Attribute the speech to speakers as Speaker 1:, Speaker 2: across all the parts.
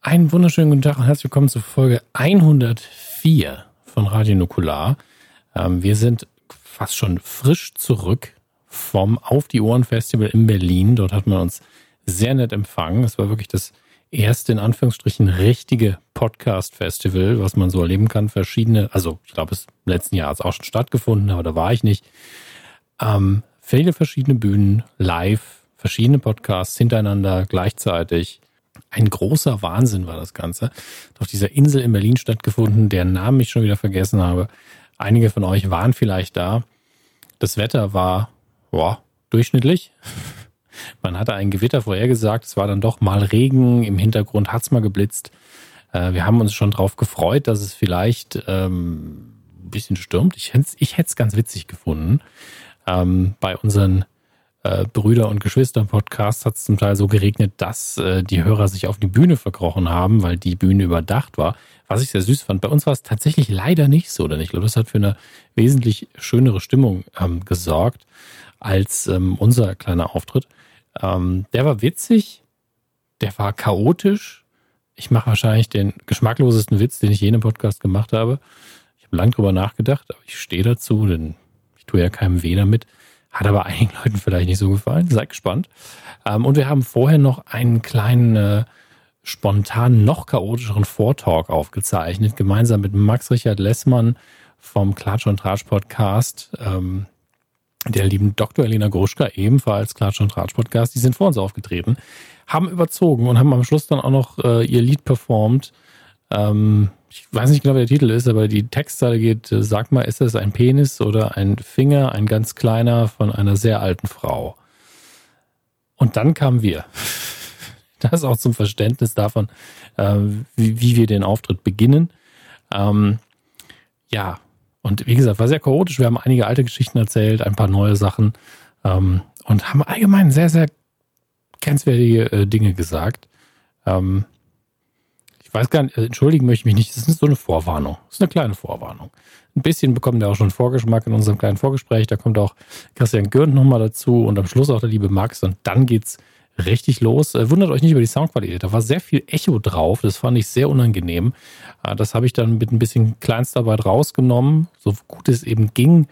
Speaker 1: Einen wunderschönen guten Tag und herzlich willkommen zu Folge 104 von Radio Nukular. Ähm, wir sind fast schon frisch zurück vom Auf die Ohren Festival in Berlin. Dort hat man uns sehr nett empfangen. Es war wirklich das erste, in Anführungsstrichen, richtige Podcast-Festival, was man so erleben kann. Verschiedene, also ich glaube, es im letzten Jahr hat es auch schon stattgefunden, aber da war ich nicht. Ähm, viele verschiedene Bühnen, live, verschiedene Podcasts hintereinander, gleichzeitig. Ein großer Wahnsinn war das Ganze. Hat Auf dieser Insel in Berlin stattgefunden, deren Namen ich schon wieder vergessen habe. Einige von euch waren vielleicht da. Das Wetter war boah, durchschnittlich. Man hatte ein Gewitter vorhergesagt, es war dann doch mal Regen, im Hintergrund hat's mal geblitzt. Äh, wir haben uns schon drauf gefreut, dass es vielleicht ähm, ein bisschen stürmt. Ich hätte es ich hätt's ganz witzig gefunden. Ähm, bei unseren äh, Brüder- und Geschwister-Podcasts hat es zum Teil so geregnet, dass äh, die Hörer sich auf die Bühne verkrochen haben, weil die Bühne überdacht war. Was ich sehr süß fand. Bei uns war es tatsächlich leider nicht so, denn ich glaube, das hat für eine wesentlich schönere Stimmung ähm, gesorgt als ähm, unser kleiner Auftritt. Ähm, der war witzig, der war chaotisch. Ich mache wahrscheinlich den geschmacklosesten Witz, den ich je in einem Podcast gemacht habe. Ich habe lange drüber nachgedacht, aber ich stehe dazu, denn ich tue ja keinem weh damit. Hat aber einigen Leuten vielleicht nicht so gefallen. Seid gespannt. Ähm, und wir haben vorher noch einen kleinen, äh, spontan noch chaotischeren Vortalk aufgezeichnet, gemeinsam mit Max Richard Lessmann vom Klatsch und Tratsch Podcast. Ähm, der lieben Dr. Elena Gruschka, ebenfalls Klatsch und Tratsch Podcast, die sind vor uns aufgetreten, haben überzogen und haben am Schluss dann auch noch äh, ihr Lied performt. Ähm, ich weiß nicht genau, wie der Titel ist, aber die Textzeile geht, äh, sag mal, ist das ein Penis oder ein Finger, ein ganz kleiner von einer sehr alten Frau? Und dann kamen wir. Das auch zum Verständnis davon, äh, wie, wie wir den Auftritt beginnen. Ähm, ja, und wie gesagt, war sehr chaotisch. Wir haben einige alte Geschichten erzählt, ein paar neue Sachen ähm, und haben allgemein sehr, sehr grenzwertige äh, Dinge gesagt. Ähm, ich weiß gar nicht, äh, entschuldigen möchte ich mich nicht. Das ist so eine Vorwarnung. Das ist eine kleine Vorwarnung. Ein bisschen bekommen wir auch schon Vorgeschmack in unserem kleinen Vorgespräch. Da kommt auch Christian Gürnt nochmal dazu und am Schluss auch der liebe Max. Und dann geht's richtig los. Äh, wundert euch nicht über die Soundqualität. Da war sehr viel Echo drauf. Das fand ich sehr unangenehm. Äh, Das habe ich dann mit ein bisschen Kleinstarbeit rausgenommen, so gut es eben ging,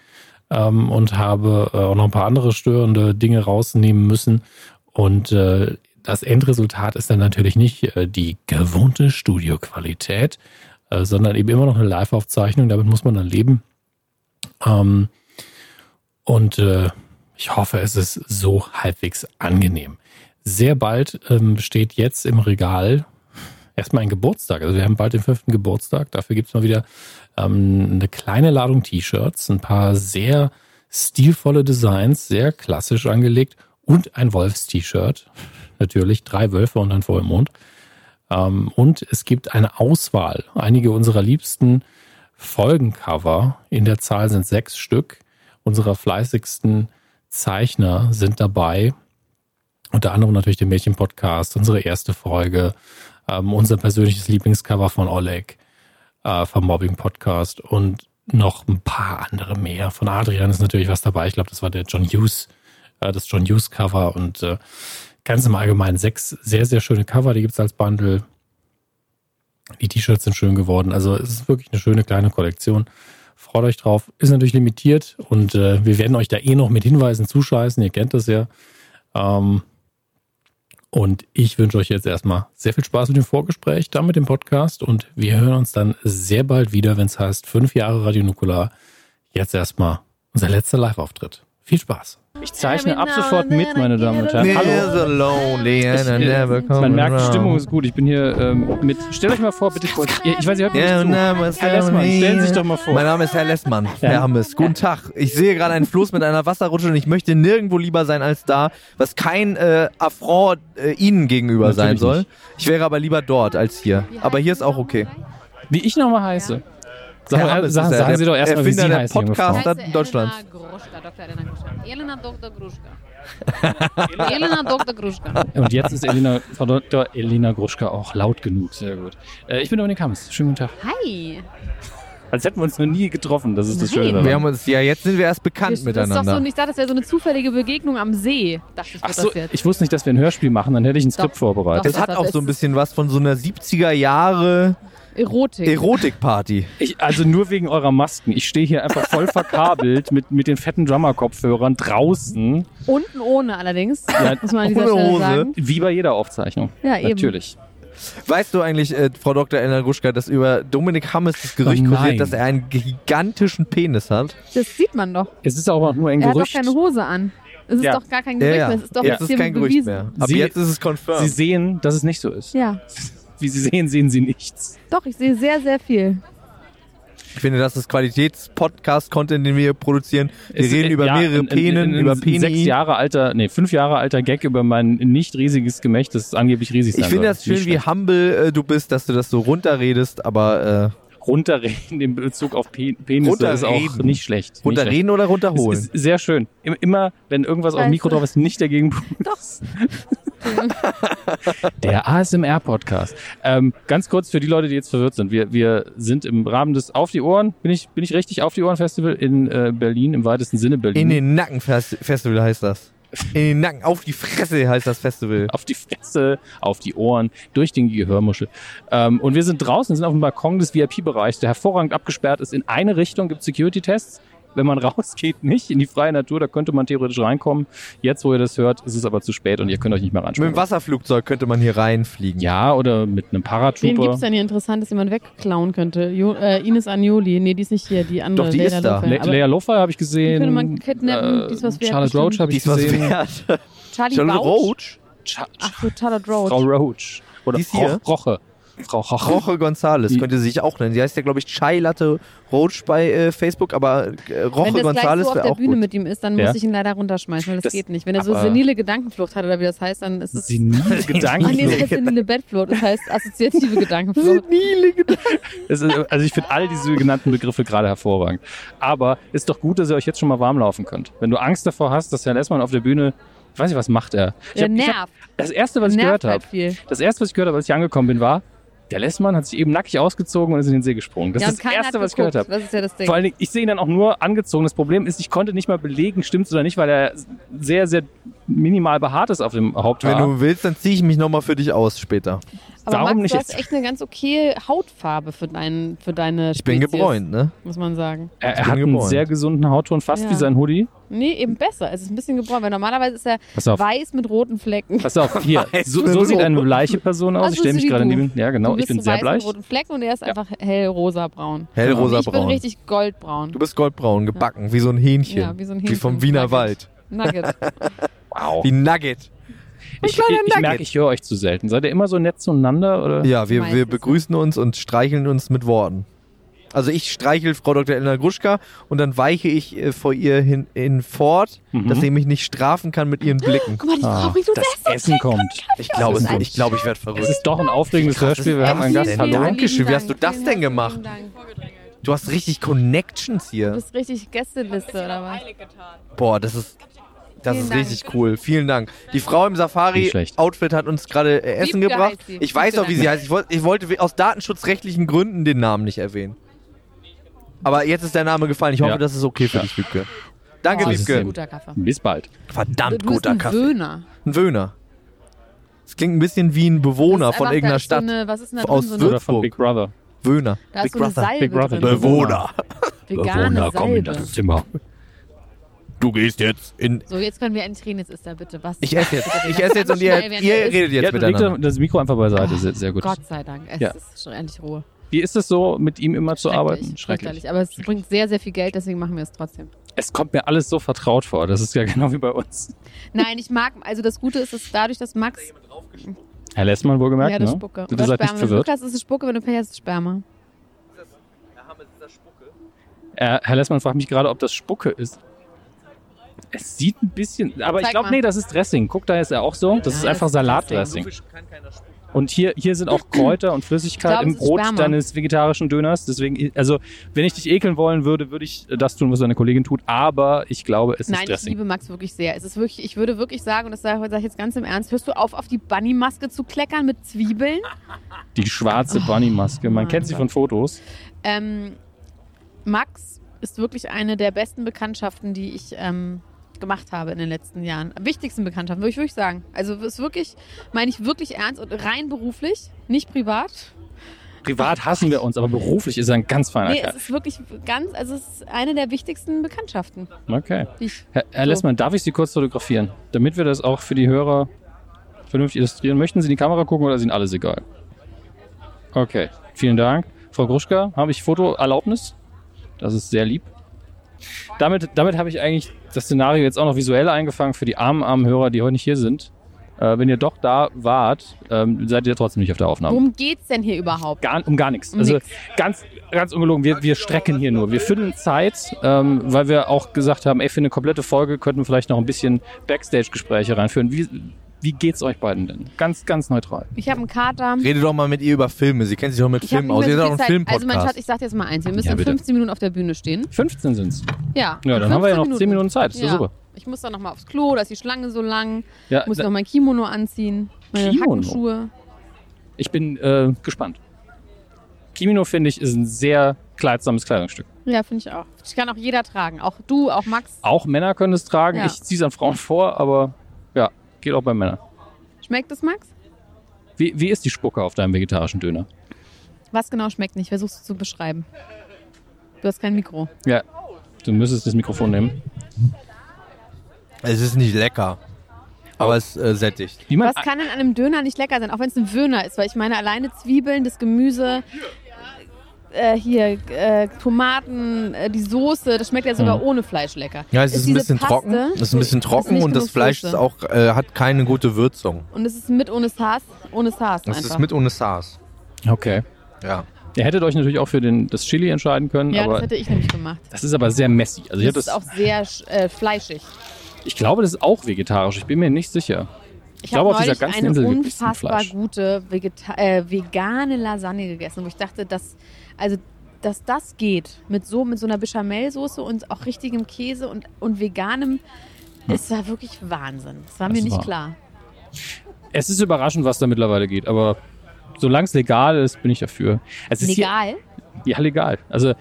Speaker 1: ähm, und habe äh, auch noch ein paar andere störende Dinge rausnehmen müssen. Und äh, das Endresultat ist dann natürlich nicht äh, die gewohnte Studioqualität, äh, sondern eben immer noch eine Live-Aufzeichnung. Damit muss man dann leben. Ähm, und äh, ich hoffe, es ist so halbwegs angenehm. Sehr bald ähm, steht jetzt im Regal erstmal ein Geburtstag. Also wir haben bald den fünften Geburtstag. Dafür gibt's mal wieder ähm, eine kleine Ladung T-Shirts, ein paar sehr stilvolle Designs, sehr klassisch angelegt und ein Wolfs-T-Shirt. Natürlich drei Wölfe und ein Vollmond. Ähm, und es gibt eine Auswahl. Einige unserer liebsten Folgencover, in der Zahl sind sechs Stück, unserer fleißigsten Zeichner sind dabei. Unter anderem natürlich den Mädchen-Podcast, unsere erste Folge, ähm, unser persönliches Lieblingscover von Oleg äh, vom Mobbing Podcast und noch ein paar andere mehr. Von Adrian ist natürlich was dabei. Ich glaube, das war der John Hughes, äh, das John Hughes Cover und äh, ganz im Allgemeinen sechs sehr, sehr schöne Cover. Die gibt's als Bundle. Die T-Shirts sind schön geworden. Also es ist wirklich eine schöne kleine Kollektion. Freut euch drauf. Ist natürlich limitiert und äh, wir werden euch da eh noch mit Hinweisen zuscheißen. Ihr kennt das ja. Ähm, und ich wünsche euch jetzt erstmal sehr viel Spaß mit dem Vorgespräch, dann mit dem Podcast und wir hören uns dann sehr bald wieder, wenn es heißt fünf Jahre Radio Nukular. Jetzt erstmal unser letzter Live-Auftritt. Viel Spaß.
Speaker 2: Ich zeichne ab sofort mit, meine Damen und Herren. Hallo.
Speaker 3: so lonely and
Speaker 2: I never Man merkt, die Stimmung ist gut. Ich bin hier ähm, mit. Stellt euch mal vor, bitte kurz. Ihr- Ich weiß, ihr hört mich
Speaker 3: Ja,
Speaker 2: nicht
Speaker 3: Name ist
Speaker 2: Herr Lessmann, stellen Sie sich doch mal vor.
Speaker 3: Mein Name ist Herr Lessmann. Herr Hammes, guten Tag. Ich sehe gerade einen Fluss mit einer Wasserrutsche und ich möchte nirgendwo lieber sein als da, was kein äh, Affront äh, Ihnen gegenüber
Speaker 2: Natürlich
Speaker 3: sein soll.
Speaker 2: nicht.
Speaker 3: Ich wäre aber lieber dort als hier. Aber hier ist auch okay.
Speaker 2: zu. Wie ich nochmal heiße. Sag,
Speaker 3: Herr
Speaker 2: mal,
Speaker 3: Hammes
Speaker 2: sagen,
Speaker 3: ist er,
Speaker 2: sagen
Speaker 3: der
Speaker 2: Sie doch erstmal, wie Sie
Speaker 3: Erfinder der
Speaker 2: heißen, junge Frau.
Speaker 3: Podcast- Stadt
Speaker 4: Heiße
Speaker 3: Deutschlands.
Speaker 4: Elena Gruschka, Dr. Elena Gruschka. Elena Dr. Gruschka. Elena Dr. Gruschka.
Speaker 2: Und jetzt ist Elena, Frau Dr. Elena Gruschka auch laut genug. Sehr gut. Äh, ich bin Dominik Hammes. Schönen guten Tag.
Speaker 4: Hi.
Speaker 2: Als hätten wir uns noch nie getroffen. Das ist das Schöne
Speaker 4: Nein.
Speaker 2: daran.
Speaker 3: Wir haben uns, ja, jetzt sind wir erst bekannt
Speaker 4: Das ist doch
Speaker 3: miteinander.
Speaker 4: so, und ich dachte, das wäre so eine zufällige Begegnung am See. Dachte ich,
Speaker 2: Ach
Speaker 4: wird
Speaker 2: so,
Speaker 4: das jetzt.
Speaker 2: ich wusste nicht, dass wir ein Hörspiel machen. Dann hätte ich ein Skript
Speaker 4: Doch,
Speaker 2: vorbereitet.
Speaker 4: doch.
Speaker 3: es hat
Speaker 4: das
Speaker 3: auch
Speaker 4: ist-
Speaker 3: so ein bisschen was von so einer 70er Jahre
Speaker 4: Erotik.
Speaker 3: Erotikparty.
Speaker 2: Ich, also nur wegen eurer Masken. Ich stehe hier einfach voll verkabelt mit, mit den fetten Drummer-Kopfhörern draußen.
Speaker 4: Unten ohne allerdings. muss man an dieser
Speaker 3: ohne
Speaker 4: Stelle
Speaker 3: Hose.
Speaker 4: sagen.
Speaker 2: Wie bei jeder Aufzeichnung.
Speaker 4: Ja, eben.
Speaker 2: Natürlich.
Speaker 3: Weißt du eigentlich, äh, Frau Dr. Elena Gruschka, dass über Dominik Hammes das Gerücht
Speaker 1: Oh nein.
Speaker 3: kursiert, dass er einen gigantischen Penis hat?
Speaker 4: Das sieht man doch.
Speaker 2: Es ist aber auch nur ein
Speaker 4: Er hat doch
Speaker 2: Gerücht.
Speaker 4: keine Hose an. Es ist
Speaker 2: Ja.
Speaker 4: doch gar kein Gerücht mehr. Es ist doch
Speaker 3: Ja,
Speaker 4: jetzt
Speaker 3: es ist
Speaker 4: hier
Speaker 3: kein Gerücht
Speaker 4: bewiesen.
Speaker 3: mehr. Ab
Speaker 2: Sie-
Speaker 3: jetzt ist es confirmed.
Speaker 2: Sie sehen, dass es nicht so ist.
Speaker 4: Ja,
Speaker 2: Wie Sie sehen, sehen Sie nichts.
Speaker 4: doch, ich sehe sehr, sehr viel.
Speaker 3: Ich finde, das ist Qualitäts-Podcast-Content, den wir hier produzieren. Wir
Speaker 2: Es-
Speaker 3: reden über
Speaker 2: ja,
Speaker 3: mehrere
Speaker 2: ein- ein-
Speaker 3: Penen,
Speaker 2: ein- ein
Speaker 3: über
Speaker 2: Sechs
Speaker 3: Peni.
Speaker 2: Jahre alter, nee, fünf Jahre alter Gag über mein nicht riesiges Gemächt, das angeblich riesig sein
Speaker 3: Ich finde
Speaker 2: soll.
Speaker 3: das schön,
Speaker 2: Nicht
Speaker 3: wie
Speaker 2: schlecht.
Speaker 3: humble äh, du bist, dass du das so runterredest, aber äh,
Speaker 2: runterreden in Bezug auf Pe- Penisse ist auch
Speaker 3: Runterreden.
Speaker 2: nicht schlecht.
Speaker 3: äh, runterreden oder
Speaker 2: nicht schlecht.
Speaker 3: runterholen?
Speaker 2: Ist, ist sehr schön. Im- Immer, wenn irgendwas auf dem
Speaker 4: Weißt
Speaker 2: Mikro
Speaker 4: du.
Speaker 2: drauf ist, nicht dagegen. Der ASMR-Podcast. Ähm, ganz kurz für die Leute, die jetzt verwirrt sind. Wir, wir sind im Rahmen des Auf die Ohren, bin ich, bin ich richtig, Auf die Ohren-Festival in äh, Berlin, im weitesten Sinne Berlin.
Speaker 3: In den Nacken Fest- Festival heißt das. In den Nacken, auf die Fresse heißt das Festival.
Speaker 2: auf die Fresse, auf die Ohren, durch den Gehörmuschel. Ähm, und wir sind draußen, sind auf dem Balkon des VIP-Bereichs, der hervorragend abgesperrt ist. In eine Richtung gibt Security-Tests. Wenn man rausgeht, nicht in die freie Natur, da könnte man theoretisch reinkommen. Jetzt, wo ihr das hört, ist es aber zu spät und ihr könnt euch nicht mehr
Speaker 3: Mit
Speaker 2: reinschauen.
Speaker 3: dem Wasserflugzeug könnte man hier reinfliegen.
Speaker 2: Ja, oder mit einem
Speaker 5: Wen gibt es
Speaker 2: Paratrooper.
Speaker 5: denn hier interessant, dass jemand wegklauen könnte? Jo, äh, Ines Anjoli. Nee, die ist nicht hier, die andere.
Speaker 3: Doch, die
Speaker 5: Leila
Speaker 3: ist da.
Speaker 5: Lofer.
Speaker 2: Le
Speaker 5: Aber
Speaker 2: Leia Lofer habe ich gesehen. Äh,
Speaker 4: Könnte man kidnappen, die ist was wert,
Speaker 2: Charlotte
Speaker 4: bestimmt.
Speaker 2: Roach habe
Speaker 3: Die
Speaker 2: ich
Speaker 3: ist was
Speaker 2: gesehen.
Speaker 3: wert.
Speaker 4: Charlie
Speaker 3: Charlotte
Speaker 4: Roach.
Speaker 3: Roach?
Speaker 2: Cha
Speaker 4: Ach so, Charlotte
Speaker 2: Frau
Speaker 4: Roach.
Speaker 2: Roach. Oder
Speaker 3: Die ist hier.
Speaker 2: Roch- Roche. Frau Roche.
Speaker 3: Roche Gonzales
Speaker 2: Die-
Speaker 3: könnte sie sich auch nennen. Sie heißt ja, glaube ich, Chai Latte Roach bei äh, Facebook, aber äh,
Speaker 4: Wenn
Speaker 3: Roche
Speaker 4: das gleich
Speaker 3: Gonzales
Speaker 4: so auf
Speaker 3: wäre
Speaker 4: der
Speaker 3: auch
Speaker 4: Bühne
Speaker 3: gut.
Speaker 4: mit ihm ist, dann
Speaker 2: Ja.
Speaker 4: muss ich ihn leider runterschmeißen, weil das,
Speaker 2: Das-
Speaker 4: geht nicht. Wenn er so
Speaker 2: aber-
Speaker 4: senile Gedankenflucht hat oder wie das heißt, dann ist es.
Speaker 2: Senile
Speaker 4: Ah, nee, das
Speaker 2: Gedanken.
Speaker 4: heißt senile Bettflucht, das heißt assoziative Gedankenflucht.
Speaker 2: Es ist, also ich finde all diese genannten Begriffe gerade hervorragend. Aber ist doch gut, dass ihr euch jetzt schon mal warm laufen könnt. Wenn du Angst davor hast, dass Herr Lessmann auf der Bühne, ich weiß nicht, was macht er? Ich
Speaker 4: Der
Speaker 2: hab, ich hab,
Speaker 4: nervt.
Speaker 2: das erste, was ich
Speaker 4: nervt
Speaker 2: gehört
Speaker 4: halt
Speaker 2: habe,
Speaker 4: viel.
Speaker 2: das erste, was ich gehört habe, als ich angekommen bin, war, der Lessmann hat sich eben nackig ausgezogen und ist in den See gesprungen. Das
Speaker 4: ja, und
Speaker 2: ist das
Speaker 4: keiner
Speaker 2: erste,
Speaker 4: hat
Speaker 2: was ich gehört
Speaker 4: geguckt.
Speaker 2: habe.
Speaker 4: Das ist ja das Ding.
Speaker 2: Vor allen Dingen, ich sehe ihn dann auch nur angezogen. Das Problem ist, ich konnte nicht mal belegen, stimmt's oder nicht, weil er sehr, sehr minimal behaart ist auf dem
Speaker 3: Wenn
Speaker 2: Haupthaar.
Speaker 3: du willst, dann ziehe ich mich nochmal für dich aus später.
Speaker 5: aber
Speaker 2: Darum
Speaker 5: Max,
Speaker 2: nicht
Speaker 5: du
Speaker 2: jetzt.
Speaker 5: hast echt eine ganz okay Hautfarbe für, deinen, für deine
Speaker 3: Ich bin
Speaker 5: Spezies,
Speaker 3: gebräunt, ne?
Speaker 5: Muss man sagen.
Speaker 2: Er, er
Speaker 3: bin
Speaker 2: hat einen
Speaker 3: geboren.
Speaker 2: sehr gesunden Hautton, fast
Speaker 5: Ja.
Speaker 2: wie sein Hoodie.
Speaker 5: Nee, eben besser. Es ist ein bisschen gebräunt, weil normalerweise ist er
Speaker 2: Pass auf.
Speaker 5: weiß mit roten Flecken.
Speaker 2: Pass auf, hier.
Speaker 3: Weiß
Speaker 2: So,
Speaker 3: mit
Speaker 2: so sieht
Speaker 3: Rot.
Speaker 2: eine bleiche Person aus.
Speaker 5: Also
Speaker 2: ich stelle
Speaker 5: so
Speaker 2: mich
Speaker 5: wie
Speaker 2: gerade
Speaker 5: du.
Speaker 2: neben. Ja, genau.
Speaker 5: du
Speaker 2: Ich
Speaker 5: bist
Speaker 2: bin sehr
Speaker 5: weiß
Speaker 2: bleich.
Speaker 5: mit roten Flecken und er ist einfach hellrosa-braun.
Speaker 3: Hellrosa
Speaker 5: ich bin
Speaker 3: braun.
Speaker 5: richtig goldbraun.
Speaker 3: Du bist goldbraun, gebacken, wie so ein Hähnchen.
Speaker 5: Ja, wie so ein Hähnchen.
Speaker 3: vom Wiener
Speaker 5: Nugget.
Speaker 3: Wald.
Speaker 5: Nugget.
Speaker 2: Wow.
Speaker 3: Wie ein Nugget.
Speaker 2: Ich, ich, ich merke, ich höre euch zu selten. Seid ihr immer so nett zueinander? Oder?
Speaker 3: Ja, wir, wir
Speaker 4: Meistens, ne?
Speaker 3: begrüßen uns und streicheln uns mit Worten. Also ich streichel Frau Dr. Elena Gruschka und dann weiche ich äh, vor ihr hin, hin fort, dass sie mich nicht strafen kann mit ihren Blicken.
Speaker 5: Guck mal, die Frau
Speaker 2: Ah,
Speaker 5: bringt uns
Speaker 2: das
Speaker 5: Essen.
Speaker 2: Essen kommt.
Speaker 3: Ich glaube,
Speaker 2: es-
Speaker 3: ich, glaube, ich werde
Speaker 2: Es
Speaker 3: verrückt.
Speaker 2: ist doch ein aufregendes Hörspiel. Wir haben einen Gast.
Speaker 3: denn?
Speaker 2: Hallo.
Speaker 3: Dankeschön, wie
Speaker 4: Vielen
Speaker 3: hast du
Speaker 4: Dank,
Speaker 3: das
Speaker 4: vielen
Speaker 3: denn
Speaker 4: Dank,
Speaker 3: gemacht?
Speaker 4: vielen Dank.
Speaker 3: Du hast richtig Connections
Speaker 4: Du
Speaker 3: hier.
Speaker 4: bist richtig Gästeliste, oder was?
Speaker 3: Boah, das ist das
Speaker 4: Vielen
Speaker 3: ist
Speaker 4: Dank.
Speaker 3: richtig cool. Vielen Dank. Die Frau im
Speaker 2: Nicht
Speaker 3: Safari
Speaker 2: schlecht.
Speaker 3: Outfit hat uns gerade äh, Essen
Speaker 4: Wiebke
Speaker 3: gebracht.
Speaker 4: heißt sie.
Speaker 3: Ich weiß
Speaker 4: Wiebke,
Speaker 3: auch, wie sie heißt. Ich wollte, ich wollte we- aus datenschutzrechtlichen Gründen den Namen nicht erwähnen. Aber jetzt ist der Name gefallen. Ich hoffe,
Speaker 2: Ja.
Speaker 3: das ist okay für
Speaker 2: Ja.
Speaker 3: dich, Wiebke. Danke,
Speaker 4: Oh,
Speaker 2: das ist
Speaker 3: Wiebke.
Speaker 2: eben-
Speaker 5: Guter Kaffee.
Speaker 2: Bis bald.
Speaker 3: Verdammt
Speaker 4: Du bist
Speaker 3: guter
Speaker 4: ein
Speaker 3: Kaffee.
Speaker 4: Wöhner.
Speaker 3: Ein Wöhner. Das klingt ein bisschen wie ein Bewohner
Speaker 4: Das ist
Speaker 3: von
Speaker 4: einfach, da
Speaker 3: irgendeiner
Speaker 4: ist so
Speaker 3: Stadt.
Speaker 4: eine- was ist denn da drin?
Speaker 3: aus
Speaker 4: So
Speaker 3: Würzburg.
Speaker 4: eine,
Speaker 2: Oder von Big Brother.
Speaker 3: Wöhner.
Speaker 4: da
Speaker 3: Big
Speaker 4: ist so eine
Speaker 3: Brother.
Speaker 4: Salbe
Speaker 2: Big Brother.
Speaker 4: drin.
Speaker 3: Bewohner.
Speaker 4: Vegane Salbe.
Speaker 2: Zimmer.
Speaker 3: Du gehst jetzt in.
Speaker 4: So, jetzt können wir endlich reden. Jetzt ist da bitte was.
Speaker 3: Ich esse jetzt. Ich
Speaker 4: Lass
Speaker 3: esse jetzt
Speaker 4: ganz
Speaker 3: und ihr,
Speaker 4: schnell, während
Speaker 3: ihr
Speaker 4: er isst.
Speaker 3: redet jetzt
Speaker 2: Ja, leg
Speaker 3: miteinander.
Speaker 2: doch das Mikro einfach beiseite. Sehr, sehr gut.
Speaker 4: Gott sei Dank. Es
Speaker 2: Ja.
Speaker 4: ist schon endlich Ruhe.
Speaker 2: Wie ist es so, mit ihm immer zu arbeiten?
Speaker 4: Schrecklich. fürchterlich. Aber es bringt sehr, sehr viel Geld, deswegen machen wir es trotzdem.
Speaker 2: Es kommt mir alles so vertraut vor. Das ist ja genau wie bei uns.
Speaker 4: Nein, ich mag, also das Gute ist, dass dadurch, dass Max.
Speaker 2: Herr Lessmann wohlgemerkt,
Speaker 4: ja, das
Speaker 2: ne?
Speaker 4: Spucke.
Speaker 2: Bitte seid nicht
Speaker 4: Sperma. Wenn du
Speaker 2: verwirrt.
Speaker 4: Glück hast, ist es Spucke, wenn du Pech hast, ist es Sperma.
Speaker 2: Äh, Herr Lessmann fragt mich gerade, ob das Spucke ist. Es sieht ein bisschen, aber ich
Speaker 4: Zeig
Speaker 2: glaube,
Speaker 4: mal.
Speaker 2: nee, das ist Dressing. Guck, da ist er auch so. Das ist
Speaker 4: das
Speaker 2: einfach
Speaker 4: ist
Speaker 2: Salatdressing. Und hier, hier sind auch Kräuter und Flüssigkeit
Speaker 4: Ich glaub,
Speaker 2: im
Speaker 4: es ist
Speaker 2: Brot
Speaker 4: Sperma.
Speaker 2: deines vegetarischen Döners. Deswegen, also, wenn ich dich ekeln wollen würde, würde ich das tun, was deine Kollegin tut. Aber ich glaube, es
Speaker 4: Nein,
Speaker 2: ist
Speaker 4: ich
Speaker 2: Dressing.
Speaker 4: liebe Max wirklich sehr. Es ist wirklich, ich würde wirklich sagen, und das sage sag ich jetzt ganz im Ernst, hörst du auf, auf die Bunny-Maske zu kleckern mit Zwiebeln? Oh.
Speaker 2: Die schwarze Bunny-Maske. Man
Speaker 4: mein
Speaker 2: kennt sie
Speaker 4: Gott.
Speaker 2: von Fotos.
Speaker 4: Ähm,
Speaker 5: Max ist wirklich eine der besten Bekanntschaften, die ich ähm, gemacht habe in den letzten Jahren. Am wichtigsten Bekanntschaften, würde ich wirklich sagen. Also ist wirklich, meine ich wirklich ernst und rein beruflich, nicht privat.
Speaker 2: Privat hassen wir uns, aber beruflich ist er ein ganz feiner
Speaker 5: Nee,
Speaker 2: Kerl.
Speaker 5: es ist wirklich ganz, also es ist eine der wichtigsten Bekanntschaften,
Speaker 2: Okay.
Speaker 5: die ich
Speaker 2: Herr, Herr Lessmann, darf ich Sie kurz fotografieren? Damit wir das auch für die Hörer vernünftig illustrieren. Möchten Sie in die Kamera gucken oder ist Ihnen alles egal? Okay, vielen Dank. Frau Gruschka, habe ich Fotoerlaubnis? Das ist sehr lieb. Damit, damit habe ich eigentlich das Szenario jetzt auch noch visuell eingefangen für die armen, armen Hörer, die heute nicht hier sind. Äh, wenn ihr doch da wart, ähm, seid ihr trotzdem nicht auf der Aufnahme
Speaker 5: Worum geht's denn hier überhaupt?
Speaker 2: gar, um gar nichts.
Speaker 5: Um
Speaker 2: also
Speaker 5: nix.
Speaker 2: ganz, ganz ungelogen, wir, wir strecken hier nur. Wir finden Zeit, ähm, weil wir auch gesagt haben, ey, für eine komplette Folge könnten wir vielleicht noch ein bisschen Backstage-Gespräche reinführen. Wie, wie geht's euch beiden denn? Ganz, ganz neutral.
Speaker 5: Ich habe einen Kater.
Speaker 3: Rede doch mal mit ihr über Filme. Sie kennt sich doch mit
Speaker 5: Ich hab
Speaker 3: Filmen
Speaker 5: nicht
Speaker 3: aus. Ihr
Speaker 5: mehr
Speaker 3: seid
Speaker 5: so
Speaker 3: doch
Speaker 5: viel
Speaker 3: ein
Speaker 5: Zeit. Also mein Schatz,
Speaker 3: Filmpodcast.
Speaker 5: ich sag dir jetzt mal eins, wir müssen
Speaker 2: Ja,
Speaker 5: in
Speaker 2: bitte.
Speaker 5: 15 Minuten auf der Bühne stehen.
Speaker 2: 15 sind's.
Speaker 5: Ja,
Speaker 2: Ja, dann haben wir ja noch 10 Minuten Zeit. Ist
Speaker 5: Ist
Speaker 2: ja super.
Speaker 5: Ich muss dann nochmal aufs Klo, da ist die Schlange so lang.
Speaker 2: Ja,
Speaker 5: Ich muss
Speaker 2: da-
Speaker 5: noch mein Kimono anziehen, meine
Speaker 2: Kimono?
Speaker 5: Hackenschuhe.
Speaker 2: ich bin äh, gespannt. Kimino, finde ich, ist ein sehr kleidsames Kleidungsstück.
Speaker 5: Ja, finde ich auch. Das kann auch jeder tragen. Auch du, auch Max.
Speaker 2: Auch Männer können es tragen.
Speaker 5: Ja.
Speaker 2: Ich ziehe es an Frauen vor, aber ja, geht auch bei Männern.
Speaker 5: Schmeckt es, Max?
Speaker 2: Wie, wie ist die Spucke auf deinem vegetarischen Döner?
Speaker 5: Was genau schmeckt nicht? Versuchst du zu beschreiben. Du hast kein Mikro.
Speaker 2: Ja, du müsstest das Mikrofon nehmen.
Speaker 3: Es ist nicht lecker, aber es äh, sättigt.
Speaker 2: Wie man
Speaker 5: Was kann in einem Döner nicht lecker sein, auch wenn es ein Wöhner ist? Weil ich meine, alleine Zwiebeln, das Gemüse, äh, hier äh, Tomaten, äh, die Soße, das schmeckt ja sogar ohne Fleisch lecker.
Speaker 3: Hm. Ja, es ist, ein
Speaker 5: diese
Speaker 3: bisschen
Speaker 5: Paste,
Speaker 3: trocken. Es ist ein bisschen trocken
Speaker 5: nicht
Speaker 3: und das
Speaker 5: genug
Speaker 3: Fleisch
Speaker 5: Soße.
Speaker 3: ist auch, äh, hat keine gute Würzung.
Speaker 5: Und es ist mit ohne Saas, ohne Saas
Speaker 3: Das
Speaker 5: einfach.
Speaker 3: ist mit ohne Sars.
Speaker 2: Okay.
Speaker 3: Ja.
Speaker 2: Ihr hättet euch natürlich auch für den, das Chili entscheiden können,
Speaker 5: ja, das
Speaker 2: aber
Speaker 5: hätte ich nämlich gemacht.
Speaker 2: das ist aber sehr messy. Also ich, hab
Speaker 5: das
Speaker 2: das,
Speaker 5: ist auch sehr sch- äh, fleischig.
Speaker 2: ich glaube, das ist auch vegetarisch. Ich bin mir nicht sicher.
Speaker 5: Ich
Speaker 2: glaube, auf
Speaker 5: habe
Speaker 2: dieser
Speaker 5: neulich
Speaker 2: ganzen
Speaker 5: eine
Speaker 2: Insel gibt es ein
Speaker 5: unfassbar
Speaker 2: Fleisch.
Speaker 5: gute Vegeta äh, vegane Lasagne gegessen, wo ich dachte, dass, also, dass das geht mit so, mit so einer Bechamelsoße und auch richtigem Käse und, und veganem, es war wirklich Wahnsinn. Das war
Speaker 2: Das
Speaker 5: mir nicht
Speaker 2: war-
Speaker 5: klar.
Speaker 2: Es ist überraschend, was da mittlerweile geht, aber solange es legal ist, bin ich dafür. Es ist
Speaker 5: Legal?
Speaker 2: Hier, ja, legal. Also,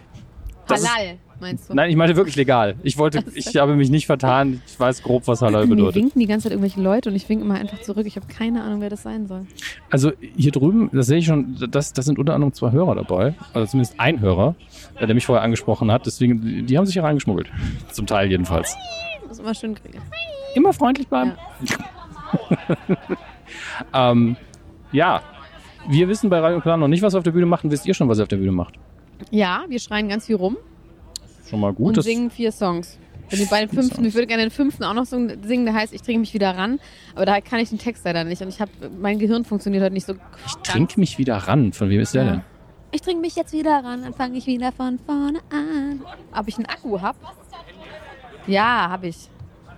Speaker 2: das ist,
Speaker 5: Halal, meinst du?
Speaker 2: nein, ich meinte wirklich legal. Ich wollte, ich habe mich nicht vertan. Ich weiß grob, was halal
Speaker 5: Mir
Speaker 2: bedeutet.
Speaker 5: winken die ganze Zeit irgendwelche Leute und ich winke immer einfach zurück. Ich habe keine Ahnung, wer das sein soll.
Speaker 2: Also hier drüben, das sehe ich schon, das, das sind unter anderem zwei Hörer dabei, also zumindest ein Hörer, äh, der mich vorher angesprochen hat. Deswegen, die- die haben sich hier reingeschmuggelt. Zum Teil jedenfalls.
Speaker 5: Das ist immer schön. kriegen.
Speaker 2: Immer freundlich bleiben. Ja. ähm, ja. Wir wissen bei Radio Plan noch nicht, was ihr auf der Bühne machen. Wisst ihr schon, was ihr auf der Bühne macht?
Speaker 5: Ja, wir schreien ganz viel rum
Speaker 2: Schon mal gut.
Speaker 5: und
Speaker 2: das-
Speaker 5: singen vier Songs. Wenn die beiden
Speaker 2: Vier
Speaker 5: fünften,
Speaker 2: Songs.
Speaker 5: ich würde gerne den fünften auch noch singen, singen, der heißt, ich trinke mich wieder ran, aber da kann ich den Text leider nicht und ich habe mein Gehirn funktioniert heute nicht so.
Speaker 2: ich trink mich wieder ran. Von wem ist der
Speaker 5: Ja.
Speaker 2: denn?
Speaker 5: Ich trinke mich jetzt wieder ran, dann fange ich wieder von vorne an. Ob ich einen Akku hab? Ja, habe ich.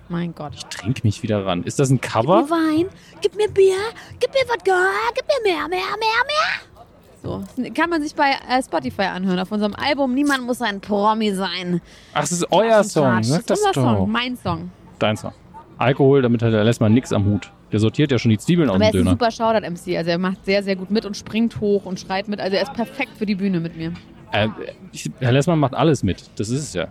Speaker 5: Mein Gott.
Speaker 2: Trink mich wieder ran. Ist das ein Cover?
Speaker 5: Wein, gib mir Bier, gib mir Wodka, gib mir mehr, mehr, mehr, mehr. So, kann man sich bei äh, Spotify anhören auf unserem Album Niemand muss ein Promi sein.
Speaker 2: Ach, es ist euer Song.
Speaker 5: Klatsch.
Speaker 2: Sag
Speaker 5: Das
Speaker 2: das
Speaker 5: ist unser
Speaker 2: doch.
Speaker 5: Song, mein Song.
Speaker 2: Dein Song. Alkohol, damit hat er lässt man nichts am Hut. Der sortiert ja schon die Zwiebeln aus
Speaker 5: Aber er
Speaker 2: dem
Speaker 5: ist ein
Speaker 2: Döner.
Speaker 5: super Shoutout-MC. Also er macht sehr, sehr gut mit und springt hoch und schreit mit. Also er ist perfekt für die Bühne mit mir.
Speaker 2: Äh, ich, Herr Lessmann macht alles mit. Das ist es ja.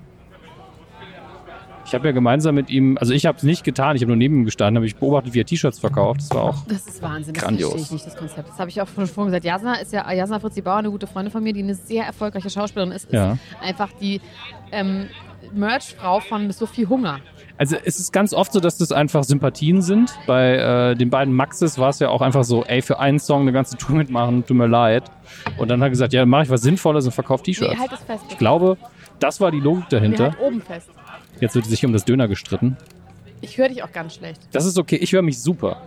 Speaker 2: Ich habe ja gemeinsam mit ihm, also ich habe es nicht getan, ich habe nur neben ihm gestanden, habe ich beobachtet, wie er T-Shirts verkauft. Das war auch.
Speaker 5: Das ist Wahnsinn. Das
Speaker 2: Grandios.
Speaker 5: verstehe ich nicht, das Konzept. Das habe ich auch schon vorhin gesagt. Jasna ist ja, Jasna Fritzi Bauer, eine gute Freundin von mir, die eine sehr erfolgreiche Schauspielerin ist.
Speaker 2: Ja.
Speaker 5: Ist einfach die ähm, Merch-Frau von Sophie Hunger.
Speaker 2: Also es ist ganz oft so, dass das einfach Sympathien sind. Bei äh, den beiden Maxes war es ja auch einfach so, ey, für einen Song eine ganze Tour mitmachen, tut mir leid. Und dann hat er gesagt, ja, dann mache ich was Sinnvolles und verkaufe T-Shirts.
Speaker 5: Nee, halt es fest.
Speaker 2: ich glaube, das war die Logik
Speaker 5: Nee,
Speaker 2: dahinter.
Speaker 5: halt oben fest.
Speaker 2: Jetzt wird sich um das Döner gestritten.
Speaker 5: Ich höre dich auch ganz schlecht.
Speaker 2: Das ist okay, ich höre mich super.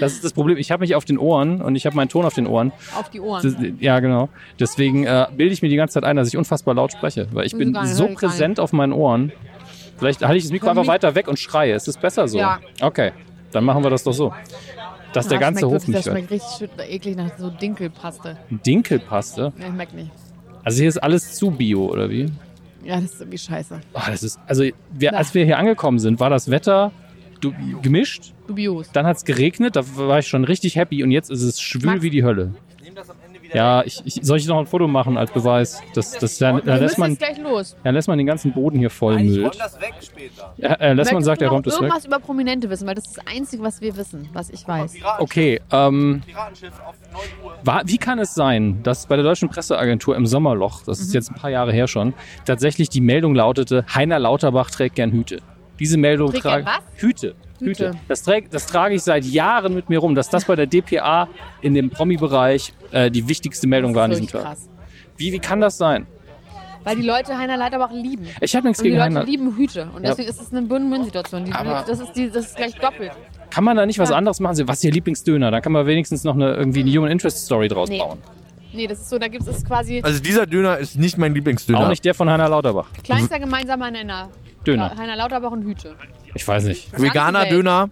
Speaker 2: das ist das Problem. Ich habe mich auf den Ohren und ich habe meinen Ton auf den Ohren.
Speaker 5: Auf die Ohren.
Speaker 2: Das, ja, genau. Deswegen äh, bilde ich mir die ganze Zeit ein, dass ich unfassbar laut spreche, weil ich
Speaker 5: Ist
Speaker 2: bin
Speaker 5: egal,
Speaker 2: so
Speaker 5: hör ich gar
Speaker 2: präsent auf meinen Ohren. Vielleicht halte ich das Mikro
Speaker 5: Können
Speaker 2: einfach
Speaker 5: wir-
Speaker 2: weiter weg und schreie. Es ist besser so.
Speaker 5: Ja.
Speaker 2: Okay, dann machen wir das doch so. Dass der
Speaker 5: Ah,
Speaker 2: ganze
Speaker 5: schmeckt
Speaker 2: Hof
Speaker 5: wirklich,
Speaker 2: nicht
Speaker 5: Das
Speaker 2: hört.
Speaker 5: schmeckt richtig schön eklig nach so Dinkelpaste.
Speaker 2: Dinkelpaste.
Speaker 5: Ja, ich merke nicht.
Speaker 2: Also hier ist alles zu bio, oder wie?
Speaker 5: Ja, das ist irgendwie scheiße.
Speaker 2: Oh, das ist, also wir,
Speaker 5: Na.
Speaker 2: als wir hier angekommen sind, war das Wetter du, gemischt.
Speaker 5: Dubios.
Speaker 2: Dann hat es geregnet, da war ich schon richtig happy und jetzt ist es schwül
Speaker 5: Max?
Speaker 2: wie die Hölle. Ja, ich, ich, soll ich noch ein Foto machen als Beweis? Das, das, dann,
Speaker 4: Wir
Speaker 2: dann, lässt
Speaker 4: müssen
Speaker 2: man,
Speaker 4: jetzt gleich los.
Speaker 2: dann lässt man den ganzen Boden hier vollmüllt. Ja, äh, lässt man
Speaker 5: Möchtest
Speaker 2: sagt,
Speaker 5: du
Speaker 2: er
Speaker 5: noch
Speaker 2: räumt es weg.
Speaker 5: irgendwas über Prominente wissen, weil das ist das Einzige, was wir wissen, was ich weiß.
Speaker 2: Okay, ähm,
Speaker 6: Piratenschiff auf 9 Uhr.
Speaker 2: War, wie kann es sein, dass bei der deutschen Presseagentur im Sommerloch, das
Speaker 5: Mhm.
Speaker 2: ist jetzt ein paar Jahre her schon, tatsächlich die Meldung lautete, Heiner Lauterbach trägt gern Hüte. Diese Meldung
Speaker 5: Trägt gern
Speaker 2: trage Hüte. Hüte. Das, träg, das trage ich seit Jahren mit mir rum, dass das bei der DPA in dem Promi-Bereich äh, die wichtigste Meldung war an
Speaker 5: Das
Speaker 2: diesem
Speaker 5: ist wirklich
Speaker 2: Tag. Wie, wie kann das sein?
Speaker 5: Weil die Leute Heiner Leiterbach lieben.
Speaker 2: Ich habe nichts
Speaker 5: Und die
Speaker 2: gegen
Speaker 5: Leute
Speaker 2: Heiner.
Speaker 5: lieben Hüte. Und
Speaker 2: Ja.
Speaker 5: deswegen ist es eine Win-Win-Situation. Die-
Speaker 2: Aber-
Speaker 5: Das, ist die- das ist gleich doppelt.
Speaker 2: Kann man da nicht was anderes machen? Was ist Ihr Lieblingsdöner? Dann kann man wenigstens noch eine, irgendwie eine Human Interest Story draus
Speaker 5: Hm. Nee.
Speaker 2: bauen.
Speaker 5: Nee, das ist so, da gibt es quasi
Speaker 3: Also dieser Döner ist nicht mein Lieblingsdöner.
Speaker 2: Auch nicht der von Heiner Lauterbach.
Speaker 5: kleinster gemeinsamer Nenner.
Speaker 2: Döner.
Speaker 5: Heiner Lauterbach und Hüte.
Speaker 2: Ich weiß nicht.
Speaker 3: Veganer
Speaker 5: Ganze Welt.
Speaker 3: Döner,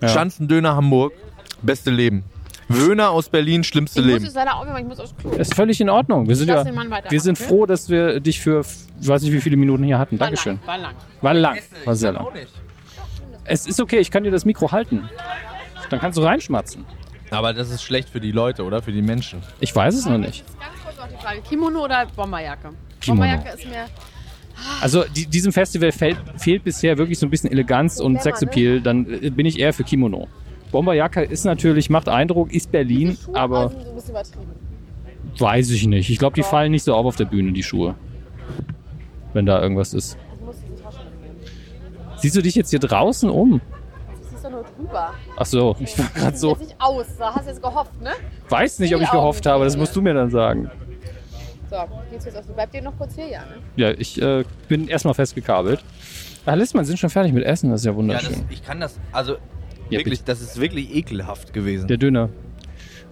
Speaker 2: Ja.
Speaker 3: Schanzendöner Hamburg, beste Leben. Wöhner aus Berlin, schlimmste
Speaker 5: Ich muss
Speaker 3: Leben.
Speaker 5: jetzt leider aufhören, weil ich muss aufs Klo.
Speaker 2: Ist völlig in Ordnung. Wir sind,
Speaker 5: Lass
Speaker 2: ja,
Speaker 5: den Mann weitermachen,
Speaker 2: wir sind
Speaker 5: okay?
Speaker 2: froh, dass wir dich für, f- ich weiß nicht, wie viele Minuten hier hatten. Dankeschön.
Speaker 5: War lang.
Speaker 2: War lang. War sehr lang.
Speaker 3: nicht.
Speaker 2: Es ist okay, ich kann dir das Mikro halten. Dann kannst du reinschmatzen.
Speaker 3: Aber das ist schlecht für die Leute, oder? Für die Menschen.
Speaker 2: Ich weiß es noch nicht.
Speaker 5: Ganz kurz noch die Frage: Kimono oder Bomberjacke?
Speaker 2: Kimono.
Speaker 5: Bomberjacke ist mir.
Speaker 2: Also die, diesem Festival fehlt, fehlt bisher wirklich so ein bisschen Eleganz und Sexappeal. Dann äh, bin ich eher für Kimono. Bomberjacke ist natürlich, macht Eindruck, ist Berlin, aber
Speaker 5: so ein bisschen übertrieben.
Speaker 2: weiß ich nicht. Ich glaube, die fallen nicht so auf auf der Bühne, die Schuhe. Wenn da irgendwas ist.
Speaker 5: Ich muss diese Tasche mitnehmen.
Speaker 2: Siehst du dich jetzt hier draußen um?
Speaker 5: Das ist doch nur drüber.
Speaker 2: Ach so, ich war gerade so.
Speaker 5: Jetzt nicht aus. Da hast du jetzt gehofft, ne?
Speaker 2: Weiß nicht, ob ich gehofft habe, das musst du mir dann sagen.
Speaker 5: So, geht's jetzt auf. Bleibt ihr noch kurz hier, ja, ne?
Speaker 2: Ja, ich äh, bin erstmal festgekabelt. Ah, Lissmann, sind schon fertig mit Essen, das ist ja
Speaker 3: Ja,
Speaker 2: wunderschön.
Speaker 3: das, ich kann das, also
Speaker 2: Ja,
Speaker 3: wirklich, das ist wirklich ekelhaft gewesen.
Speaker 2: Der Döner.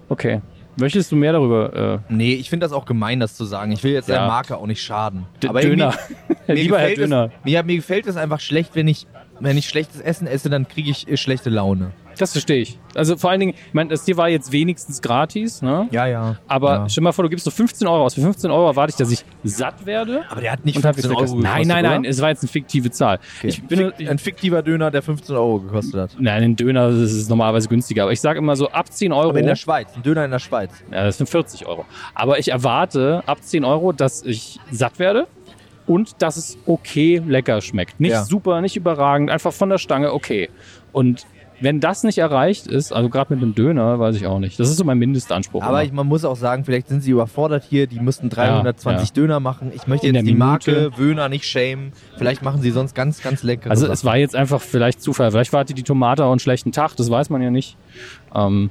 Speaker 2: Okay. Möchtest du mehr darüber? äh,
Speaker 3: Nee, ich finde das auch gemein, das zu sagen. Ich will jetzt
Speaker 2: Ja.
Speaker 3: der Marke auch nicht schaden.
Speaker 2: Äh, Döner.
Speaker 3: Mir, mir
Speaker 2: Lieber Herr
Speaker 3: gefällt es-
Speaker 2: Döner.
Speaker 3: Ja, mir gefällt es einfach schlecht, wenn ich, wenn ich schlechtes Essen esse, dann kriege ich äh, schlechte Laune.
Speaker 2: Das verstehe ich. Also vor allen Dingen, ich meine, das hier war jetzt wenigstens gratis, ne?
Speaker 3: Ja, ja.
Speaker 2: Aber
Speaker 3: ja.
Speaker 2: stell mal vor, du gibst so 15 Euro aus. Für 15 Euro erwarte ich, dass ich satt werde.
Speaker 3: Aber der hat nicht
Speaker 2: und hab jetzt
Speaker 3: 15 Euro
Speaker 2: vergessen.
Speaker 3: gekostet,
Speaker 2: Nein, nein,
Speaker 3: oder?
Speaker 2: nein, es war jetzt eine fiktive Zahl.
Speaker 3: Okay.
Speaker 2: Ich bin, Oh. ich,
Speaker 3: Ein fiktiver Döner, der 15 Euro gekostet hat.
Speaker 2: nein, ein Döner das ist normalerweise günstiger, aber ich sage immer so ab 10 Euro.
Speaker 3: Aber in der Schweiz, ein Döner in der Schweiz.
Speaker 2: Ja, das sind 40 Euro. Aber ich erwarte ab 10 Euro, dass ich satt werde und dass es okay lecker schmeckt. Nicht
Speaker 3: Ja.
Speaker 2: super, nicht überragend, einfach von der Stange okay. Und wenn das nicht erreicht ist, also gerade mit einem Döner, weiß ich auch nicht. Das ist so mein Mindestanspruch.
Speaker 3: Aber
Speaker 2: immer.
Speaker 3: ich, man muss auch sagen, vielleicht sind sie überfordert hier, die müssten 320
Speaker 2: ja.
Speaker 3: Döner machen. Ich möchte
Speaker 2: In
Speaker 3: jetzt
Speaker 2: der
Speaker 3: die Marke
Speaker 2: Minute.
Speaker 3: Wöhner nicht schämen. Vielleicht machen sie sonst ganz, ganz leckere
Speaker 2: also
Speaker 3: Sachen.
Speaker 2: es war jetzt einfach vielleicht Zufall. Vielleicht warte die Tomate auch einen schlechten Tag, das weiß man ja nicht. Ähm,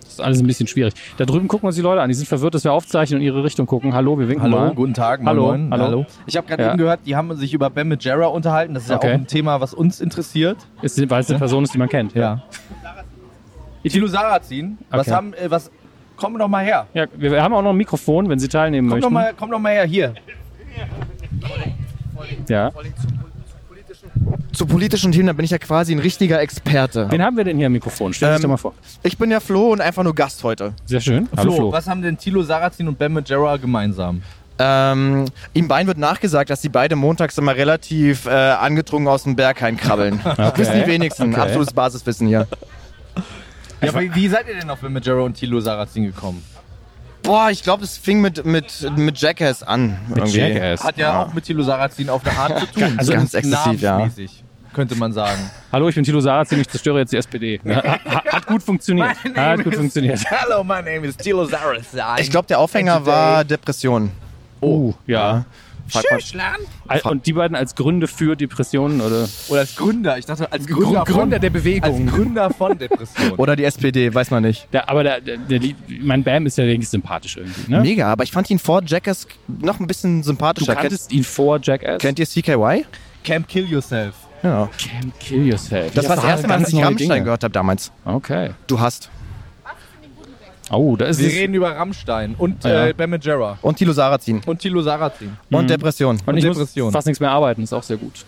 Speaker 2: das ist alles ein bisschen schwierig. Da drüben gucken uns die Leute an. Die sind verwirrt, dass wir aufzeichnen und in ihre Richtung gucken. Hallo, wir winken
Speaker 3: Hallo,
Speaker 2: mal.
Speaker 3: guten Tag. moin,
Speaker 2: Hallo,
Speaker 3: moin,
Speaker 2: hallo.
Speaker 3: Ich habe gerade
Speaker 2: Ja.
Speaker 3: eben gehört, die haben sich über Ben Majera unterhalten. Das ist
Speaker 2: Okay.
Speaker 3: ja auch ein Thema, was uns interessiert.
Speaker 2: Ist, weil es eine Person ist, die man kennt.
Speaker 3: Thilo Sarrazin, was
Speaker 2: Okay.
Speaker 3: haben, äh, was, komm doch mal her.
Speaker 2: Ja, wir haben auch noch ein Mikrofon, wenn Sie teilnehmen
Speaker 3: Komm
Speaker 2: möchten.
Speaker 3: doch mal, komm doch mal her, hier.
Speaker 2: Ja.
Speaker 6: Zu politischen Themen, da bin ich ja quasi ein richtiger Experte.
Speaker 2: Wen haben wir denn hier am Mikrofon? Stell dich
Speaker 6: Ähm,
Speaker 2: doch mal vor.
Speaker 6: Ich bin ja Flo und einfach nur Gast heute.
Speaker 2: Sehr schön. Hallo Flo.
Speaker 3: was haben denn Thilo Sarrazin und Ben Majera gemeinsam?
Speaker 6: Ähm, ihm beiden wird nachgesagt, dass die beide montags immer relativ äh, angetrunken aus dem Berghain krabbeln. Das Wissen die wenigsten. Absolutes Basiswissen hier.
Speaker 3: Ja, aber wie seid ihr denn auf Ben Majera und Thilo Sarrazin gekommen?
Speaker 6: Boah, ich glaube, es fing mit, mit, mit Jackass an. irgendwie.
Speaker 2: Jackass.
Speaker 3: Hat ja auch mit Thilo Sarrazin auf eine Art zu tun.
Speaker 6: Also ganz exzessiv, ja.
Speaker 3: namensmäßig, Könnte man sagen.
Speaker 2: Hallo, ich bin Thilo Sarrazin, ich zerstöre jetzt die SPD. Hat, hat gut funktioniert. Hat gut funktioniert.
Speaker 3: Hello, my name is Thilo Sarrazin.
Speaker 6: Ich glaube, der Aufhänger war Depression.
Speaker 2: Oh, ja.
Speaker 6: Frag mal-
Speaker 2: Al- Und die beiden als Gründe für Depressionen oder?
Speaker 3: Oder als Gründer. Ich dachte, als Gründer, von,
Speaker 2: Bewegung.
Speaker 3: Als Gründer von Depression.
Speaker 6: Oder die SPD, weiß man nicht.
Speaker 2: Der, aber der, der, der, mein Bam ist ja wenigstens sympathisch irgendwie. Ne?
Speaker 6: Mega, aber ich fand ihn vor Jackass noch ein bisschen
Speaker 2: Du
Speaker 6: sympathischer. Kennt,
Speaker 2: kanntest ihn vor Jackass.
Speaker 6: kennt ihr CKY?
Speaker 3: Camp Kill Yourself.
Speaker 6: Ja.
Speaker 2: Can't kill yourself.
Speaker 6: Das war das erste Mal, dass ich Rammstein gehört habe damals.
Speaker 2: Okay.
Speaker 6: Du hast.
Speaker 2: Oh, da ist
Speaker 3: Wir
Speaker 2: es.
Speaker 3: reden über Rammstein und
Speaker 2: Ah, ja.
Speaker 3: äh, Ben Majera
Speaker 6: Und Tilo Sarrazin.
Speaker 3: und Thilo Sarrazin.
Speaker 6: Mhm. Und Depression.
Speaker 2: Und ich muss
Speaker 3: Depression.
Speaker 2: fast nichts mehr arbeiten, ist auch sehr gut.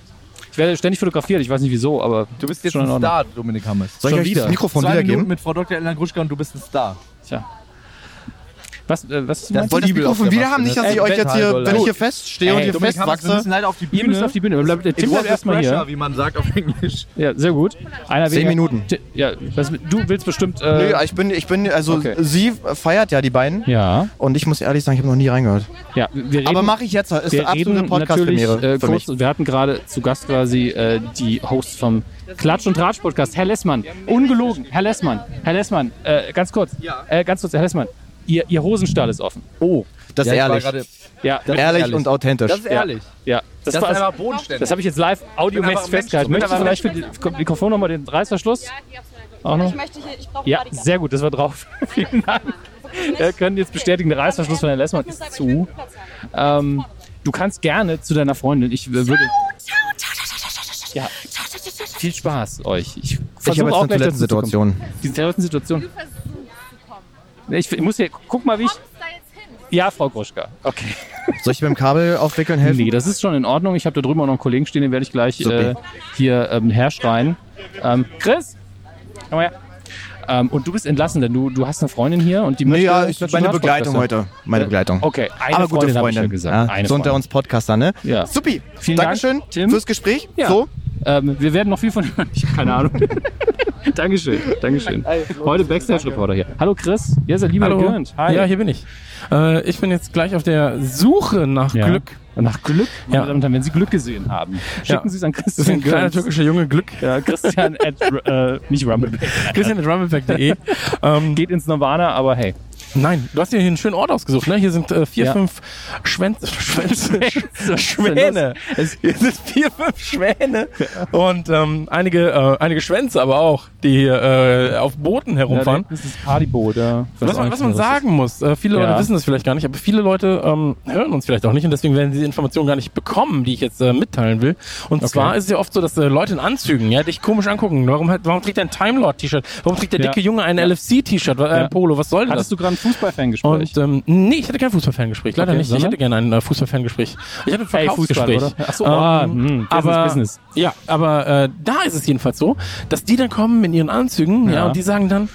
Speaker 2: Ich werde ständig fotografiert, ich weiß nicht wieso, aber
Speaker 3: Du bist jetzt
Speaker 2: schon in
Speaker 3: ein
Speaker 2: Ordnung.
Speaker 3: Star, Dominik Hammers.
Speaker 6: Soll ich
Speaker 2: Schon
Speaker 6: euch
Speaker 2: wieder.
Speaker 6: das Mikrofon
Speaker 3: Zwei Minuten
Speaker 6: wiedergeben?
Speaker 3: mit Frau Dr. Elena Gruschka und du bist ein Star.
Speaker 2: Tja. Was, äh, was ist
Speaker 6: Das wollt ihr das Mikrofon wieder haben, nicht, dass ich euch jetzt hier, wenn ich hier feststehe und
Speaker 2: Ey,
Speaker 6: hier
Speaker 2: Dominik,
Speaker 3: Wir müssen
Speaker 6: festwachse.
Speaker 3: leider auf die
Speaker 2: Ihr müsst auf die Bühne. Bleibt, Tim bleibt erstmal hier.
Speaker 3: wie man sagt auf Englisch.
Speaker 2: Ja, sehr gut. Einer
Speaker 6: Zehn
Speaker 2: weniger.
Speaker 6: Minuten.
Speaker 2: Ti- Ja, was, mit- du willst bestimmt. Äh,
Speaker 6: Nö, ich bin, ich bin, also
Speaker 2: Okay.
Speaker 6: sie feiert ja die beiden.
Speaker 2: ja,
Speaker 6: Und ich muss ehrlich sagen, ich habe noch nie reingehört.
Speaker 2: ja. Wir reden,
Speaker 6: Aber mache ich jetzt, ist
Speaker 2: wir
Speaker 6: eine absolute
Speaker 2: reden natürlich
Speaker 6: Podcast-Premiere
Speaker 2: äh,
Speaker 6: für mich.
Speaker 2: kurz. Wir hatten gerade zu Gast quasi äh, die Hosts vom Klatsch und Tratsch Podcast, Herr Lessmann. Ungelogen, Herr Lessmann. Herr Lessmann, äh, ganz kurz. Äh, ganz kurz, Herr Lessmann. Ihr, ihr Hosenstall ist offen.
Speaker 6: Oh, das
Speaker 3: Ja,
Speaker 6: ist
Speaker 3: ich war
Speaker 6: ehrlich.
Speaker 3: gerade-
Speaker 2: Ja,
Speaker 6: Ehrlich, und authentisch.
Speaker 3: Das ist ehrlich.
Speaker 2: ja. Das,
Speaker 3: Das ist
Speaker 2: war-
Speaker 3: einfach
Speaker 2: Das
Speaker 3: bodenständig.
Speaker 2: habe ich jetzt live audiomäßig
Speaker 3: Ich bin einfach ein Mensch,
Speaker 2: festgehalten.
Speaker 3: ich bin
Speaker 2: Möchtest du
Speaker 3: einfach ein
Speaker 2: vielleicht für die- Mikrofon nochmal den Reißverschluss? Auch noch?
Speaker 7: Ich möchte hier, ich brauche
Speaker 2: Ja,
Speaker 7: Bodyguard.
Speaker 2: sehr gut, das war drauf. Vielen Dank. Wir können jetzt bestätigen, der Reißverschluss von Herrn Lessmann ist zu. Ähm, du kannst gerne zu deiner Freundin. Ich äh, würde. Ja, viel Spaß euch. Ich
Speaker 6: Ich habe
Speaker 2: versuche
Speaker 6: jetzt
Speaker 2: auch
Speaker 6: eine
Speaker 2: gleich dazu zu kommen.
Speaker 6: Toilettensituation.
Speaker 2: Die Toilettensituation. Nee, Ich, ich muss hier, guck mal, wie ich. Ja, Frau Groschka. Okay.
Speaker 6: Soll ich beim Kabel aufwickeln helfen?
Speaker 2: Nee, das ist schon in Ordnung. Ich habe da drüben auch noch einen Kollegen stehen, den werde ich gleich
Speaker 6: Supi.
Speaker 2: äh, hier ähm, herschreien. Ähm, Chris! Komm mal her. Ähm, und du bist entlassen, denn du, du hast eine Freundin hier und die
Speaker 6: Nee,
Speaker 2: möchte...
Speaker 6: ja, ist
Speaker 2: Klatsch-
Speaker 6: meine
Speaker 2: Klatsch-
Speaker 6: Begleitung
Speaker 2: Podcast
Speaker 6: heute. Meine Begleitung.
Speaker 2: Okay, eine
Speaker 6: Aber gute
Speaker 2: Freundin, habe ich ja
Speaker 6: Freundin.
Speaker 2: gesagt.
Speaker 6: Ja,
Speaker 2: eine
Speaker 6: so unter
Speaker 2: Freundin.
Speaker 6: uns Podcaster, ne?
Speaker 2: Ja.
Speaker 6: Supi.
Speaker 2: Vielen Dank,
Speaker 6: Dankeschön
Speaker 2: Tim.
Speaker 6: fürs Gespräch.
Speaker 2: Ja.
Speaker 6: So.
Speaker 2: Ähm, wir werden noch viel von hören. Ich habe keine Ahnung. Dankeschön, Dankeschön. Heute Backstage-Reporter hier. Hallo Chris, hier ist der liebe
Speaker 8: Hallo.
Speaker 2: Gürnt.
Speaker 8: Ja, hier bin ich. Äh, ich bin jetzt gleich auf der Suche nach
Speaker 2: Ja.
Speaker 8: Glück.
Speaker 2: Nach Glück, meine
Speaker 8: Ja.
Speaker 2: Damen und Herren, wenn Sie Glück gesehen haben, schicken
Speaker 8: Ja.
Speaker 2: Sie es an
Speaker 8: Das ist ein
Speaker 2: Christian
Speaker 8: kleiner
Speaker 2: Gürnt.
Speaker 8: türkischer Junge Glück.
Speaker 2: Ja, Christian at, äh, nicht Rumble.
Speaker 8: Christian at rumblepack.de. ähm,
Speaker 2: Geht ins Nirvana, aber hey.
Speaker 8: nein, du hast dir hier einen schönen Ort ausgesucht, ne? Hier sind äh, vier,
Speaker 2: Ja.
Speaker 8: fünf Schwänze. Schwänze.
Speaker 2: Schwäne.
Speaker 8: Schwäne. Hier sind vier, fünf Schwäne. Und ähm, einige, äh, einige Schwänze aber auch, die hier äh, auf Booten herumfahren.
Speaker 2: Ja, das ist das Partyboot, ja.
Speaker 8: Was man, was man sagen muss, äh, viele
Speaker 2: Ja.
Speaker 8: Leute wissen das vielleicht gar nicht, aber viele Leute ähm, hören uns vielleicht auch nicht und deswegen werden sie die Informationen gar nicht bekommen, die ich jetzt äh, mitteilen will. Und zwar ist es ja oft so, dass äh, Leute in Anzügen ja, dich komisch angucken. Warum, hat, warum trägt der ein Timelord-T-Shirt? Warum trägt der
Speaker 2: Ja.
Speaker 8: dicke Junge ein LFC-T-Shirt, äh,
Speaker 2: Ja.
Speaker 8: ein Polo? Was soll denn
Speaker 2: Hattest
Speaker 8: das?
Speaker 2: du gerade ein Fußballfangespräch?
Speaker 8: Und ähm, nee, ich hatte kein Fußballferngespräch, leider
Speaker 2: Okay,
Speaker 8: nicht. Ich
Speaker 2: sondern?
Speaker 8: hätte gerne ein äh, Fußballferngespräch. Ich hatte ein
Speaker 2: Ey, Fußball,
Speaker 8: Verkaufsgespräch.
Speaker 2: oder? Ach so, ah,
Speaker 8: Ähm,
Speaker 2: hm, Business,
Speaker 8: aber,
Speaker 2: Business.
Speaker 8: Ja, aber äh, da ist es jedenfalls so, dass die dann kommen in ihren Anzügen, ja,
Speaker 2: Ja.
Speaker 8: und die sagen dann,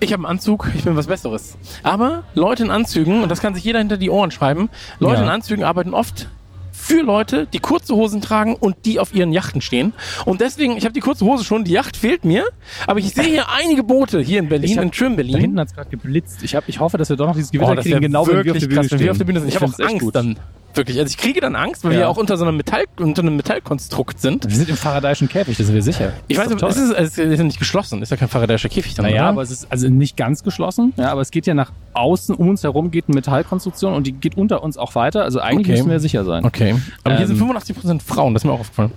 Speaker 8: ich habe einen Anzug, ich bin was Besseres. Aber Leute in Anzügen, und das kann sich jeder hinter die Ohren schreiben, Leute
Speaker 2: Ja.
Speaker 8: in Anzügen arbeiten oft für Leute, die kurze Hosen tragen und die auf ihren Yachten stehen. Und deswegen, ich habe die kurze Hose schon, die Yacht fehlt mir, aber ich sehe hier einige Boote hier in Berlin,
Speaker 2: Ich hab-
Speaker 8: in schön Berlin.
Speaker 2: da hinten hat es gerade geblitzt. Ich, hab, ich hoffe, dass wir doch noch dieses Gewitter
Speaker 8: Boah, das
Speaker 2: kriegen,
Speaker 8: wär
Speaker 2: genau wenn wir auf der Bühne
Speaker 8: krass, wenn wir auf der Bühne sind. Ich,
Speaker 2: stehen.
Speaker 8: habe
Speaker 2: find's
Speaker 8: auch
Speaker 2: echt
Speaker 8: Angst
Speaker 2: gut.
Speaker 8: dann. Wirklich. Also ich kriege dann Angst, weil
Speaker 2: Ja.
Speaker 8: wir auch unter so einem Metall, unter einem Metallkonstrukt sind.
Speaker 2: Wir sind im faradayischen Käfig, das sind wir sicher.
Speaker 8: Ich weiß
Speaker 2: Ist
Speaker 8: nicht,
Speaker 2: doch
Speaker 8: es
Speaker 2: toll.
Speaker 8: ist, es ist ja nicht geschlossen, ist ja kein faradayischer Käfig dann.
Speaker 2: Naja,
Speaker 8: oder?
Speaker 2: aber es ist also nicht ganz geschlossen, ja, aber es geht ja nach außen, um uns herum geht eine Metallkonstruktion und die geht unter uns auch weiter. Also eigentlich
Speaker 8: Okay.
Speaker 2: müssen wir sicher sein.
Speaker 8: okay. Aber hier sind
Speaker 2: Ähm,
Speaker 8: 85% Frauen, das ist mir auch aufgefallen.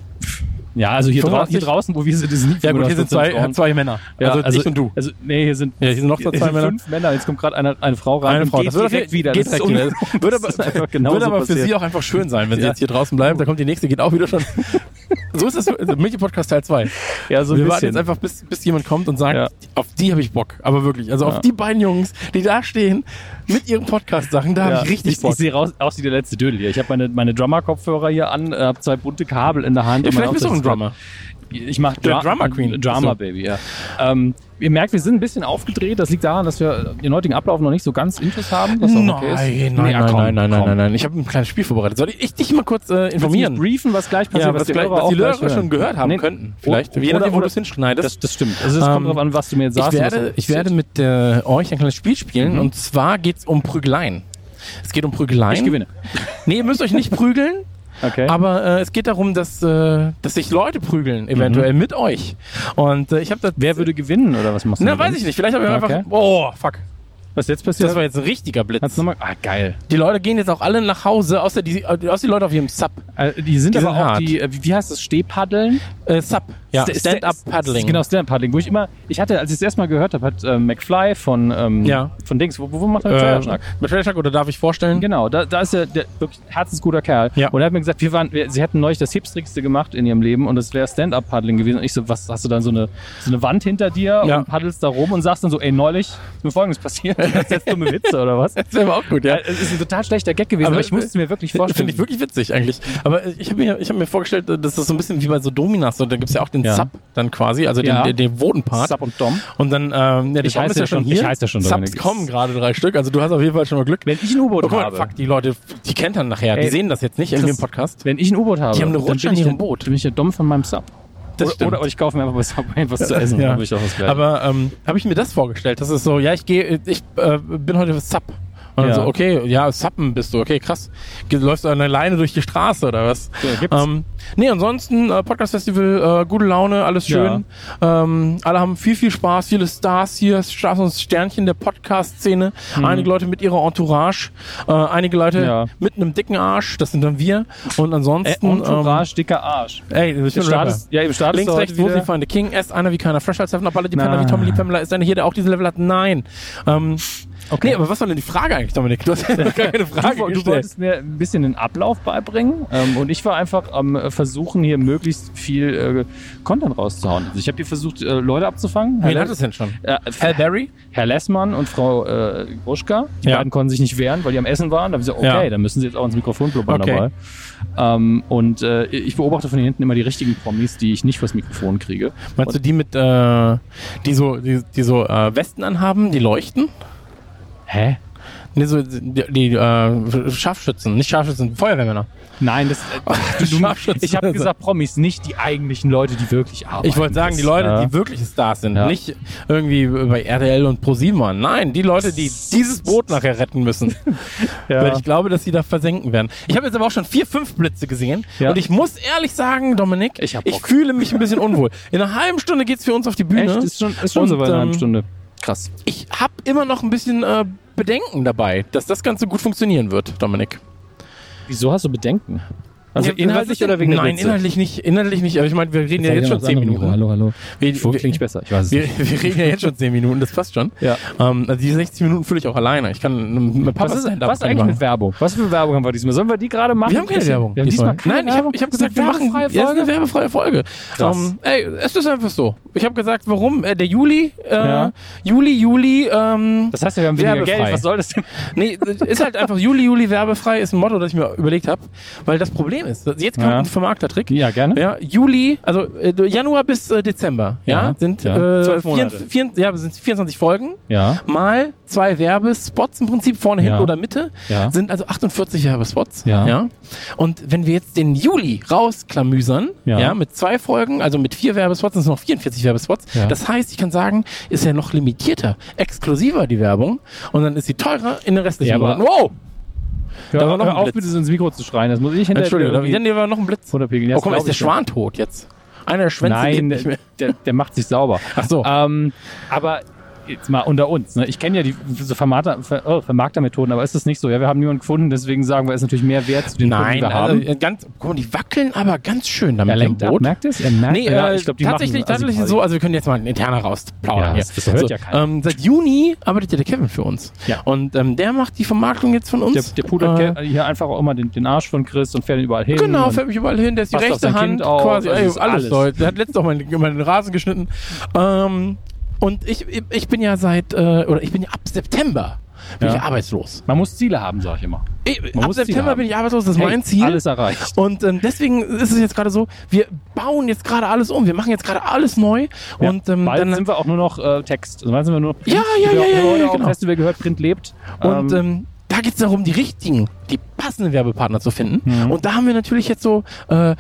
Speaker 2: Ja, also hier, drau
Speaker 8: 85?
Speaker 2: hier draußen, wo wir sind, ist nicht
Speaker 8: zwei Männer.
Speaker 2: Ja,
Speaker 8: also, ich und du.
Speaker 2: Also, nee, hier sind,
Speaker 8: Ja, hier sind noch
Speaker 2: hier
Speaker 8: zwei
Speaker 2: sind
Speaker 8: Männer.
Speaker 2: fünf Männer. Jetzt kommt gerade eine, eine Frau rein.
Speaker 8: Eine
Speaker 2: und
Speaker 8: Frau.
Speaker 2: Geht
Speaker 8: Das würde
Speaker 2: direkt
Speaker 8: auf-
Speaker 2: wieder.
Speaker 8: um geht
Speaker 2: Das ist direkt
Speaker 8: es un- würde aber-
Speaker 2: das ist einfach genauso
Speaker 8: Würde aber für
Speaker 2: passiert.
Speaker 8: sie auch einfach schön sein, wenn sie
Speaker 2: Ja.
Speaker 8: jetzt hier draußen bleiben. Da kommt die nächste, geht auch wieder schon. so ist es. Also Milchi-Podcast Teil 2.
Speaker 2: Ja, so ein
Speaker 8: wir warten
Speaker 2: bisschen.
Speaker 8: jetzt einfach, bis, bis jemand kommt und sagt,
Speaker 2: Ja.
Speaker 8: auf die habe ich Bock. Aber wirklich, also
Speaker 2: Ja.
Speaker 8: auf die beiden Jungs, die da stehen mit ihren Podcast-Sachen, da
Speaker 2: Ja,
Speaker 8: habe ich richtig
Speaker 2: ich,
Speaker 8: Bock.
Speaker 2: ich sehe raus, aus wie der letzte Dödel hier. Ich habe meine, meine Drummer-Kopfhörer hier an, äh, habe zwei bunte Kabel in der Hand.
Speaker 8: ja,
Speaker 2: und mein
Speaker 8: vielleicht bist du auch ein
Speaker 2: Aufsatzbrett.
Speaker 8: Drummer.
Speaker 2: Ich mache
Speaker 8: Der Drummer Queen.
Speaker 2: Drama
Speaker 8: Ach so.
Speaker 2: Baby, ja. Ähm, ihr merkt, wir sind ein bisschen aufgedreht. Das liegt daran, dass wir den heutigen Ablauf noch nicht so ganz Intus haben. Was auch
Speaker 8: Nein,
Speaker 2: okay ist.
Speaker 8: nein,
Speaker 2: Nee,
Speaker 8: nein,
Speaker 2: ja, komm,
Speaker 8: nein, nein, nein,
Speaker 2: komm.
Speaker 8: nein, nein. Ich habe ein kleines Spiel vorbereitet. Soll ich dich mal kurz äh,
Speaker 2: Willst du mich
Speaker 8: informieren?
Speaker 2: briefen, was gleich passiert,
Speaker 8: Ja, was, gleich, was die Hörer schon gehört haben
Speaker 2: Nee,
Speaker 8: könnten. Vielleicht.
Speaker 2: oder-
Speaker 8: Je nachdem, wo
Speaker 2: oder-
Speaker 8: du es hinschneidest.
Speaker 2: Das, das stimmt. Also es kommt
Speaker 8: Ähm,
Speaker 2: drauf an, was du mir jetzt sagst.
Speaker 8: ich
Speaker 2: und
Speaker 8: werde,
Speaker 2: was
Speaker 8: ich werde mit äh, euch ein kleines Spiel spielen
Speaker 2: Mhm.
Speaker 8: und zwar geht's um Prügeleien. Es geht um Prügeleien.
Speaker 2: ich gewinne.
Speaker 8: Nee, ihr müsst euch nicht prügeln,
Speaker 2: Okay.
Speaker 8: aber äh, es geht darum, dass, äh, dass sich Leute prügeln, eventuell mit euch. Und äh, ich habe das.
Speaker 2: Mhm. Wer würde gewinnen oder was machst du?
Speaker 8: Na,
Speaker 2: denn?
Speaker 8: weiß ich nicht. Vielleicht habe ich
Speaker 2: Okay.
Speaker 8: einfach. Oh, fuck.
Speaker 2: Was jetzt passiert?
Speaker 8: Das war jetzt ein richtiger
Speaker 2: Hat's
Speaker 8: Blitz.
Speaker 2: nochmal- ah, geil.
Speaker 8: Die Leute gehen jetzt auch alle nach Hause, außer die, äh, außer die Leute auf ihrem Sub.
Speaker 2: Äh, die sind
Speaker 8: Die
Speaker 2: aber
Speaker 8: sind
Speaker 2: auch
Speaker 8: hart.
Speaker 2: die, äh, wie wie heißt das, Stehpaddeln?
Speaker 8: Äh, Sub. Ja.
Speaker 2: Sta-
Speaker 8: Stand-up-Paddling.
Speaker 2: Genau, Stand-Up-Paddling. Wo ich immer, ich hatte, als ich das erste Mal gehört habe, hat äh, McFly von, ähm,
Speaker 8: Ja.
Speaker 2: von Dings, wo, wo macht er
Speaker 8: Äh,
Speaker 2: Feuerschlag?
Speaker 8: mit Fleischschlag oder darf ich vorstellen?
Speaker 2: Genau, da, da ist er der, wirklich ein herzensguter Kerl.
Speaker 8: Ja.
Speaker 2: Und er hat mir gesagt, wir waren, wir, sie hätten neulich das Hipstrigste gemacht in ihrem Leben und das wäre Stand-Up-Paddling gewesen. Und ich so, was hast du dann so eine, so eine Wand hinter dir
Speaker 8: Ja.
Speaker 2: und paddelst da rum und sagst dann so, ey, neulich ist mir Folgendes passiert. das jetzt dumme Witze oder was?
Speaker 8: Das wäre aber auch gut, ja.
Speaker 2: Es ist ein total schlechter Gag gewesen, aber,
Speaker 8: Aber
Speaker 2: ich musste es mir wirklich vorstellen.
Speaker 8: Finde ich wirklich witzig eigentlich. Aber ich habe mir, ich hab mir vorgestellt, dass das so ein bisschen wie bei so Dominas, so, da gibt's ja auch den
Speaker 2: Ja.
Speaker 8: Sub dann quasi, also den,
Speaker 2: Ja.
Speaker 8: den, den Votenpart.
Speaker 2: Sub und Dom.
Speaker 8: Und dann, ähm, ja, der
Speaker 2: Ich
Speaker 8: Dom
Speaker 2: heiße
Speaker 8: ist ja
Speaker 2: ja
Speaker 8: schon
Speaker 2: schon-
Speaker 8: hier.
Speaker 2: ich heiße ja schon
Speaker 8: Subs
Speaker 2: Dominik.
Speaker 8: kommen gerade drei Stück, also du hast auf jeden Fall schon mal Glück.
Speaker 2: Wenn ich ein U-Boot
Speaker 8: Oh, guck mal,
Speaker 2: habe,
Speaker 8: fuck, die Leute, die kennt dann nachher, die
Speaker 2: Ey,
Speaker 8: sehen das jetzt nicht in
Speaker 2: Chris,
Speaker 8: dem Podcast.
Speaker 2: wenn ich ein U-Boot habe,
Speaker 8: Die haben eine
Speaker 2: dann
Speaker 8: Rutsche
Speaker 2: bin
Speaker 8: an
Speaker 2: ich
Speaker 8: ihrem
Speaker 2: der-
Speaker 8: Boot.
Speaker 2: Bin ich der Dumm von meinem Sub.
Speaker 8: Das
Speaker 2: oder,
Speaker 8: stimmt.
Speaker 2: oder, oder ich kaufe mir einfach bei Subway was zu essen.
Speaker 8: Ja.
Speaker 2: Dann habe ich auch was Gleiches.
Speaker 8: Aber ähm, habe ich mir das vorgestellt, das ist so, ja, ich gehe, ich äh, bin heute Sub. Und dann
Speaker 2: Ja.
Speaker 8: so, okay, ja, Suppen bist du, okay, krass. Ge- Läufst du alleine durch die Straße oder was?
Speaker 2: Ja, gibt's.
Speaker 8: Ähm, nee, ansonsten äh, Podcast-Festival, äh, gute Laune, alles schön. Ähm, alle haben viel, viel Spaß, viele Stars hier, Stars und Sternchen der Podcast-Szene. Einige Leute mit ihrer Entourage, äh, einige Leute
Speaker 2: Mhm. Ja.
Speaker 8: mit einem dicken Arsch, das sind dann wir. Und
Speaker 2: Äh,
Speaker 8: ansonsten...
Speaker 2: Entourage, dicker Arsch.
Speaker 8: Ähm, ey, ich
Speaker 2: Im
Speaker 8: bin
Speaker 2: Start
Speaker 8: Startest,
Speaker 2: ist, ja, im Start
Speaker 8: ähm, Links,
Speaker 2: ist
Speaker 8: rechts,
Speaker 2: heute
Speaker 8: wo
Speaker 2: wieder,
Speaker 8: sie fahren. Der King S, einer wie keiner. Fresh als Seven, Baller, die Penner wie
Speaker 2: Na.
Speaker 8: Tommy Lee Pamela ist einer hier, der auch diese Level hat. Nein. Ähm, okay. Nee, aber was war denn die Frage eigentlich, Dominik? Du hast ja noch gar keine Frage
Speaker 2: du, du
Speaker 8: gestellt.
Speaker 2: wolltest mir ein bisschen den Ablauf beibringen ähm, und ich war einfach am äh, Versuchen, hier möglichst viel äh, Content rauszuhauen. Also ich habe hier versucht, äh, Leute abzufangen.
Speaker 8: Wen
Speaker 2: Herr
Speaker 8: hat es denn schon?
Speaker 2: Le- äh,
Speaker 8: Hal Berry?
Speaker 2: Herr Lessmann und Frau äh, Gruschka. Die
Speaker 8: Ja.
Speaker 2: beiden konnten sich nicht wehren, weil die am Essen waren. Da habe ich gesagt, okay,
Speaker 8: Ja.
Speaker 2: dann müssen sie jetzt auch ins Mikrofon blubbern
Speaker 8: Okay.
Speaker 2: dabei. Ähm, und äh, ich beobachte von hier hinten immer die richtigen Promis, die ich nicht fürs Mikrofon kriege.
Speaker 8: Meinst du die mit, äh, die so, die, die so äh, Westen anhaben, die leuchten?
Speaker 2: Hä?
Speaker 8: Nee, so, die, die äh, Scharfschützen, nicht Scharfschützen, Feuerwehrmänner.
Speaker 2: Nein, das, äh, du,
Speaker 8: Scharfschütze.
Speaker 2: ich habe gesagt Promis, nicht die eigentlichen Leute, die wirklich arbeiten.
Speaker 8: Ich wollte sagen, die Leute, die wirklich Stars sind,
Speaker 2: Ja.
Speaker 8: nicht irgendwie bei RTL und ProSieben waren. Nein, die Leute, die dieses Boot nachher retten müssen.
Speaker 2: äh, Ja.
Speaker 8: Weil ich glaube, dass sie da versenken werden. Ich habe jetzt aber auch schon vier, fünf Blitze gesehen.
Speaker 2: Ja.
Speaker 8: Und ich muss ehrlich sagen, Dominik,
Speaker 2: Ich hab Bock.
Speaker 8: fühle mich ein bisschen unwohl. In einer halben Stunde geht's für uns auf die Bühne.
Speaker 2: Echt? Ist schon, ist schon
Speaker 8: ne?
Speaker 2: so
Speaker 8: Und,
Speaker 2: weit eine halbe
Speaker 8: ähm,
Speaker 2: Stunde. Krass.
Speaker 8: Ich habe immer noch ein bisschen äh, Bedenken dabei, dass das Ganze gut funktionieren wird, Dominik.
Speaker 2: Wieso hast du Bedenken? Also
Speaker 8: Ja, was ist
Speaker 2: inhaltlich
Speaker 8: denn-
Speaker 2: oder wegen der
Speaker 8: Nein,
Speaker 2: Witze?
Speaker 8: inhaltlich nicht. Inhaltlich nicht. Aber ich meine, wir reden ja jetzt schon zehn Minuten.
Speaker 2: Hallo, hallo.
Speaker 8: Wir,
Speaker 2: Wo klinge ich
Speaker 8: wir,
Speaker 2: besser? Ich weiß es
Speaker 8: wir,
Speaker 2: nicht.
Speaker 8: wir reden ja jetzt schon zehn Minuten, das passt schon.
Speaker 2: Ja.
Speaker 8: Ähm, also die 60 Minuten fühle ich auch alleine. Ich kann mit Papa
Speaker 2: Was ist,
Speaker 8: Stand-up
Speaker 2: was ist eigentlich
Speaker 8: machen.
Speaker 2: mit Werbung? Was für Werbung haben wir diesmal? Sollen wir die gerade machen?
Speaker 8: Wir haben keine Werbung.
Speaker 2: Wir haben diesmal keine
Speaker 8: Nein, ich
Speaker 2: Werbung.
Speaker 8: habe ich hab
Speaker 2: Das ist
Speaker 8: gesagt, wir
Speaker 2: eine
Speaker 8: machen
Speaker 2: werbefreie
Speaker 8: Ja, es ist eine
Speaker 2: Folge.
Speaker 8: werbefreie Folge.
Speaker 2: Krass.
Speaker 8: Ähm, ey, es ist einfach so. Ich habe gesagt, warum äh, der Juli, äh,
Speaker 2: Ja.
Speaker 8: Juli, Juli, ähm,
Speaker 2: Das heißt, wir haben weniger
Speaker 8: Werbefrei.
Speaker 2: Geld. Was soll das denn?
Speaker 8: nee, ist halt einfach Juli, Juli werbefrei ist ein Motto, das ich mir überlegt habe, weil das Problem ist, jetzt kommt
Speaker 2: Ja.
Speaker 8: ein Vermarktertrick.
Speaker 2: Ja, gerne.
Speaker 8: Ja, Juli, also äh, Januar bis äh, Dezember, ja,
Speaker 2: Ja,
Speaker 8: sind
Speaker 2: ja.
Speaker 8: Äh,
Speaker 2: Zwölf
Speaker 8: vier,
Speaker 2: Monate.
Speaker 8: vier, ja, sind 24 Folgen
Speaker 2: Ja.
Speaker 8: mal zwei Werbespots im Prinzip vorne, hinten
Speaker 2: Ja.
Speaker 8: oder Mitte.
Speaker 2: Ja.
Speaker 8: Sind also 48 Werbespots.
Speaker 2: Ja.
Speaker 8: Und wenn wir jetzt den Juli rausklamüsern, ja.
Speaker 2: Ja.
Speaker 8: mit zwei Folgen, also mit vier Werbespots, sind es noch 44 Werbespots.
Speaker 2: Ja.
Speaker 8: Das heißt, ich kann sagen, ist ja noch limitierter, exklusiver die Werbung und dann ist sie teurer in den restlichen
Speaker 2: Ja, aber-
Speaker 8: Monaten. Wow!
Speaker 2: Hör,
Speaker 8: Da war noch ein
Speaker 2: hör auf,
Speaker 8: Blitz.
Speaker 2: bitte so ins Mikro zu schreien. Das muss ich hinterher
Speaker 8: Entschuldigung, da-
Speaker 2: irgendwie
Speaker 8: dann war noch ein Blitz.
Speaker 2: runterpegeln. Ja,
Speaker 8: oh,
Speaker 2: das
Speaker 8: guck mal,
Speaker 2: glaub
Speaker 8: ist der
Speaker 2: ich schon.
Speaker 8: Schwan tot jetzt? Einer der Schwänze lebt
Speaker 2: Nein,
Speaker 8: nicht mehr.
Speaker 2: der, der macht sich sauber.
Speaker 8: Ach so.
Speaker 2: Ähm, aber jetzt mal unter uns. Ne? Ich kenne ja die so Vermarkter, Ver, oh, Vermarktermethoden, aber ist das nicht so? Ja, wir haben niemanden gefunden, deswegen sagen wir, es ist natürlich mehr wert zu den Kunden, die
Speaker 8: Nein,
Speaker 2: wir haben.
Speaker 8: also, ganz, guck mal, die wackeln aber ganz schön damit
Speaker 2: er lenkt
Speaker 8: im
Speaker 2: ab, ne?
Speaker 8: Boot.
Speaker 2: merkt es? Er merkt,
Speaker 8: Nee,
Speaker 2: ja,
Speaker 8: äh,
Speaker 2: ich glaub, die
Speaker 8: tatsächlich,
Speaker 2: machen, also
Speaker 8: tatsächlich
Speaker 2: quasi-
Speaker 8: so, also wir können jetzt mal einen interner rausplaudern.
Speaker 2: Ja,
Speaker 8: hier.
Speaker 2: das- das hört
Speaker 8: so,
Speaker 2: ja keiner.
Speaker 8: Ähm, seit Juni arbeitet ja der Kevin für uns.
Speaker 2: Ja.
Speaker 8: Und ähm, der macht die Vermarktung jetzt von
Speaker 2: Der,
Speaker 8: uns.
Speaker 2: der pudert Ke- hier einfach auch immer den, den Arsch von Chris und fährt ihn überall hin.
Speaker 8: äh, Genau,
Speaker 2: und,
Speaker 8: fällt mich überall hin, der ist die
Speaker 2: Passt auf
Speaker 8: rechte
Speaker 2: sein
Speaker 8: Hand
Speaker 2: Kind auf,
Speaker 8: quasi,
Speaker 2: also
Speaker 8: ey,
Speaker 2: ist
Speaker 8: alles
Speaker 2: alles.
Speaker 8: Leute. Der hat letztens auch meinen, meinen Rasen geschnitten. Ähm, und ich, ich bin ja seit, äh, oder ich bin ja ab September bin
Speaker 2: Ja.
Speaker 8: ich arbeitslos.
Speaker 2: man muss Ziele haben, sag ich immer.
Speaker 8: Ich,
Speaker 2: Man
Speaker 8: ab
Speaker 2: muss Ziele
Speaker 8: September
Speaker 2: haben.
Speaker 8: bin ich arbeitslos, das ist
Speaker 2: Hey,
Speaker 8: mein Ziel.
Speaker 2: Alles erreicht.
Speaker 8: Und ähm, deswegen ist es jetzt gerade so, wir bauen jetzt gerade alles um, wir machen jetzt gerade alles neu
Speaker 2: Ja,
Speaker 8: und ähm,
Speaker 2: bald
Speaker 8: dann
Speaker 2: sind wir auch nur noch äh, Text. Also bald sind wir nur noch
Speaker 8: Ja, ja, ja,
Speaker 2: wir,
Speaker 8: ja,
Speaker 2: wir
Speaker 8: ja,
Speaker 2: auch
Speaker 8: genau.
Speaker 2: im Festival gehört, Print lebt.
Speaker 8: Und ähm, da geht es darum, die richtigen, die passenden Werbepartner zu finden.
Speaker 2: Mhm.
Speaker 8: Und da haben wir natürlich jetzt so äh,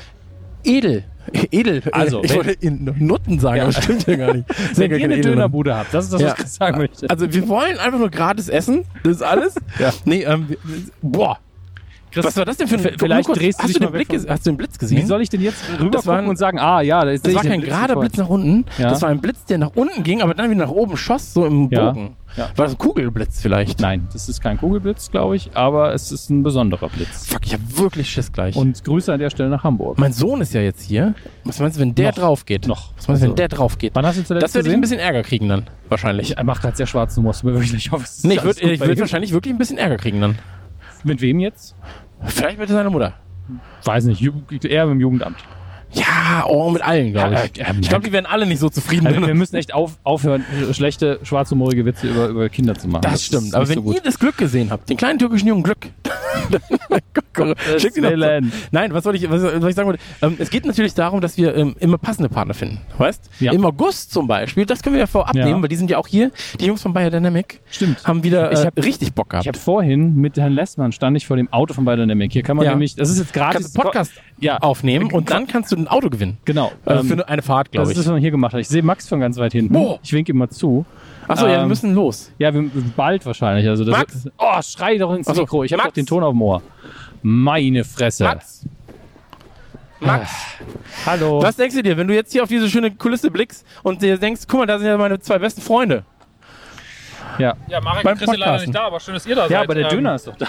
Speaker 8: edel. Edel. äh,
Speaker 2: Also,
Speaker 8: ich
Speaker 2: wenn-
Speaker 8: wollte in Nutten sagen,
Speaker 2: Ja.
Speaker 8: aber das stimmt ja gar nicht. Sind
Speaker 2: wenn
Speaker 8: gar
Speaker 2: ihr
Speaker 8: keine
Speaker 2: eine
Speaker 8: Edel-
Speaker 2: Dönerbude habt, das ist das, was
Speaker 8: Ja.
Speaker 2: Chris sagen möchte.
Speaker 8: Also wir wollen einfach nur gratis essen, das ist alles.
Speaker 2: Ja.
Speaker 8: Nee, ähm, wir- boah,
Speaker 2: Chris,
Speaker 8: was war das denn für ein
Speaker 2: v- vielleicht
Speaker 8: Lukas,
Speaker 2: drehst du
Speaker 8: hast
Speaker 2: dich
Speaker 8: du den
Speaker 2: mal
Speaker 8: Blick
Speaker 2: weg von-
Speaker 8: ges- Hast du den Blitz gesehen?
Speaker 2: Wie soll ich denn jetzt rüber
Speaker 8: war ein-
Speaker 2: gucken und sagen, ah ja, da ist
Speaker 8: das
Speaker 2: sehe ich
Speaker 8: war
Speaker 2: den
Speaker 8: kein
Speaker 2: Blitz
Speaker 8: gerader
Speaker 2: sofort.
Speaker 8: Blitz nach unten,
Speaker 2: Ja.
Speaker 8: das war ein Blitz, der nach unten ging, aber dann wieder nach oben schoss, so im
Speaker 2: Ja.
Speaker 8: Bogen.
Speaker 2: Ja.
Speaker 8: War das ein Kugelblitz vielleicht?
Speaker 2: Nein, das ist kein Kugelblitz, glaube ich, aber es ist ein besonderer Blitz.
Speaker 8: Fuck, ich hab wirklich Schiss gleich.
Speaker 2: Und Grüße an der Stelle nach Hamburg.
Speaker 8: Mein Sohn ist ja jetzt hier. Was meinst du, wenn der
Speaker 2: Noch.
Speaker 8: drauf geht?
Speaker 2: Noch.
Speaker 8: Was meinst du, wenn
Speaker 2: Also.
Speaker 8: der drauf geht?
Speaker 2: Wann hast du ihn zuletzt
Speaker 8: Das würde ich
Speaker 2: gesehen?
Speaker 8: ein bisschen Ärger kriegen dann. Wahrscheinlich.
Speaker 2: Er macht gerade sehr schwarz, du musst mir wirklich nicht auf. es ist
Speaker 8: Nee, ich
Speaker 2: alles
Speaker 8: würde
Speaker 2: gut
Speaker 8: ich
Speaker 2: bei
Speaker 8: würd
Speaker 2: ihm.
Speaker 8: wahrscheinlich wirklich ein bisschen Ärger kriegen dann.
Speaker 2: Mit wem jetzt?
Speaker 8: Vielleicht mit seiner Mutter.
Speaker 2: Weiß nicht, Ju- eher mit dem Jugendamt.
Speaker 8: Ja, oh, mit allen, glaube ich.
Speaker 2: Ja, äh,
Speaker 8: Ich glaube, die werden alle nicht so zufrieden.
Speaker 2: Also
Speaker 8: wenn-
Speaker 2: wir müssen echt auf, aufhören, schlechte, schwarzhumorige Witze über, über Kinder zu machen.
Speaker 8: Das stimmt.
Speaker 2: ist
Speaker 8: Aber
Speaker 2: nicht
Speaker 8: wenn
Speaker 2: so gut.
Speaker 8: ihr das Glück gesehen habt, den kleinen türkischen Jungen Glück. Schickt ihn doch zu-
Speaker 2: Willen.
Speaker 8: Nein, was wollte ich, was, was ich sagen wollte? Ähm, es geht natürlich darum, dass wir ähm, immer passende Partner finden. Weißt?
Speaker 2: Ja.
Speaker 8: Im August zum Beispiel, das können wir ja vorab
Speaker 2: Ja.
Speaker 8: nehmen, weil die sind ja auch hier. Die Jungs von Biodynamic
Speaker 2: Stimmt.
Speaker 8: haben wieder
Speaker 2: Ich
Speaker 8: äh,
Speaker 2: hab-
Speaker 8: richtig Bock gehabt.
Speaker 2: Ich habe vorhin mit Herrn Lessmann stand ich vor dem Auto von Biodynamic. Hier kann man
Speaker 8: Ja.
Speaker 2: nämlich, das ist jetzt gratis.
Speaker 8: kannst du Podcast
Speaker 2: Ja, Äh,
Speaker 8: aufnehmen und dann kannst du ein Auto gewinnen.
Speaker 2: genau.
Speaker 8: Also
Speaker 2: Ähm,
Speaker 8: für eine- eine Fahrt,
Speaker 2: das
Speaker 8: glaube
Speaker 2: ist, was
Speaker 8: ich.
Speaker 2: man hier gemacht hat. Ich sehe Max von ganz weit hinten.
Speaker 8: Boah.
Speaker 2: Ich winke ihm mal zu.
Speaker 8: Achso, ja, wir
Speaker 2: ähm,
Speaker 8: müssen los.
Speaker 2: Ja, wir, bald wahrscheinlich. Also das
Speaker 8: Max?
Speaker 2: Wird, oh, schrei doch ins
Speaker 8: Ach so,
Speaker 2: Mikro. Ich habe
Speaker 8: Max?
Speaker 2: doch den Ton auf dem Ohr. Meine Fresse. Ah.
Speaker 8: Max. Max.
Speaker 2: Hallo.
Speaker 8: Was denkst du dir, wenn du jetzt hier auf diese schöne Kulisse blickst und dir denkst, guck mal, da sind ja meine zwei besten Freunde.
Speaker 2: Ja.
Speaker 7: Ja, Marek
Speaker 8: Beim
Speaker 7: und Chris sind leider
Speaker 8: Podcasten.
Speaker 7: nicht da, aber schön, dass ihr da seid.
Speaker 2: ja, aber der
Speaker 7: Ähm,
Speaker 2: Döner ist doch da.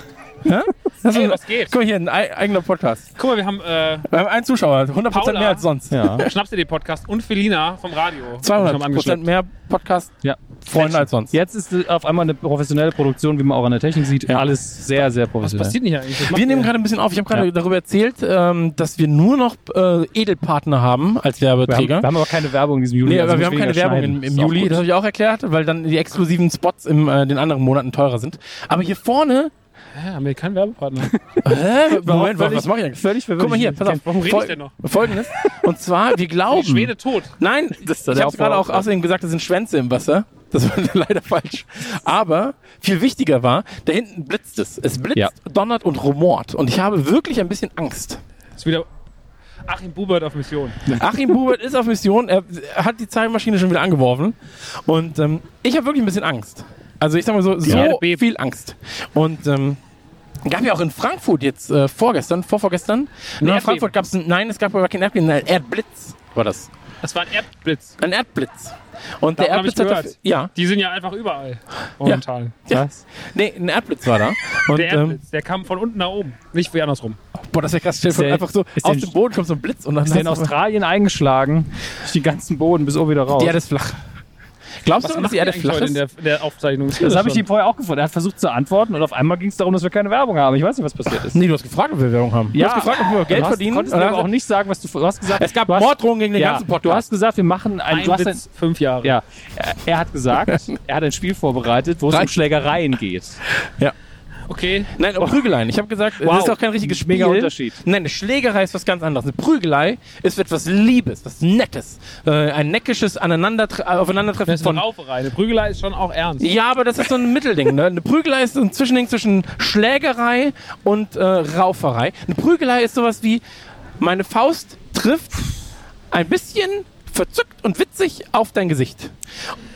Speaker 7: Hey, was geht?
Speaker 8: Guck mal hier, ein ei- eigener Podcast.
Speaker 7: Also, Guck mal, wir haben äh,
Speaker 8: Wir haben einen Zuschauer, 100%
Speaker 7: Paula.
Speaker 8: mehr als sonst.
Speaker 2: Ja.
Speaker 7: Schnaps.de-Podcast und Felina vom Radio. Haben wir
Speaker 8: 200 Prozent
Speaker 7: angeschnitten.
Speaker 8: mehr
Speaker 2: Ja.
Speaker 8: Podcast-Freunde als sonst.
Speaker 2: Jetzt ist äh, auf einmal eine professionelle Produktion, wie man auch an der Technik sieht. Alles sehr, sehr
Speaker 7: Was
Speaker 2: professionell.
Speaker 7: passiert denn hier eigentlich? Was macht
Speaker 8: Wir nehmen
Speaker 7: ihr?
Speaker 8: gerade ein bisschen auf. Ich habe gerade
Speaker 2: Ja.
Speaker 8: darüber erzählt, ähm, dass wir nur noch äh, Edelpartner haben als
Speaker 2: Wir haben, wir
Speaker 8: Werbeträger.
Speaker 2: haben aber keine Werbung in diesem Juli.
Speaker 8: Nee,
Speaker 2: also
Speaker 8: aber wir
Speaker 2: müssen
Speaker 8: haben keine
Speaker 2: weniger
Speaker 8: Werbung
Speaker 2: schneiden.
Speaker 8: im,
Speaker 2: Ist
Speaker 8: im
Speaker 2: auch
Speaker 8: Juli.
Speaker 2: gut.
Speaker 8: Das habe ich auch erklärt, weil dann die exklusiven Spots in äh, den anderen Monaten teurer sind. Aber hier vorne.
Speaker 7: Hä, haben wir keinen Werbepartner.
Speaker 8: Hä? Moment, was,
Speaker 2: völlig-
Speaker 8: was mache ich eigentlich?
Speaker 2: völlig verwirrt.
Speaker 8: Guck mal hier,
Speaker 2: Ich-
Speaker 8: pass auf.
Speaker 7: Warum rede ich
Speaker 8: Fol-
Speaker 7: denn noch?
Speaker 8: Folgendes. Und zwar, wir
Speaker 7: Die
Speaker 8: glauben.
Speaker 7: Schwede tot.
Speaker 8: Nein,
Speaker 2: hat
Speaker 8: ich
Speaker 2: er
Speaker 8: habe
Speaker 2: auch
Speaker 8: gerade auch
Speaker 2: vor-
Speaker 8: außerdem gesagt, das sind Schwänze im Wasser. Das war leider falsch. Aber viel wichtiger war, da hinten blitzt es. Es blitzt,
Speaker 2: Ja.
Speaker 8: donnert und rumort. Und ich habe wirklich ein bisschen Angst.
Speaker 7: Ist wieder Achim Bubert auf Mission.
Speaker 8: Achim Bubert ist auf Mission. Er hat die Zeitmaschine schon wieder angeworfen. Und ähm, ich habe wirklich ein bisschen Angst. Also ich sag mal so,
Speaker 7: Erde
Speaker 8: so
Speaker 7: bebt.
Speaker 8: viel Angst. Und ähm, gab ja auch in Frankfurt jetzt äh, vorgestern, vorvorgestern. Nee, in
Speaker 7: Erdbeben.
Speaker 8: Frankfurt gab es, nein, es gab gar keinen Erdbeben, nein, Erdblitz war das.
Speaker 7: Das war ein Erdblitz.
Speaker 8: Ein Erdblitz. Und der
Speaker 7: Davon hab
Speaker 8: Erdblitz
Speaker 7: ich
Speaker 8: hat
Speaker 7: gehört.
Speaker 8: dafür, ja,
Speaker 7: Die sind ja einfach überall. Momentan.
Speaker 2: Was?
Speaker 8: nee, ein Erdblitz war da. Und,
Speaker 7: Der
Speaker 8: ähm,
Speaker 7: Erdblitz, der kam von unten nach oben. Nicht wie andersrum.
Speaker 8: boah, das ist ja krass. Stell dir vor,
Speaker 2: Ist der-
Speaker 8: einfach so
Speaker 2: ist
Speaker 8: aus
Speaker 2: der-
Speaker 8: dem Boden kommt so ein Blitz und dann
Speaker 2: Ist der in
Speaker 8: hast du-
Speaker 2: Australien eingeschlagen? Durch den ganzen Boden bis oben wieder raus.
Speaker 8: die Erde ist flach. Glaubst du, dass
Speaker 7: macht
Speaker 8: die
Speaker 7: ihr
Speaker 8: Erde
Speaker 7: eigentlich
Speaker 8: flach
Speaker 7: heute
Speaker 8: ist?
Speaker 7: in der, der Aufzeichnung?
Speaker 2: das habe ich ihm vorher auch gefunden. Er hat versucht zu antworten und auf einmal ging es darum, dass wir keine Werbung haben. Ich weiß nicht, was passiert ist.
Speaker 8: Nee, du hast gefragt, ob wir Werbung haben. Du hast gefragt, ob wir Geld
Speaker 2: du hast,
Speaker 8: verdienen.
Speaker 2: konntest
Speaker 8: Und
Speaker 2: mir
Speaker 8: dann
Speaker 2: aber
Speaker 8: hast
Speaker 2: auch
Speaker 8: du-
Speaker 2: nicht sagen, was du, du hast gesagt.
Speaker 8: Es gab
Speaker 2: du hast,
Speaker 8: Morddrohungen gegen den
Speaker 2: ja,
Speaker 8: ganzen Podcast.
Speaker 2: Du hast gesagt, wir machen ein,
Speaker 7: ein
Speaker 2: du hast ein,
Speaker 7: Witz, fünf Jahre.
Speaker 2: ja, Er- er hat gesagt, er hat ein Spiel vorbereitet, wo es um
Speaker 8: Reicht.
Speaker 2: Schlägereien geht.
Speaker 7: Okay.
Speaker 8: Nein, aber Prügeleien. Ich habe gesagt,
Speaker 2: Wow.
Speaker 8: das ist auch kein richtiges Spiel.
Speaker 2: Mega Unterschied.
Speaker 8: Nein, eine Schlägerei ist was ganz anderes. Eine Prügelei ist etwas Liebes, was Nettes. Äh, ein neckisches Aneinandertre äh, Aufeinandertreffen
Speaker 7: Das ist eine
Speaker 8: von...
Speaker 7: Rauferei. Eine Prügelei ist schon auch ernst.
Speaker 8: Ja, aber das ist so ein Mittelding. Ne? Eine Prügelei ist so ein Zwischending zwischen Schlägerei und äh, Rauferei. Eine Prügelei ist sowas wie, meine Faust trifft ein bisschen verzückt und witzig auf dein Gesicht.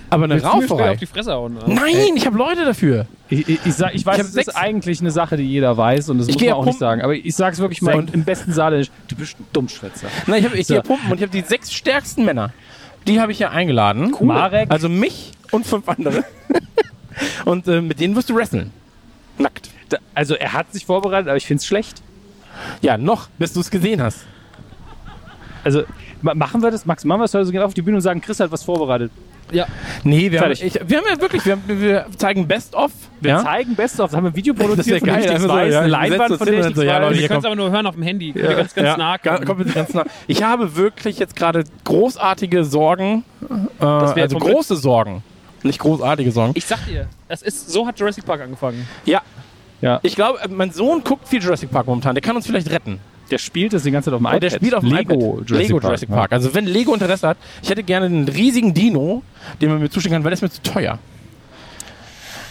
Speaker 8: Aber eine
Speaker 7: Willst du mir später
Speaker 8: Rauferei...
Speaker 7: auf die Fresse hauen. oder?
Speaker 8: Nein, ich habe Leute dafür.
Speaker 2: Ich, ich, ich, sag, ich weiß,
Speaker 8: Ich hab
Speaker 2: es
Speaker 8: sechs-
Speaker 2: ist eigentlich eine Sache, die jeder weiß und das
Speaker 8: Ich
Speaker 2: muss man
Speaker 8: geh ja
Speaker 2: auch nicht
Speaker 8: pumpen.
Speaker 2: sagen. Aber ich sage es wirklich mal
Speaker 8: Und-
Speaker 2: im besten Saarländisch. Du bist ein Dummschwätzer.
Speaker 8: Nein, ich, hab, ich
Speaker 2: So.
Speaker 8: gehe pumpen und ich habe die sechs stärksten Männer. Die habe ich ja eingeladen.
Speaker 2: Cool. Marek.
Speaker 8: Also mich und fünf andere. und äh, mit denen wirst du wresteln. Nackt.
Speaker 2: Da- Also er hat sich vorbereitet, aber ich finde es schlecht.
Speaker 8: Ja, noch, bis du es gesehen hast.
Speaker 2: Also ma- machen wir das, Max, machen wir das heute so gehen auf die Bühne und sagen, Chris hat was vorbereitet.
Speaker 8: Nee, wir haben,
Speaker 2: Fertig.
Speaker 8: ich, wir haben ja wirklich, wir, haben, wir zeigen Best of. Wir ja?
Speaker 2: Zeigen best auf, haben wir ein Video
Speaker 8: Das ist ja
Speaker 2: produziert,
Speaker 8: geil,
Speaker 2: von dem ich
Speaker 8: einfach
Speaker 2: nichts
Speaker 8: so,
Speaker 2: weiß,
Speaker 8: ja,
Speaker 2: eine
Speaker 8: wir setzen
Speaker 2: Leinwand,
Speaker 8: uns
Speaker 2: von
Speaker 8: hin
Speaker 2: der ich
Speaker 8: und
Speaker 2: nichts
Speaker 8: so, ja, Leute,
Speaker 2: weiß.
Speaker 8: hier
Speaker 7: Ihr könnt
Speaker 8: kommt-
Speaker 7: es aber nur hören auf dem Handy. Könnt ihr ganz, ganz nah
Speaker 8: ga-
Speaker 7: kommen.
Speaker 8: kommt bitte ganz nah. Ich habe wirklich jetzt gerade großartige Sorgen. Äh,
Speaker 7: wär
Speaker 8: also
Speaker 7: jetzt komplett-
Speaker 8: große Sorgen. Nicht großartige Sorgen.
Speaker 7: Ich sag dir, das ist, so hat Jurassic Park angefangen.
Speaker 8: ja.
Speaker 2: Ja.
Speaker 8: Ich glaube, mein Sohn guckt viel Jurassic Park momentan. Der kann uns vielleicht retten.
Speaker 2: Der spielt das die ganze Zeit auf dem iPad.
Speaker 8: Und der spielt auf dem
Speaker 2: Lego,
Speaker 8: iPad.
Speaker 2: Jurassic
Speaker 8: Lego
Speaker 2: Park.
Speaker 8: Jurassic Park. Also wenn Lego Interesse hat, ich hätte gerne einen riesigen Dino, den man mir zuschicken kann, weil der ist mir zu teuer.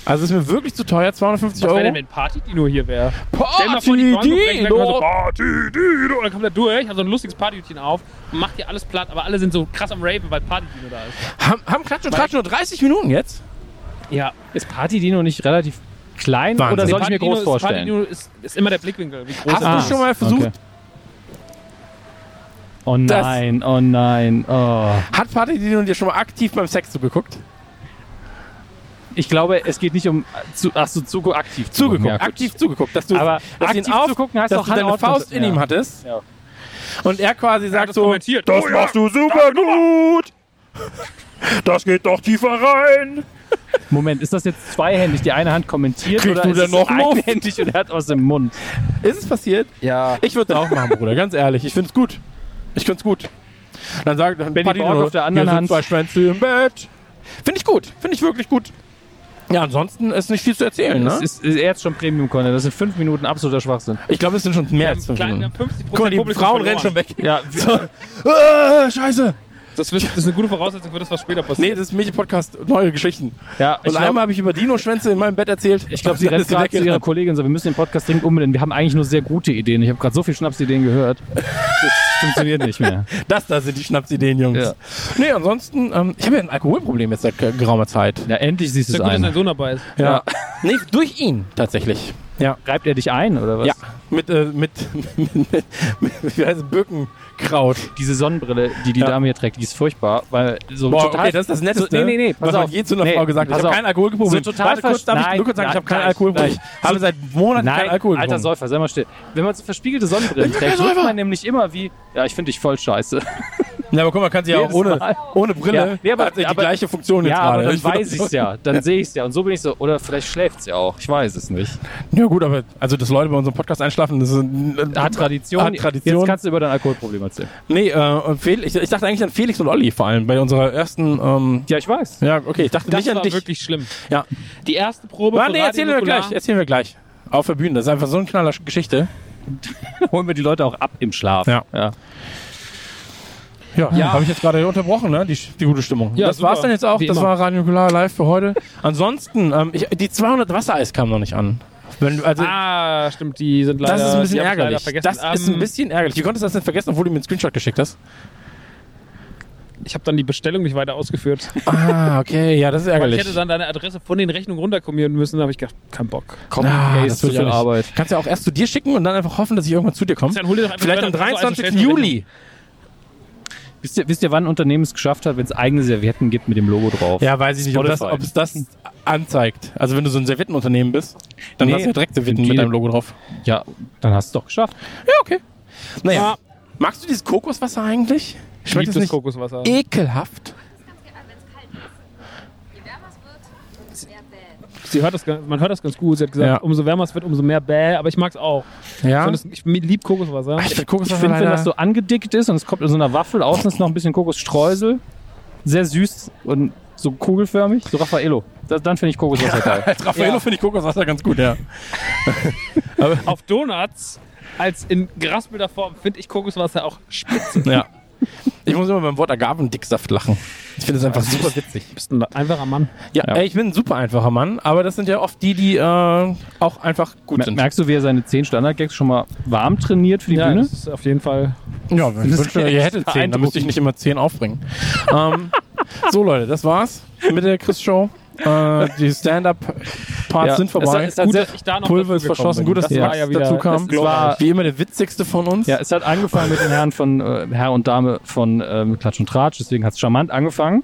Speaker 8: Also ist mir wirklich zu teuer, 250
Speaker 7: Was wäre denn,
Speaker 8: Euro.
Speaker 7: wenn Party Dino hier wäre? Stell dir mal vor, die
Speaker 8: Party
Speaker 7: Dornen brechen weg und so,
Speaker 8: Dino.
Speaker 7: Party Dino. Und dann kommt er durch, hat so ein lustiges Party-Routine auf, macht hier alles platt, aber alle sind so krass am Raven, weil Party Dino da ist.
Speaker 8: Haben, haben Klatsch und Tratsch nur 30 Minuten jetzt?
Speaker 7: Ja.
Speaker 2: Ist Party Dino nicht relativ klein
Speaker 8: Wahnsinn.
Speaker 2: oder soll ich
Speaker 7: Party
Speaker 2: mir
Speaker 7: Dino
Speaker 2: groß
Speaker 7: ist, Party
Speaker 2: vorstellen?
Speaker 7: Dino ist, ist immer der Blickwinkel, wie groß
Speaker 8: Hast
Speaker 7: er
Speaker 8: du
Speaker 7: ist.
Speaker 8: schon mal versucht?
Speaker 2: okay. Oh nein, oh nein, oh.
Speaker 8: Hat Party Dino dir schon mal aktiv beim Sex zugeguckt?
Speaker 2: Ich glaube, es geht nicht um zu, ach so, zugu aktiv zu
Speaker 8: Zugeguckt,
Speaker 2: gucken, ja, gut.
Speaker 8: aktiv zugeguckt. Dass du,
Speaker 2: Aber
Speaker 8: dass du ihn
Speaker 2: aktiv
Speaker 8: auf,
Speaker 2: zu gucken heißt
Speaker 8: dass
Speaker 2: auch
Speaker 8: du deine
Speaker 2: Hand
Speaker 8: Faust in
Speaker 2: ja.
Speaker 8: ihm hattest.
Speaker 2: Ja.
Speaker 8: Und er quasi
Speaker 7: Er hat
Speaker 8: sagt
Speaker 7: das
Speaker 8: so,
Speaker 7: kommentiert.
Speaker 8: Das
Speaker 7: Oh ja.
Speaker 8: machst du super gut. Das geht doch tiefer rein.
Speaker 2: Moment, ist das jetzt zweihändig? Die eine Hand kommentiert
Speaker 8: Kriegst
Speaker 2: oder
Speaker 8: du
Speaker 2: ist
Speaker 8: denn
Speaker 2: es
Speaker 8: noch Luft?
Speaker 2: einhändig und er hat aus dem Mund?
Speaker 8: Ist es passiert?
Speaker 6: Ja.
Speaker 8: Ich würde es auch machen, Bruder, ganz ehrlich. Ich finde es gut. Ich find's gut. Dann sagt dann
Speaker 2: Benny
Speaker 8: Paddy
Speaker 2: Borg
Speaker 8: nur,
Speaker 2: auf der anderen
Speaker 8: "Hier sind
Speaker 2: Hand."
Speaker 8: Zwei Schwänze im Bett. Finde ich gut. Finde ich wirklich gut. Ja, ansonsten ist nicht viel zu erzählen,
Speaker 2: Das
Speaker 8: ne?
Speaker 2: ist, ist jetzt schon Premium-Content. Das sind fünf Minuten absoluter Schwachsinn.
Speaker 8: Ich glaube, es sind schon mehr als fünf
Speaker 7: Kleine
Speaker 8: Minuten.
Speaker 7: 50
Speaker 8: Guck mal, die Frauen rennen schon weg.
Speaker 2: Ja,
Speaker 8: So. Äh, scheiße.
Speaker 7: Das ist das ist eine gute Voraussetzung für das, was später
Speaker 8: Nee,
Speaker 7: passiert.
Speaker 8: das ist Mädchen-Podcast. Neue Geschichten.
Speaker 2: ja
Speaker 8: Und einmal habe ich über Dino-Schwänze in meinem Bett erzählt.
Speaker 2: Ich glaube, sie rennt gerade zu ihrer Kollegin und sagt, wir müssen den Podcast dringend umbenennen. Wir haben eigentlich nur sehr gute Ideen. Ich habe gerade so viel Schnapsideen gehört. Das funktioniert nicht mehr.
Speaker 8: Das da sind die Schnapsideen, Jungs.
Speaker 2: Ja.
Speaker 8: Nee, ansonsten, ähm, ich habe ja ein Alkoholproblem jetzt seit ge- geraumer Zeit.
Speaker 2: Ja, endlich siehst
Speaker 7: Sehr
Speaker 2: du es
Speaker 7: gut, dass dein
Speaker 2: ein.
Speaker 7: Sohn dabei ist.
Speaker 8: Ja. nee, durch ihn tatsächlich. Ja.
Speaker 2: Reibt er dich ein, oder was?
Speaker 8: Ja. Mit, äh, mit, mit, mit, mit, wie heißt es, Birkenkraut.
Speaker 2: Diese Sonnenbrille, die die
Speaker 8: Ja.
Speaker 2: Dame hier trägt, die ist furchtbar, weil so
Speaker 8: Boah,
Speaker 2: total...
Speaker 8: okay, das ist das Netteste,
Speaker 2: So, nee, nee, nee,
Speaker 8: was
Speaker 2: pass
Speaker 8: man
Speaker 2: auf.
Speaker 8: je zu einer
Speaker 2: Nee,
Speaker 8: Frau gesagt hat.
Speaker 2: pass
Speaker 8: Ich habe
Speaker 2: auf.
Speaker 8: kein Alkoholproblem.
Speaker 2: So total
Speaker 8: Warte kurz,
Speaker 2: versch-
Speaker 8: darf ich
Speaker 2: Nein,
Speaker 8: nur kurz sagen, ich
Speaker 2: nein,
Speaker 8: habe kein
Speaker 2: nein,
Speaker 8: Alkoholproblem.
Speaker 2: nein.
Speaker 8: Ich habe seit Monaten
Speaker 2: Nein,
Speaker 8: kein Alkohol
Speaker 2: alter
Speaker 8: getrunken.
Speaker 2: Säufer, sei mal still. Wenn man so verspiegelte Sonnenbrillen trägt, wirkt man nämlich immer wie, ja, ich finde dich voll scheiße.
Speaker 8: Ja, aber guck mal, kann sie ja auch
Speaker 2: Jedes
Speaker 8: ohne,
Speaker 2: Mal.
Speaker 8: ohne Brille
Speaker 2: Ja, nee, aber-
Speaker 8: hat sie die
Speaker 2: aber-
Speaker 8: gleiche Funktion jetzt
Speaker 2: Ja,
Speaker 8: gerade.
Speaker 2: aber dann
Speaker 8: Ich find
Speaker 2: weiß
Speaker 8: das-
Speaker 2: ich es ja, dann sehe ich es ja. Und so bin ich so, oder vielleicht schläft es ja auch, ich weiß es nicht.
Speaker 8: Ja gut, aber also dass Leute bei unserem Podcast einschlafen, das ist
Speaker 2: Hat Tradition.
Speaker 8: Hat Tradition.
Speaker 2: Jetzt kannst du über dein Alkoholproblem erzählen.
Speaker 8: nee, äh, Fel- ich, ich dachte eigentlich an Felix und Olli vor allem bei unserer ersten. Ähm,
Speaker 2: Ja, ich weiß.
Speaker 8: ja, okay, ich dachte
Speaker 7: Das
Speaker 8: nicht an
Speaker 7: war
Speaker 8: dich.
Speaker 7: wirklich schlimm.
Speaker 8: Ja.
Speaker 7: Die erste Probe
Speaker 8: Ah,
Speaker 7: für
Speaker 8: nee,
Speaker 7: Radio
Speaker 8: erzählen wir
Speaker 7: Nukular-
Speaker 8: gleich. Erzählen wir gleich. Auf der Bühne. Das ist einfach so eine knaller Geschichte.
Speaker 2: Holen wir die Leute auch ab im Schlaf.
Speaker 8: Ja.
Speaker 2: ja.
Speaker 8: Ja, habe ich jetzt gerade unterbrochen, ne? Die, die gute Stimmung.
Speaker 7: Ja,
Speaker 8: das
Speaker 7: super.
Speaker 8: war's dann jetzt auch.
Speaker 7: Wie
Speaker 8: das
Speaker 7: immer.
Speaker 8: war Radio Nukular live für heute. Ansonsten, ähm, ich, die 200 Wassereis kam noch nicht an. Wenn, also,
Speaker 7: Ah, stimmt, die sind leider.
Speaker 8: das ist ein bisschen
Speaker 7: äh, die hab ich leider
Speaker 8: ärgerlich.
Speaker 7: vergessen.
Speaker 8: Das ist ein
Speaker 7: Ähm,
Speaker 8: bisschen ärgerlich. Wie konntest du das denn vergessen, obwohl du mir einen Screenshot geschickt hast?
Speaker 7: Ich habe dann die Bestellung nicht weiter ausgeführt.
Speaker 8: Ah, okay, ja, das ist
Speaker 7: Weil
Speaker 8: ärgerlich.
Speaker 7: ich hätte dann deine Adresse von den Rechnungen runterkommieren müssen, da habe ich gedacht, kein Bock.
Speaker 8: Komm,
Speaker 2: Ah,
Speaker 8: ey,
Speaker 2: das
Speaker 8: ist zu
Speaker 2: wird
Speaker 8: viel
Speaker 2: ja nicht.
Speaker 8: Arbeit. Kannst ja auch erst zu dir schicken und dann einfach hoffen, dass ich irgendwann zu dir komme.
Speaker 7: Dann hol dir doch einfach
Speaker 8: Vielleicht
Speaker 7: zwei
Speaker 8: am
Speaker 7: Dosen Wassereis und
Speaker 8: 23.
Speaker 7: stell's mir
Speaker 8: Juli.
Speaker 2: Wisst, ihr, wisst ihr, wann ein Unternehmen es geschafft hat, wenn es eigene Servietten gibt mit dem Logo drauf?
Speaker 8: Ja, weiß ich nicht, ob, das,
Speaker 2: Spotify.
Speaker 8: ob es das anzeigt. Also wenn du so ein Serviettenunternehmen bist, dann
Speaker 2: Nee,
Speaker 8: hast du ja direkt Servietten
Speaker 2: die-
Speaker 8: mit deinem Logo drauf.
Speaker 2: ja dann hast du es doch geschafft.
Speaker 8: Ja, okay. Naja.
Speaker 7: Ja.
Speaker 8: Ah. Magst du dieses Kokoswasser eigentlich? Schmeckt
Speaker 7: Liebes
Speaker 8: es nicht
Speaker 7: Kokoswasser.
Speaker 8: ekelhaft?
Speaker 7: Sie hört das, ganz- man hört das ganz gut. Sie hat gesagt,
Speaker 8: Ja.
Speaker 7: umso wärmer es wird, umso mehr bäh. Aber ich mag es auch. Ich,
Speaker 8: Ja.
Speaker 7: find das- ich liebe Kokoswasser.
Speaker 8: Ach, ich finde Kokoswasser
Speaker 2: Ich finde, wenn
Speaker 8: leider-
Speaker 2: das so angedickt ist und es kommt in so einer Waffel, außen ist noch ein bisschen Kokosstreusel, sehr süß und so kugelförmig, so Raffaello. Das, dann finde ich Kokoswasser geil.
Speaker 8: als Raffaello finde ich Kokoswasser ganz gut, ja.
Speaker 7: Auf Donuts als in geraspelter Form finde ich Kokoswasser auch spitze.
Speaker 8: ja. Ich muss immer beim Wort Agavendicksaft lachen. Ich finde das einfach super witzig.
Speaker 7: Du bist ein einfacher Mann.
Speaker 8: Ja,
Speaker 2: Ja.
Speaker 8: Ey, ich bin ein super einfacher Mann, aber das sind ja oft die, die äh, auch einfach gut
Speaker 2: Mer-
Speaker 8: sind.
Speaker 2: Merkst du, wie er seine 10 Standard-Gags schon mal warm trainiert für die Bühne?
Speaker 7: das ist auf jeden Fall.
Speaker 8: Ja, ich wünschte, ihr hättet
Speaker 2: echt
Speaker 8: 10, dann müsste ich nicht immer 10 aufbringen. ähm, so Leute, das war's mit der Chris-Show. Äh, die Stand-Up-Parts
Speaker 2: Ja,
Speaker 8: sind vorbei.
Speaker 2: es hat- es hat sehr-
Speaker 7: ich da
Speaker 8: Pulver ist
Speaker 7: dazugekommen
Speaker 8: verschossen.
Speaker 7: bin.
Speaker 8: Gut, dass das
Speaker 2: war
Speaker 8: Max
Speaker 7: ja wieder-
Speaker 8: dazu kam.
Speaker 7: das ist glorreich.
Speaker 8: wie immer der witzigste von uns.
Speaker 2: Ja, es hat angefangen mit den Herren von äh, Herr und Dame von ähm, Klatsch und Tratsch, deswegen hat es charmant angefangen.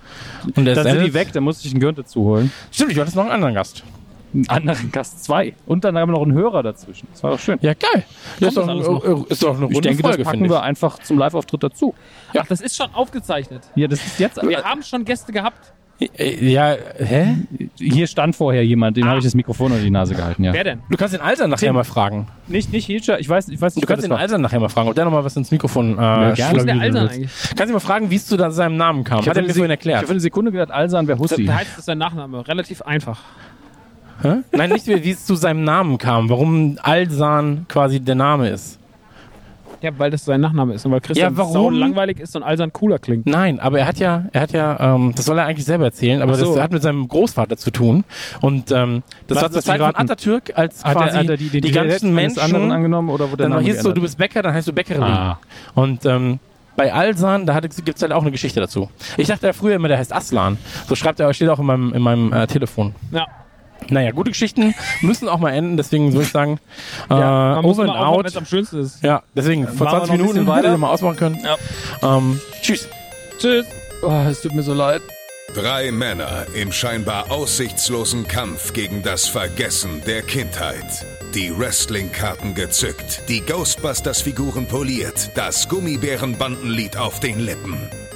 Speaker 8: und der
Speaker 2: Da sind die
Speaker 8: weg.
Speaker 2: weg, da musste ich einen Gürnte zuholen.
Speaker 8: Stimmt, du hattest noch einen anderen Gast.
Speaker 2: Einen anderen Gast zwei. Und dann haben wir noch einen Hörer dazwischen. Das war doch schön.
Speaker 8: Ja, geil. ist, doch
Speaker 7: alles
Speaker 8: ein, ist doch eine runde
Speaker 2: Ich denke,
Speaker 8: Folge,
Speaker 2: das packen
Speaker 8: finde
Speaker 2: wir einfach zum Live-Auftritt dazu.
Speaker 7: Ach, das ist schon aufgezeichnet.
Speaker 2: Ja, das ist jetzt.
Speaker 7: Wir haben schon Gäste gehabt.
Speaker 8: ich. Äh, Ja, hä?
Speaker 2: Hier stand vorher jemand, dem habe ich das Mikrofon unter die Nase gehalten. Ja.
Speaker 7: Wer denn?
Speaker 8: Du kannst den Alter nachher mal fragen.
Speaker 2: Nicht, nicht Hilscher, ich weiß, ich weiß nicht,
Speaker 8: Du kannst
Speaker 2: wer
Speaker 8: den
Speaker 2: das
Speaker 8: Alter nachher mal fragen, ob der nochmal was ins Mikrofon äh,
Speaker 2: gerne.
Speaker 7: Wo ist
Speaker 8: schlagen
Speaker 7: denn der
Speaker 8: will.
Speaker 7: Alter
Speaker 8: Kannst
Speaker 7: eigentlich?
Speaker 8: du ihn mal fragen, wie es zu da- seinem Namen kam?
Speaker 2: Ich
Speaker 8: Hat
Speaker 2: habe
Speaker 8: er mir vorhin erklärt.
Speaker 2: für eine Sekunde gedacht, Alsan wäre Hussi.
Speaker 7: Da heißt es dein Nachname. Relativ einfach.
Speaker 8: Hä? Nein, nicht wie wie es zu seinem Namen kam, warum Alsan quasi der Name ist.
Speaker 7: Ja, weil das sein Nachname ist und weil Christian
Speaker 8: Ja, warum?
Speaker 7: sau langweilig ist und Alsan cooler klingt.
Speaker 8: Nein, aber er hat ja, er hat ja, ähm, das soll er eigentlich selber erzählen, aber
Speaker 7: Ach so.
Speaker 8: das hat mit seinem Großvater zu tun. Und ähm, das
Speaker 2: Lass
Speaker 8: war zur
Speaker 2: es
Speaker 8: Zeit von
Speaker 2: raten.
Speaker 8: Atatürk, als
Speaker 2: Hat
Speaker 8: quasi
Speaker 2: er, hat er die,
Speaker 8: die,
Speaker 2: die, die
Speaker 8: ganzen Menschen,
Speaker 2: anderen angenommen oder wurde der
Speaker 8: dann
Speaker 2: Name
Speaker 8: hieß es so, du
Speaker 2: geändert?
Speaker 8: bist Bäcker, dann heißt du Bäckerin.
Speaker 2: Ah.
Speaker 8: Und ähm, bei Alsan, da gibt es halt auch eine Geschichte dazu. Ich dachte ja früher immer, der heißt Aslan. So schreibt er, steht auch in meinem, in meinem äh, Telefon.
Speaker 7: Ja.
Speaker 8: Naja, gute Geschichten müssen auch mal enden, deswegen würde ich sagen, äh,
Speaker 7: Man muss
Speaker 8: over and
Speaker 7: immer aufhören,
Speaker 8: out.
Speaker 7: wenn es am schönsten ist.
Speaker 8: Ja, deswegen vor
Speaker 2: Machen wir
Speaker 8: 20
Speaker 2: noch ein
Speaker 8: Minuten
Speaker 2: bisschen
Speaker 8: hätte
Speaker 2: weiter?
Speaker 8: ich mal ausmachen können. Ähm, tschüss.
Speaker 7: Tschüss.
Speaker 2: Oh, es tut mir so leid.
Speaker 9: Drei Männer im scheinbar aussichtslosen Kampf gegen das Vergessen der Kindheit. Die Wrestling-Karten gezückt, die Ghostbusters-Figuren poliert, das Gummibärenbandenlied auf den Lippen.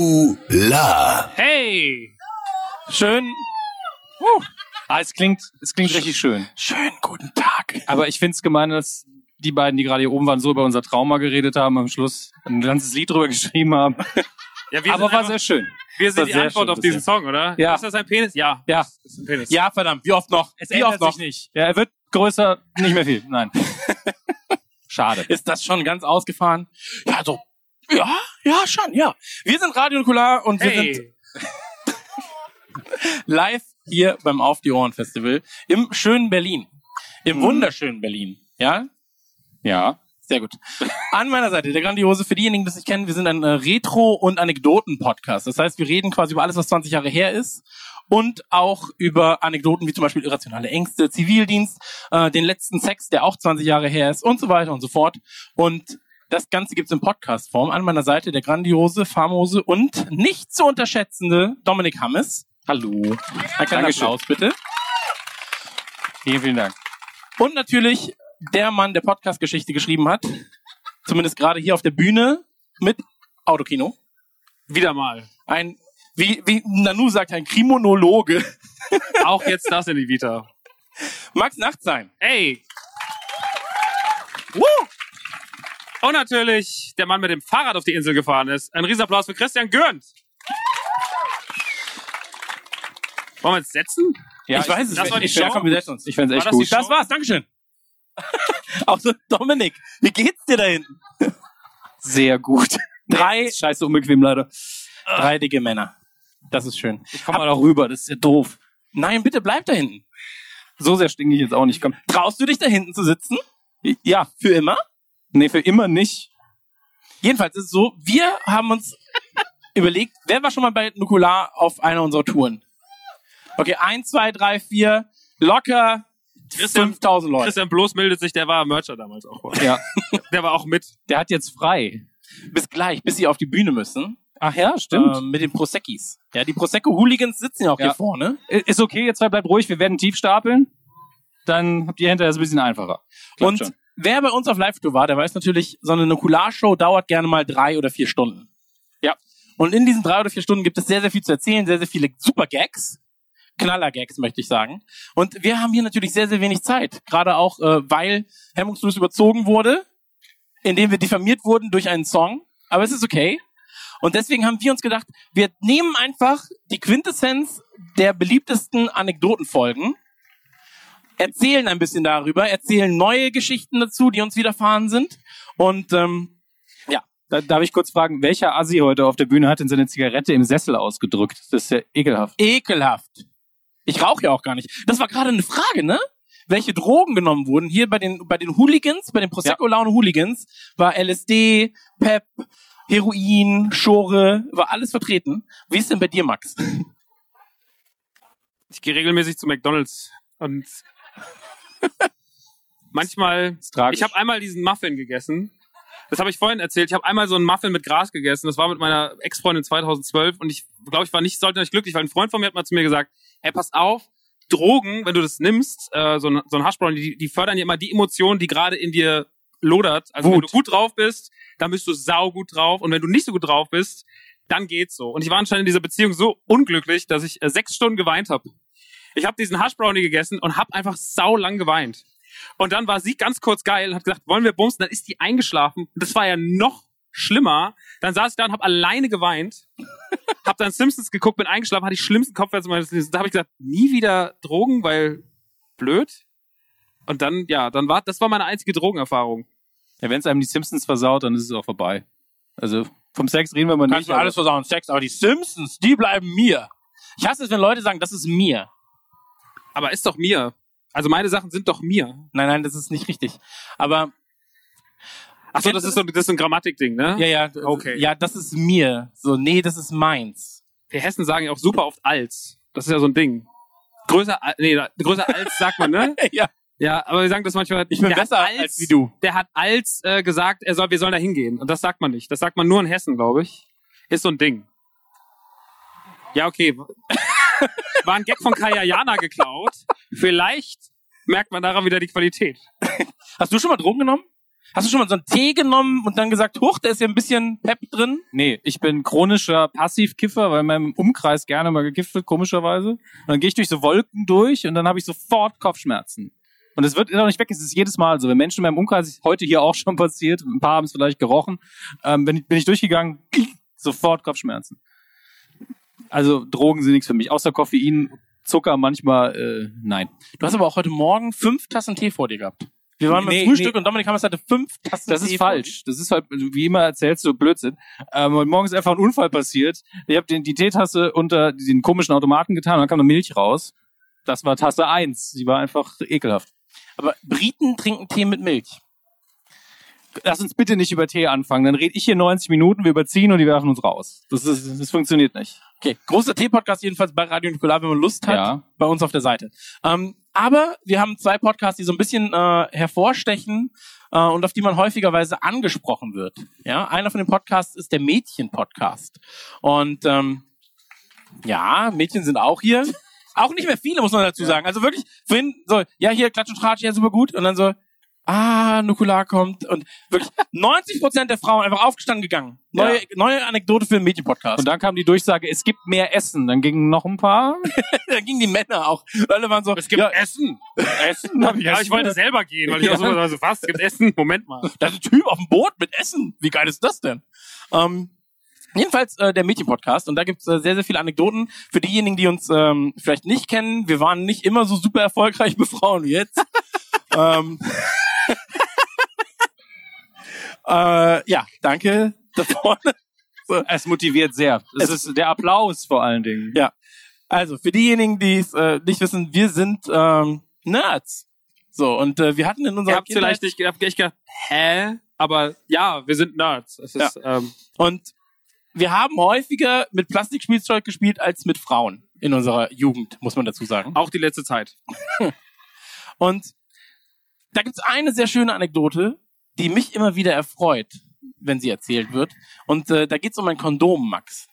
Speaker 9: Nukular.
Speaker 7: Hey!
Speaker 8: Schön,
Speaker 2: Ah, es klingt, es klingt richtig schön.
Speaker 8: schönen guten Tag.
Speaker 2: Aber ich find's gemein, dass die beiden, die gerade hier oben waren, so über unser Trauma geredet haben, am Schluss ein ganzes Lied drüber geschrieben haben.
Speaker 7: Ja, wir
Speaker 2: Aber war
Speaker 7: sind, einfach,
Speaker 2: sehr schön.
Speaker 7: wir
Speaker 2: war
Speaker 7: sind die
Speaker 2: sehr
Speaker 7: Antwort
Speaker 2: schön
Speaker 7: auf diesen
Speaker 2: bisher.
Speaker 7: Song, oder?
Speaker 2: Ja.
Speaker 7: Ist das ein Penis? Ja.
Speaker 2: Ja.
Speaker 7: Das ist ein Penis.
Speaker 8: Ja, verdammt, wie oft noch?
Speaker 7: Es
Speaker 8: wie oft
Speaker 7: ändert
Speaker 8: noch?
Speaker 7: sich nicht.
Speaker 2: Ja, er wird größer, nicht mehr viel. Nein. Schade.
Speaker 8: Ist das schon ganz ausgefahren? Ja, so. Ja, ja, schon, ja. Wir sind Radio Nukular und wir sind
Speaker 7: Hey!
Speaker 8: live hier beim Auf die Ohren Festival im schönen Berlin. Im wunderschönen Berlin. Ja?
Speaker 2: Ja.
Speaker 8: Sehr gut. An meiner Seite, der Grandiose, für diejenigen, die es nicht kennen, wir sind ein äh, Retro- und Anekdoten-Podcast. Das heißt, wir reden quasi über alles, was 20 Jahre her ist und auch über Anekdoten wie zum Beispiel irrationale Ängste, Zivildienst, äh, den letzten Sex, der auch 20 Jahre her ist und so weiter und so fort. Und das Ganze gibt's in Podcast-Form. An meiner Seite der grandiose, famose und nicht zu unterschätzende Dominik Hammes. Hallo. Ein kleiner
Speaker 2: Dankeschön.
Speaker 8: Applaus, bitte.
Speaker 2: Vielen, vielen Dank.
Speaker 8: Und natürlich der Mann, der Podcast-Geschichte geschrieben hat. Zumindest gerade hier auf der Bühne mit Autokino.
Speaker 7: Wieder mal.
Speaker 8: Ein, wie, wie Nanu sagt, ein Krimonologe.
Speaker 7: Auch jetzt das in die Vita.
Speaker 8: Max Nachtsein.
Speaker 7: Hey! Woo! Und natürlich der Mann mit dem Fahrrad auf die Insel gefahren ist. Ein Riesenapplaus für Christian Gürnt. Wollen wir uns setzen?
Speaker 2: Ja,
Speaker 8: ich weiß es
Speaker 7: das
Speaker 8: nicht.
Speaker 7: war die
Speaker 8: Ich- ja,
Speaker 7: Show?
Speaker 8: komm, wir setzen uns.
Speaker 2: Ich find's echt
Speaker 7: War das
Speaker 2: gut.
Speaker 7: die Show?
Speaker 8: Das war's, Dankeschön. Außer Dominik, wie geht's dir da hinten?
Speaker 2: Sehr gut.
Speaker 8: Drei,
Speaker 2: Scheiße unbequem leider.
Speaker 8: drei dicke Männer. Das ist schön.
Speaker 2: Ich komm mal da rüber, das ist ja doof.
Speaker 8: Nein, bitte bleib da hinten.
Speaker 2: So sehr stinke ich jetzt auch nicht. Komm.
Speaker 8: Traust du dich da hinten zu sitzen?
Speaker 2: Ja,
Speaker 8: Für immer?
Speaker 2: nee, für immer nicht.
Speaker 8: Jedenfalls ist es so, wir haben uns überlegt, wer war schon mal bei Nukular auf einer unserer Touren? Okay, eins, zwei, drei, vier, locker
Speaker 7: Christian-
Speaker 8: 5000 Leute.
Speaker 7: Christian Bloß meldet sich, der war Mercher damals auch.
Speaker 2: Ja.
Speaker 7: Der war auch mit.
Speaker 2: Der hat jetzt frei.
Speaker 8: Bis gleich, bis sie auf die Bühne müssen.
Speaker 2: Ach ja,
Speaker 8: Ähm, mit den Proseckis. Ja, die Prosecco-Hooligans sitzen ja auch
Speaker 2: Ja.
Speaker 8: hier vorne.
Speaker 2: ist okay, ihr zwei bleibt ruhig, wir werden tief stapeln. Dann habt ihr hinterher es ein bisschen einfacher. Klappt
Speaker 8: Und
Speaker 2: schon.
Speaker 8: wer bei uns auf Live-Tour war, der weiß natürlich, so eine Nukular-Show dauert gerne mal drei oder vier Stunden.
Speaker 2: Ja.
Speaker 8: Und in diesen drei oder vier Stunden gibt es sehr, sehr viel zu erzählen, sehr, sehr viele super Gags. Knaller-Gags, möchte ich sagen. Und wir haben hier natürlich sehr, sehr wenig Zeit. Gerade auch, äh, weil hemmungslos überzogen wurde, indem wir diffamiert wurden durch einen Song. Aber es ist okay. Und deswegen haben wir uns gedacht, wir nehmen einfach die Quintessenz der beliebtesten Anekdotenfolgen erzählen ein bisschen darüber, erzählen neue Geschichten dazu, die uns widerfahren sind. Und ähm,
Speaker 2: Da, darf ich kurz fragen, welcher Assi heute auf der Bühne hat denn seine Zigarette im Sessel ausgedrückt? Das ist ja ekelhaft.
Speaker 8: ekelhaft. Ich rauche ja auch gar nicht. Das war gerade eine Frage, ne? Welche Drogen genommen wurden? Hier bei den bei den Hooligans, bei den Prosecco Laune Hooligans war LSD, Pep, Heroin, Schore, war alles vertreten. Wie ist denn bei dir, Max?
Speaker 7: Ich gehe regelmäßig zu McDonalds und manchmal.
Speaker 2: tragisch.
Speaker 7: Ich habe einmal diesen Muffin gegessen. Das habe ich vorhin erzählt. Ich habe einmal so einen Muffin mit Gras gegessen. Das war mit meiner Ex-Freundin 2012 und ich glaube, ich war nicht, sollte nicht glücklich, weil ein Freund von mir hat mal zu mir gesagt: Ey, pass auf, Drogen, wenn du das nimmst, äh, so ein, so ein Haschbrown, die, die fördern ja immer die Emotionen, die gerade in dir lodert. Also wenn du gut drauf bist, dann bist du saugut drauf. Und wenn du nicht so gut drauf bist, dann geht's so. Und ich war anscheinend in dieser Beziehung so unglücklich, dass ich äh, sechs Stunden geweint habe. Ich habe diesen Haschbrownie gegessen und habe einfach sau lang geweint. Und dann war sie ganz kurz geil und hat gesagt, wollen wir bumsen? Dann ist die eingeschlafen. Und das war ja noch schlimmer. Dann saß ich da und habe alleine geweint. hab dann Simpsons geguckt, bin eingeschlafen, hatte die schlimmsten Kopfschmerzen meines Lebens. Da habe ich gesagt, nie wieder Drogen, weil blöd. Und dann, ja, dann war, das war meine einzige Drogenerfahrung.
Speaker 2: Ja, wenn es einem die Simpsons versaut, dann ist es auch vorbei. Also vom Sex reden wir mal
Speaker 8: Kannst
Speaker 2: nicht.
Speaker 8: du alles versauen, Sex, aber die Simpsons, die bleiben mir. Ich hasse es, wenn Leute sagen, das ist mir.
Speaker 7: Aber ist doch mir. Also meine Sachen sind doch mir.
Speaker 8: Nein, nein, das ist nicht richtig. Aber
Speaker 7: Ach so, das ist so, das ist so ein Grammatikding, ne?
Speaker 8: Ja, ja,
Speaker 7: Okay.
Speaker 8: ja, das ist mir. So, nee, das ist meins.
Speaker 7: Wir Hessen sagen ja auch super oft als. Das ist ja so ein Ding. Größer, al- nee, da- größer als sagt man, ne?
Speaker 8: Ja.
Speaker 7: Ja, aber wir sagen das manchmal.
Speaker 8: Ich bin
Speaker 7: der
Speaker 8: besser
Speaker 7: hat
Speaker 8: als wie du.
Speaker 7: Der hat als äh, gesagt, er soll, wir sollen da hingehen. Und das sagt man nicht. Das sagt man nur in Hessen, glaube ich. Ist so ein Ding. Ja, okay. War ein Gag von Kaya Jana geklaut. Vielleicht merkt man daran wieder die Qualität.
Speaker 8: Hast du schon mal Drogen genommen? Hast du schon mal so einen Tee genommen und dann gesagt, huch, da ist ja ein bisschen Pep drin?
Speaker 2: Nee, ich bin chronischer Passivkiffer, weil in meinem Umkreis gerne mal gekifft wird, komischerweise. Und dann gehe ich durch so Wolken durch und dann habe ich sofort Kopfschmerzen. Und es wird noch nicht weg, es ist jedes Mal so. Wenn Menschen in meinem Umkreis, ist heute hier auch schon passiert, ein paar haben es vielleicht gerochen, ähm, bin, ich- bin ich durchgegangen, sofort Kopfschmerzen. Also Drogen sind nichts für mich, außer Koffein, Zucker manchmal, äh, nein.
Speaker 8: Du hast aber auch heute Morgen fünf Tassen Tee vor dir gehabt. Wir waren
Speaker 2: Nee,
Speaker 8: beim Frühstück
Speaker 2: nee.
Speaker 8: und Dominik Hammers hatte fünf Tassen
Speaker 2: Das
Speaker 8: Tee
Speaker 2: ist
Speaker 8: vor
Speaker 2: falsch. Das ist halt, wie immer erzählst du Blödsinn. Ähm, und morgens ist einfach ein Unfall passiert. Ich habe den, die Teetasse unter den komischen Automaten getan und dann kam noch Milch raus. Das war Tasse eins. Sie war einfach ekelhaft.
Speaker 8: dir. Aber Briten trinken Tee mit Milch.
Speaker 2: Lass uns bitte nicht über Tee anfangen. Dann rede ich hier 90 Minuten, wir überziehen und die werfen uns raus. Das, ist, das funktioniert nicht.
Speaker 8: Okay, großer Tee-Podcast jedenfalls bei Radio Nukular, wenn man Lust hat,
Speaker 2: Ja.
Speaker 8: bei uns auf der Seite. Ähm, aber wir haben zwei Podcasts, die so ein bisschen äh, hervorstechen äh, und auf die man häufigerweise angesprochen wird. Ja, einer von den Podcasts ist der Mädchen-Podcast. Und ähm, ja, Mädchen sind auch hier. Auch nicht mehr viele, muss man dazu sagen. Also wirklich, vorhin so, ja, hier, Klatsch und Tratsch, ja, super gut. Und dann so, ah, Nukular kommt. Und wirklich 90 Prozent der Frauen einfach aufgestanden gegangen. Neue,
Speaker 2: Ja.
Speaker 8: neue Anekdote für den Mädchen-Podcast.
Speaker 2: Und dann kam die Durchsage, es gibt mehr Essen. Dann gingen noch ein paar.
Speaker 8: da gingen die Männer auch. Alle waren so,
Speaker 7: Es gibt
Speaker 8: ja,
Speaker 7: Essen. Essen?
Speaker 2: hab ich
Speaker 7: ja,
Speaker 2: erst
Speaker 7: ich wollte
Speaker 2: gehört.
Speaker 7: selber gehen, weil ich auch so war, so, was? Es gibt Essen? Moment mal.
Speaker 8: da ist ein Typ auf dem Boot mit Essen. Wie geil ist das denn? Ähm, jedenfalls äh, der Mädchen-Podcast. Und da gibt's äh, sehr, sehr viele Anekdoten. Für diejenigen, die uns ähm, vielleicht nicht kennen, wir waren nicht immer so super erfolgreich mit Frauen wie jetzt. ähm, äh, ja, danke. Da vorne.
Speaker 2: Es motiviert sehr. Es ist der Applaus vor allen Dingen.
Speaker 8: Ja. Also, für diejenigen, die es äh, nicht wissen, wir sind ähm, Nerds. So, und äh, wir hatten in
Speaker 7: Ihr
Speaker 8: unserer
Speaker 7: habt vielleicht nicht, ihr habt echt gedacht, hä? Aber ja, wir sind Nerds. Es ist, ähm,
Speaker 8: Und wir haben häufiger mit Plastikspielzeug gespielt als mit Frauen in unserer Jugend, muss man dazu sagen.
Speaker 7: auch die letzte Zeit.
Speaker 8: Und da gibt's eine sehr schöne Anekdote, die mich immer wieder erfreut, wenn sie erzählt wird. Und äh, da geht's um ein Kondom, Max.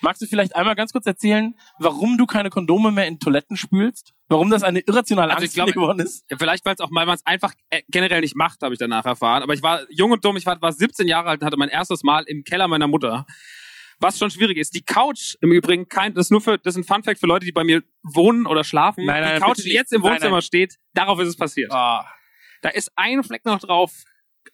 Speaker 8: Magst du vielleicht einmal ganz kurz erzählen, warum du keine Kondome mehr in Toiletten spülst? Warum das eine irrationale
Speaker 7: Also ich
Speaker 8: Angst
Speaker 7: glaube-
Speaker 8: geworden ist?
Speaker 7: Ja, vielleicht, weil es auch mal man es einfach äh, generell nicht macht, habe ich danach erfahren. Aber ich war jung und dumm, ich war, war 17 Jahre alt und hatte mein erstes Mal im Keller meiner Mutter. Was schon schwierig ist. Die Couch im Übrigen, kein, das ist nur für, das ist ein Funfact für Leute, die bei mir wohnen oder schlafen.
Speaker 8: Nein, nein,
Speaker 7: die Couch,
Speaker 8: bitte
Speaker 7: die
Speaker 8: nicht.
Speaker 7: jetzt im
Speaker 8: Nein,
Speaker 7: Wohnzimmer
Speaker 8: nein.
Speaker 7: steht, darauf ist es passiert.
Speaker 2: Ah.
Speaker 7: Da ist ein Fleck noch drauf.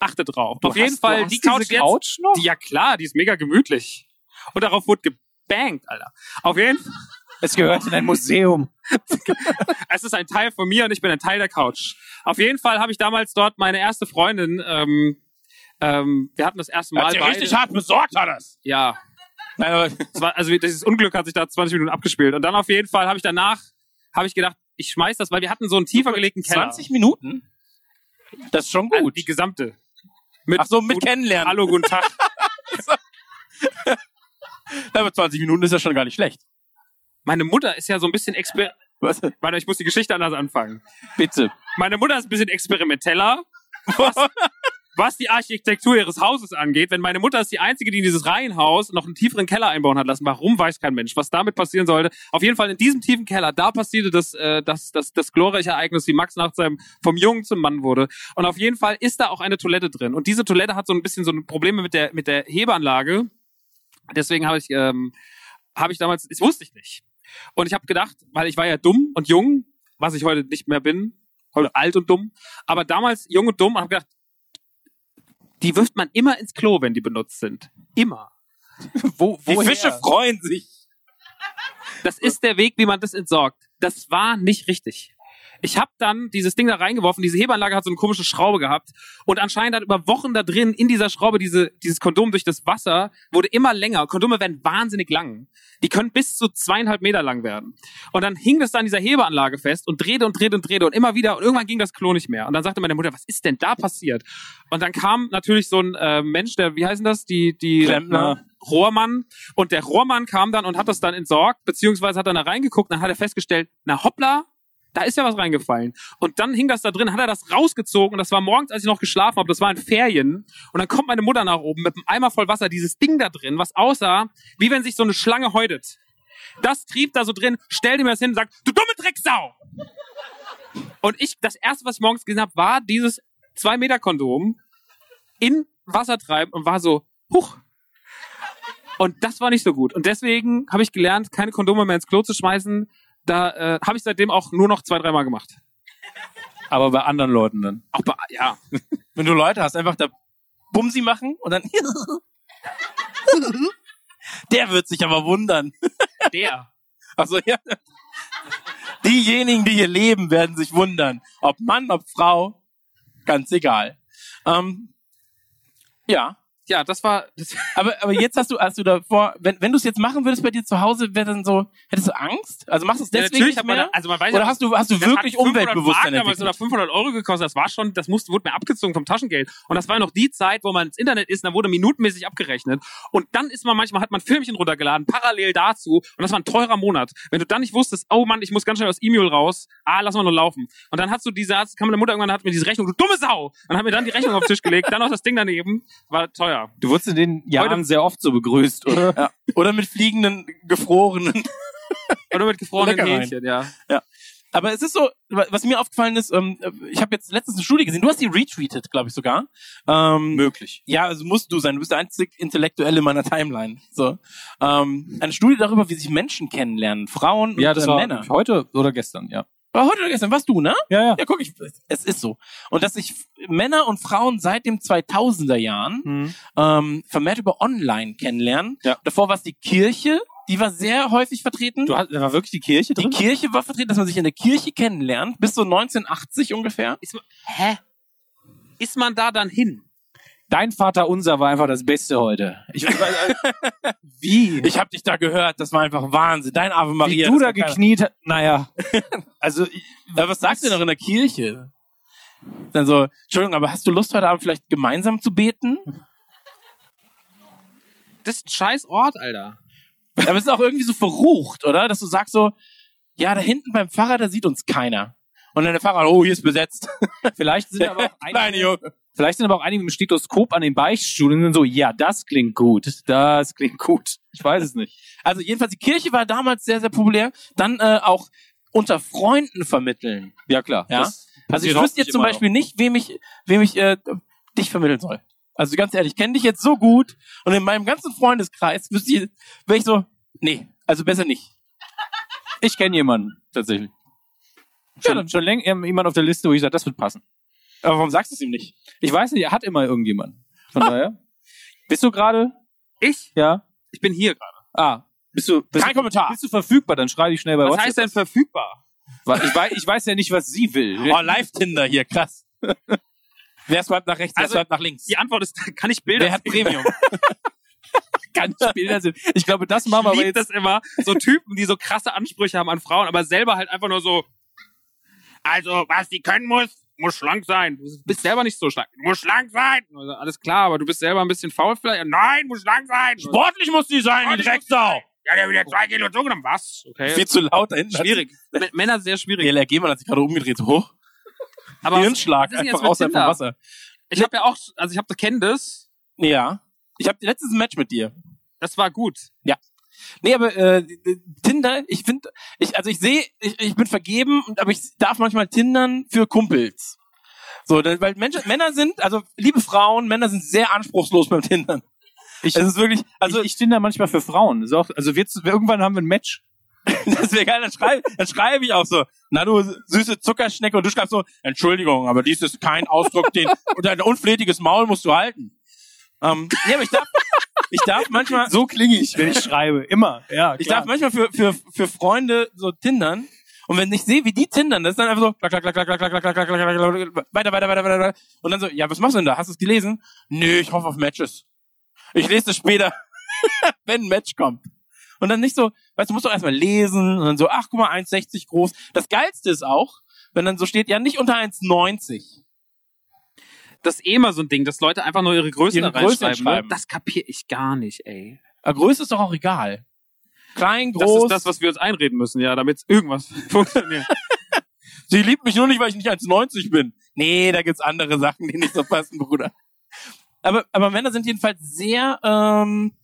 Speaker 7: Achte drauf. Auf jeden Fall, die Couch jetzt.
Speaker 2: Couch noch?
Speaker 7: Die, ja klar, die ist mega gemütlich. Und darauf wurde gebankt, Alter. Auf jeden Fall,
Speaker 2: Es gehört in ein Museum.
Speaker 7: es ist ein Teil von mir und ich bin ein Teil der Couch. Auf jeden Fall habe ich damals dort meine erste Freundin, ähm, ähm, wir hatten das erste Mal beide.
Speaker 8: hart besorgt, hat das.
Speaker 7: ja,
Speaker 8: Nein, aber
Speaker 7: es war, also dieses Unglück hat sich da 20 Minuten abgespielt. Und dann auf jeden Fall habe ich danach, habe ich gedacht, ich schmeiß das, weil wir hatten so einen tiefer gelegten Keller.
Speaker 8: 20 Minuten? Das ist schon
Speaker 7: Also
Speaker 8: gut.
Speaker 7: die gesamte. Mit
Speaker 8: Ach so, mit
Speaker 7: guten-
Speaker 8: kennenlernen.
Speaker 7: Hallo, guten Tag.
Speaker 8: Aber 20 Minuten ist ja schon gar nicht schlecht.
Speaker 7: Meine Mutter ist ja so ein bisschen exper...
Speaker 8: Was?
Speaker 7: Warte, ich muss die Geschichte anders anfangen.
Speaker 8: Bitte.
Speaker 7: Meine Mutter ist ein bisschen experimenteller, was, was die Architektur ihres Hauses angeht. Wenn meine Mutter ist die Einzige, die in dieses Reihenhaus noch einen tieferen Keller einbauen hat lassen. Warum, weiß kein Mensch. Was damit passieren sollte. Auf jeden Fall in diesem tiefen Keller, da passierte das, äh, das, das, das glorreiche Ereignis, wie Max nach seinem, vom Jungen zum Mann wurde. Und auf jeden Fall ist da auch eine Toilette drin. Und diese Toilette hat so ein bisschen so ein Probleme mit der, mit der Hebeanlage. Deswegen habe ich, ähm, habe ich damals, das wusste ich nicht. Und ich habe gedacht, weil ich war ja dumm und jung, was ich heute nicht mehr bin, heute alt und dumm, aber damals jung und dumm und habe gedacht, die wirft man immer ins Klo, wenn die benutzt sind. Immer.
Speaker 8: Wo,
Speaker 7: Die
Speaker 8: woher?
Speaker 7: Fische
Speaker 8: freuen sich.
Speaker 7: Das ist der Weg, wie man das entsorgt. Das war nicht richtig. Ich habe dann dieses Ding da reingeworfen, diese Hebeanlage hat so eine komische Schraube gehabt und anscheinend hat über Wochen da drin in dieser Schraube diese, dieses Kondom durch das Wasser wurde immer länger. Kondome werden wahnsinnig lang. Die können bis zu zweieinhalb Meter lang werden. Und dann hing das da an dieser Hebeanlage fest und drehte und drehte und drehte und immer wieder und irgendwann ging das Klo nicht mehr. Und dann sagte meine Mutter, was ist denn da passiert? Und dann kam natürlich so ein äh, Mensch, der, wie heißen das? Die, die
Speaker 8: Klempner.
Speaker 7: äh, Rohrmann. Und der Rohrmann kam dann und hat das dann entsorgt, beziehungsweise hat dann da reingeguckt und dann hat er festgestellt, na hoppla, da ist ja was reingefallen. Und dann hing das da drin, hat er das rausgezogen. Das war morgens, als ich noch geschlafen habe. Das war in Ferien. Und dann kommt meine Mutter nach oben mit einem Eimer voll Wasser, dieses Ding da drin, was aussah, wie wenn sich so eine Schlange häutet. Das trieb da so drin, stellte mir das hin und sagt, du dumme Drecksau! Und ich, das erste, was ich morgens gesehen habe, war dieses 2-Meter-Kondom in Wasser treiben und war so, huch. Und das war nicht so gut. Und deswegen habe ich gelernt, keine Kondome mehr ins Klo zu schmeißen. Da äh, habe ich seitdem auch nur noch zwei, dreimal gemacht.
Speaker 2: Aber bei anderen Leuten dann.
Speaker 7: Auch bei, ja.
Speaker 8: Wenn du Leute hast, einfach da Bumsi machen und dann. Der wird sich aber wundern.
Speaker 7: Der.
Speaker 8: Also ja. Diejenigen, die hier leben, werden sich wundern. Ob Mann, ob Frau, ganz egal. Ähm, ja.
Speaker 7: Ja, das war. Das,
Speaker 8: Aber, aber jetzt hast du, hast du davor, wenn, wenn du es jetzt machen würdest bei dir zu Hause, wäre dann so, hättest du Angst? Also machst du es deswegen
Speaker 7: natürlich
Speaker 8: nicht
Speaker 7: hat man
Speaker 8: mehr?
Speaker 7: da- also man weiß
Speaker 8: Oder
Speaker 7: ja,
Speaker 8: hast du, hast du
Speaker 7: Das
Speaker 8: wirklich
Speaker 7: hat 500
Speaker 8: Umweltbewusstsein
Speaker 7: Mark damals oder
Speaker 8: entwickelt?
Speaker 7: 500 Euro gekostet. Das war schon, das musste, wurde mir abgezogen vom Taschengeld. Und das war noch die Zeit, wo man ins Internet ist, und da wurde minutenmäßig abgerechnet. Und dann ist man manchmal, hat man Filmchen runtergeladen, parallel dazu. Und das war ein teurer Monat. Wenn du dann nicht wusstest, oh Mann, ich muss ganz schnell aus E-Mail raus. Ah, lass mal nur laufen. Und dann hast du diese, hat's- kam meine Mutter irgendwann, und hat mir diese Rechnung, du dumme Sau! Und hat mir dann die Rechnung auf den Tisch gelegt, dann noch das Ding daneben. War teuer.
Speaker 2: Du wurdest in den Jahren
Speaker 7: Heute-
Speaker 2: sehr oft so begrüßt, oder?
Speaker 8: Ja. Oder mit fliegenden, gefrorenen
Speaker 7: Oder mit gefrorenen
Speaker 8: Lecker rein.
Speaker 7: Hähnchen, ja.
Speaker 8: Aber es ist so, wa- was mir aufgefallen ist, ähm, ich habe jetzt letztens eine Studie gesehen, du hast die retweetet, glaube ich sogar. Ähm,
Speaker 2: Möglich.
Speaker 8: ja, also musst du sein, du bist der einzig Intellektuelle meiner Timeline. So. Ähm, eine Studie darüber, wie sich Menschen kennenlernen, Frauen
Speaker 2: Ja,
Speaker 8: und
Speaker 2: das
Speaker 8: äh,
Speaker 2: war
Speaker 8: Männer.
Speaker 2: heute oder gestern, ja.
Speaker 8: War heute oder gestern, warst du, ne?
Speaker 2: Ja, ja.
Speaker 8: Ja, guck, ich, es ist so. Und dass sich Männer und Frauen seit dem 2000er Jahren ähm, vermehrt über Online kennenlernen.
Speaker 2: Ja.
Speaker 8: Davor war es die Kirche, die war sehr häufig vertreten.
Speaker 2: Du hast, da war wirklich die Kirche
Speaker 8: die
Speaker 2: drin?
Speaker 8: Kirche war vertreten, dass man sich in der Kirche kennenlernt, bis so 1980 ungefähr.
Speaker 7: Hä? Ist man da dann hin?
Speaker 2: Dein Vater unser war einfach das Beste heute. Ich, äh, wie?
Speaker 8: Ich habe dich da gehört, das war einfach Wahnsinn. Dein Ave Maria.
Speaker 2: wie du
Speaker 8: das
Speaker 2: da
Speaker 8: war keiner.
Speaker 2: gekniet hast. Naja.
Speaker 8: Also, ich- aber was sagst du denn noch in der Kirche? Dann so, Entschuldigung, aber hast du Lust, heute Abend vielleicht gemeinsam zu beten?
Speaker 7: Das ist ein scheiß Ort, Alter.
Speaker 8: Aber es ist auch irgendwie so verrucht, oder? Dass du sagst so, ja, da hinten beim Pfarrer, da sieht uns keiner. Und dann der Pfarrer, oh, hier ist besetzt.
Speaker 2: Vielleicht sind aber auch
Speaker 8: Kleine
Speaker 2: einige,
Speaker 8: Junge.
Speaker 2: vielleicht sind aber auch einige mit dem Stethoskop an den Beichtstuhlen und sind so, ja, das klingt gut. Das klingt gut. Ich weiß es nicht.
Speaker 8: Also jedenfalls, die Kirche war damals sehr, sehr populär. Dann äh, auch unter Freunden vermitteln.
Speaker 2: Ja, klar.
Speaker 8: Ja?
Speaker 2: Das
Speaker 8: Also ich
Speaker 2: passiert
Speaker 8: wüsste
Speaker 2: hoffentlich
Speaker 8: jetzt zum
Speaker 2: immer
Speaker 8: Beispiel nicht, wem ich, wem ich äh, dich vermitteln soll. Also ganz ehrlich, ich kenne dich jetzt so gut und in meinem ganzen Freundeskreis wüsste ich, wäre ich so, nee, also besser nicht.
Speaker 2: noch. Ich kenne jemanden, tatsächlich. Schon,
Speaker 8: dann-
Speaker 2: schon länger ähm, jemand auf der Liste, wo ich sage, das wird passen.
Speaker 8: Aber warum sagst du es ihm nicht?
Speaker 2: Ich weiß nicht, er hat immer irgendjemanden. Von daher. Bist du gerade?
Speaker 7: Ich?
Speaker 2: Ja.
Speaker 7: Ich bin hier gerade.
Speaker 2: Ah. Bist du, bist,
Speaker 8: Kein Kommentar.
Speaker 2: bist du verfügbar? Dann schreibe ich schnell bei
Speaker 7: Was
Speaker 2: WhatsApp.
Speaker 7: heißt denn verfügbar?
Speaker 2: Weil ich, weiß, ich weiß ja nicht, was sie will. ne?
Speaker 8: Oh, Live-Tinder hier, krass. wer swiped nach rechts, wer
Speaker 7: Also,
Speaker 8: swipet nach links?
Speaker 7: Die Antwort ist, kann ich Bilder
Speaker 8: wer hat
Speaker 7: sehen?
Speaker 8: Premium?
Speaker 2: Ganz Bilder sind. Ich glaube, das machen wir
Speaker 7: Ich
Speaker 2: aber
Speaker 7: liebe
Speaker 2: jetzt.
Speaker 7: das immer. So Typen, die so krasse Ansprüche haben an Frauen, aber selber halt einfach nur so, also, was die können muss, muss schlank sein. Du bist selber nicht so schlank. Muss schlank sein. Also, alles klar, aber du bist selber ein bisschen faul vielleicht. Nein, muss schlank sein.
Speaker 8: Sportlich muss die sein, die
Speaker 7: Sportlich muss
Speaker 8: Drecksau.
Speaker 7: Ja, der hat wieder zwei Kilo zugenommen. Was? Okay.
Speaker 8: Viel zu laut da hinten.
Speaker 7: Schwierig. M- Männer sehr schwierig.
Speaker 8: Der LRG-Mann hat sich gerade umgedreht, so hoch.
Speaker 7: Aber
Speaker 8: Hirnschlag,
Speaker 7: was ist denn jetzt
Speaker 8: einfach
Speaker 7: mit
Speaker 8: außerhalb vom
Speaker 7: Tinder?
Speaker 8: Wasser.
Speaker 7: ich habe ja auch, also ich habe kenn das.
Speaker 8: Ja. Ich habe letztens ein Match mit dir.
Speaker 7: Das war gut.
Speaker 8: Nee, aber äh, Tinder, ich finde, ich, also ich sehe, ich, ich bin vergeben, und- aber ich darf manchmal Tindern für Kumpels. So, da- weil Menschen, Männer sind, also liebe Frauen, Männer sind sehr anspruchslos beim Tindern.
Speaker 2: Ich-
Speaker 8: es ist wirklich, also
Speaker 2: Also ich, ich stehe da manchmal für Frauen. Ist auch, also wir, zu- wir, irgendwann haben wir ein Match.
Speaker 8: das wäre geil, dann schreibe dann schreib ich auch so, na du süße Zuckerschnecke und du schreibst so, Entschuldigung, aber dies ist kein Ausdruck, den, und ein unflätiges Maul musst du halten. Ähm, nee, aber ich darf, ich darf manchmal,
Speaker 2: So klinge ich, wenn ich schreibe. Immer. Ja,
Speaker 8: Ich darf manchmal für, für, für Freunde so tindern Und wenn ich sehe, wie die tindern, das ist dann einfach so, klack, klack, klack, klack, klack, klack, klack, klack, klack, klack, klack, klack, weiter, weiter, weiter, weiter, weiter. Und dann so, ja, was machst du denn da? Hast du es gelesen? Nö, ich hoffe auf Matches. Ich lese das später, wenn ein Match kommt. Und dann nicht so, weißt du, musst doch erstmal lesen und dann so, ach, guck mal, 1,60 groß. Das Geilste ist auch, wenn dann so steht, ja, nicht unter 1,90.
Speaker 2: Das ist eh immer so ein Ding, dass Leute einfach nur ihre Größen
Speaker 8: Ihre
Speaker 2: da
Speaker 8: Größen
Speaker 2: reinschreiben. ne?
Speaker 8: schreiben.
Speaker 2: Das kapiere ich gar nicht, ey.
Speaker 8: Aber Größe ist doch auch egal. Klein,
Speaker 2: Das
Speaker 8: groß.
Speaker 2: ist das, was wir uns einreden müssen, ja, damit irgendwas funktioniert.
Speaker 8: Sie liebt mich nur nicht, weil ich nicht 1,90 bin. Nee, da gibt's andere Sachen, die nicht so passen, Bruder. Aber, aber Männer sind jedenfalls sehr, ähm,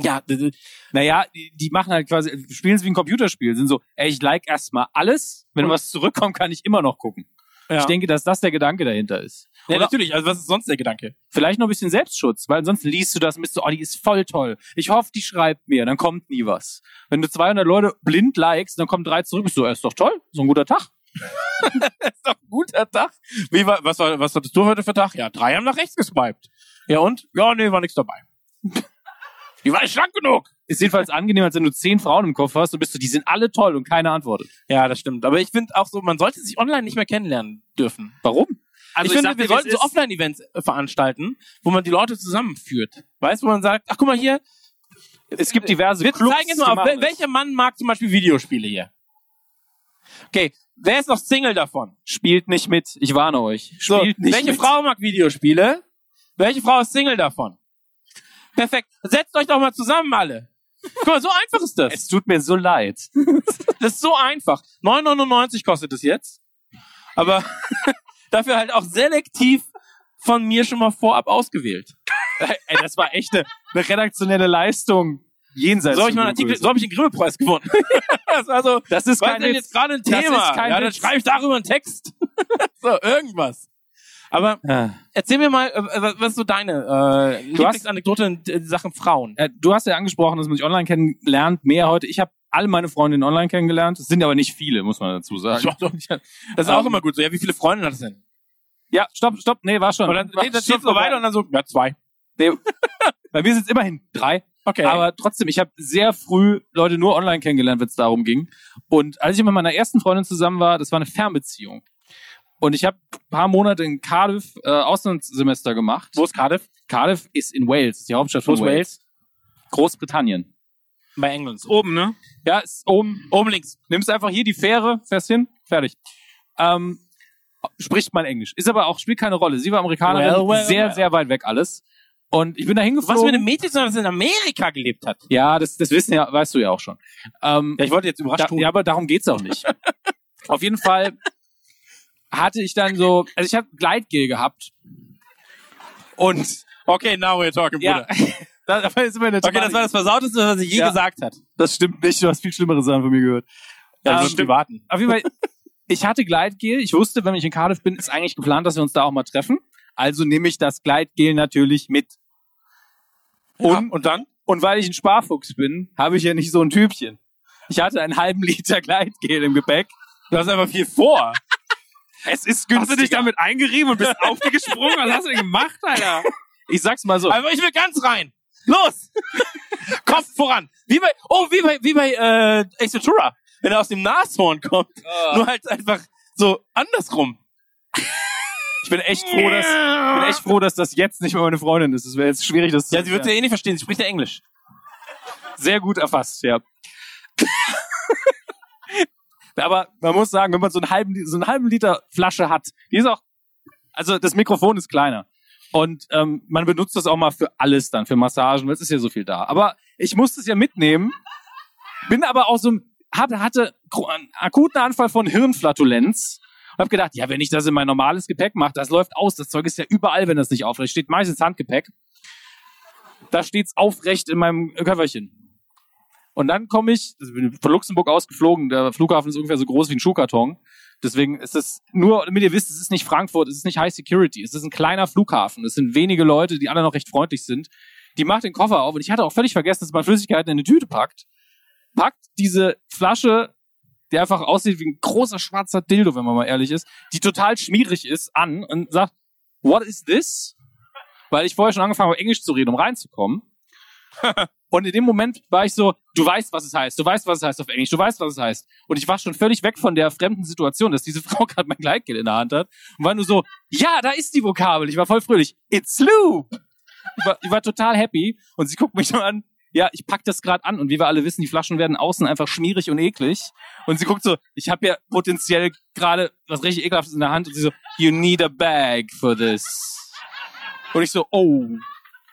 Speaker 8: ja, d- d- naja,
Speaker 2: die, die machen halt quasi, spielen es wie ein Computerspiel, sind so, ey, ich like erstmal alles, wenn was zurückkommt, kann ich immer noch gucken.
Speaker 8: Ja.
Speaker 2: Ich denke, dass das der Gedanke dahinter ist.
Speaker 8: ja,
Speaker 2: Oder-
Speaker 8: natürlich, also was ist sonst der Gedanke?
Speaker 2: Vielleicht noch ein bisschen Selbstschutz, weil sonst liest du das und bist so, oh, die ist voll toll. Ich hoffe, die schreibt mir, dann kommt nie was. Wenn du 200 Leute blind likest, dann kommen drei zurück, bist du, er ist doch toll, so ein guter Tag.
Speaker 8: Ist doch ein guter Tag. Wie war, was, war, was hattest du heute für Tag? Ja, drei haben nach rechts gespiped. Ja und? Ja, nee, war nichts dabei. die war nicht schlank genug.
Speaker 2: Ist jedenfalls angenehmer, als wenn du zehn Frauen im Kopf hast und bist du, die sind alle toll und keine antwortet.
Speaker 8: Ja, das stimmt. Aber ich finde auch so, man sollte sich online nicht mehr kennenlernen dürfen.
Speaker 2: Warum? Also
Speaker 8: ich, finde, wir sollten so Offline-Events äh, veranstalten, wo man die Leute zusammenführt. Weißt du, wo man sagt, ach guck mal hier,
Speaker 2: Es gibt diverse
Speaker 8: wir
Speaker 2: Clubs.
Speaker 8: zeigen jetzt mal auf, wel- welcher Mann mag zum Beispiel Videospiele hier? Okay, wer ist noch Single davon?
Speaker 2: Spielt nicht mit, ich warne euch.
Speaker 8: So,
Speaker 2: Spielt nicht
Speaker 8: welche
Speaker 2: mit.
Speaker 8: Frau mag Videospiele? Welche Frau ist Single davon? Perfekt. Setzt euch doch mal zusammen alle. Guck mal, so einfach ist das.
Speaker 2: Es tut mir so leid.
Speaker 8: Das ist so einfach. 9,99 kostet es jetzt. Aber dafür halt auch selektiv von mir schon mal vorab ausgewählt.
Speaker 2: Ey, das war echt eine, eine redaktionelle Leistung. Jenseits.
Speaker 8: So habe ich
Speaker 2: von
Speaker 8: meinen Artikel,
Speaker 2: Größe.
Speaker 8: so habe ich den Grimme-Preis gewonnen. das war so,
Speaker 2: das ist
Speaker 8: was ist
Speaker 2: kein
Speaker 8: denn
Speaker 2: Witz.
Speaker 8: jetzt gerade ein
Speaker 2: das
Speaker 8: Thema?
Speaker 2: ist kein
Speaker 8: ja, dann
Speaker 2: Witz.
Speaker 8: schreibe ich darüber einen Text. so, irgendwas. Aber
Speaker 2: Ah.
Speaker 8: erzähl mir mal, äh, was- was ist so deine äh,
Speaker 2: Du hast-
Speaker 8: Lieblingsanekdote in äh, Sachen Frauen?
Speaker 2: Äh, Du hast ja angesprochen, dass man sich online kennenlernt, mehr heute. Ich habe alle meine Freundinnen online kennengelernt. Es sind aber nicht viele, muss man dazu sagen.
Speaker 8: Ja, doch, ja. Das ist auch immer gut so. Ja, wie viele Freunde hat es denn?
Speaker 2: Ja, stopp, stopp. Nee, war schon.
Speaker 8: Und dann,
Speaker 2: War-
Speaker 8: nee, das
Speaker 2: schon
Speaker 8: steht so weiter und dann so, ja, zwei.
Speaker 2: Bei mir sind es immerhin drei.
Speaker 8: Okay.
Speaker 2: Aber trotzdem, ich habe sehr früh Leute nur online kennengelernt, wenn es darum ging. Und als ich mit meiner ersten Freundin zusammen war, das war eine Fernbeziehung. Und ich habe ein paar Monate in Cardiff äh, Auslandssemester gemacht.
Speaker 8: wo ist Cardiff?
Speaker 2: Cardiff ist in Wales, ist die Hauptstadt von
Speaker 8: Wo ist
Speaker 2: Wales. Großbritannien.
Speaker 8: Bei England.
Speaker 2: Oben, ne? Ja, ist oben, oben links. Nimmst einfach hier die Fähre, fährst hin, fertig. Ähm, spricht man Englisch. Ist aber auch, spielt keine Rolle. Sie war Amerikanerin,
Speaker 8: Well, well,
Speaker 2: sehr,
Speaker 8: well.
Speaker 2: sehr weit weg alles. Und ich bin da
Speaker 8: Was für
Speaker 2: hingeflogen.
Speaker 8: eine Mädchen, das in Amerika gelebt hat.
Speaker 2: ja, das, das wissen ja, weißt du ja auch schon. Ähm,
Speaker 8: Ja, ich wollte jetzt überrascht
Speaker 2: da,
Speaker 8: tun.
Speaker 2: ja, aber darum geht's auch nicht. Auf jeden Fall hatte ich dann so, also ich habe Gleitgel gehabt. Und
Speaker 8: Okay, now we're talking,
Speaker 2: ja, da, da ist immer eine
Speaker 8: Okay, das war das Versauteste, was ich je
Speaker 2: Ja.
Speaker 8: gesagt hat.
Speaker 2: das stimmt nicht, du hast viel schlimmere Sachen von mir gehört.
Speaker 8: Ja,
Speaker 2: Ähm,
Speaker 8: wir warten.
Speaker 2: Auf jeden Fall, ich hatte Gleitgel. Ich wusste, wenn ich in Cardiff bin, ist eigentlich geplant, dass wir uns da auch mal treffen. Also nehme ich das Gleitgel natürlich mit.
Speaker 8: Und, und dann?
Speaker 2: Und weil ich ein Sparfuchs bin, habe ich ja nicht so ein Typchen. Ich hatte einen halben Liter Gleitgel im Gepäck.
Speaker 8: Du hast einfach viel vor.
Speaker 2: Es ist günstiger.
Speaker 8: Hast du dich damit
Speaker 2: eingerieben und bist auf die gesprungen? Was hast du denn gemacht, Alter? Ich sag's mal so.
Speaker 8: Aber ich will ganz rein. Los! Kopf voran. Wie bei, oh, wie bei, wie bei, äh, Ace Ventura. Wenn er aus dem Nashorn kommt. Nur halt einfach so andersrum.
Speaker 2: Ich bin echt froh, dass, ich bin echt froh, dass das jetzt nicht mehr meine Freundin ist. Es wäre jetzt schwierig, das zu
Speaker 8: Ja, sie wird ja eh nicht verstehen. Sie spricht ja Englisch.
Speaker 2: sehr gut erfasst, ja. Aber man muss sagen, wenn man so einen halben, so einen halben Liter Flasche hat, die ist auch, also das Mikrofon ist kleiner. Und ähm, man benutzt das auch mal für alles dann, für Massagen, weil es ist ja so viel da. Aber ich musste es ja mitnehmen, bin aber auch so, ein- hatte, hatte gro- einen akuten Anfall von Hirnflatulenz und habe gedacht, ja, wenn ich das in mein normales Gepäck mache, das läuft aus, das Zeug ist ja überall, wenn das nicht aufrecht steht, meistens Handgepäck. Da steht's aufrecht in meinem Köfferchen. Und dann komme ich, also bin von Luxemburg ausgeflogen, der Flughafen ist ungefähr so groß wie ein Schuhkarton. Deswegen ist es nur, damit ihr wisst, es ist nicht Frankfurt, es ist nicht High Security, es ist ein kleiner Flughafen. Es sind wenige Leute, die alle noch recht freundlich sind. Die macht den Koffer auf und ich hatte auch völlig vergessen, dass man Flüssigkeiten in eine Tüte packt. Packt diese Flasche, die einfach aussieht wie ein großer schwarzer Dildo, wenn man mal ehrlich ist, die total schmierig ist, an und sagt, what is this? Weil ich vorher schon angefangen habe, Englisch zu reden, um reinzukommen. Und in dem Moment war ich so, du weißt, was es heißt, du weißt, was es heißt auf Englisch, du weißt, was es heißt. Und ich war schon völlig weg von der fremden Situation, dass diese Frau gerade mein Gleitgel in der Hand hat. Und war nur so, ja, da ist die Vokabel. Ich war voll fröhlich. It's Loop. Ich war, ich war total happy. Und sie guckt mich nur an. Ja, ich pack das gerade an. Und wie wir alle wissen, die Flaschen werden außen einfach schmierig und eklig. Und sie guckt so, ich habe ja potenziell gerade was richtig ekelhaftes in der Hand. Und sie so, you need a bag for this. Und ich so, oh.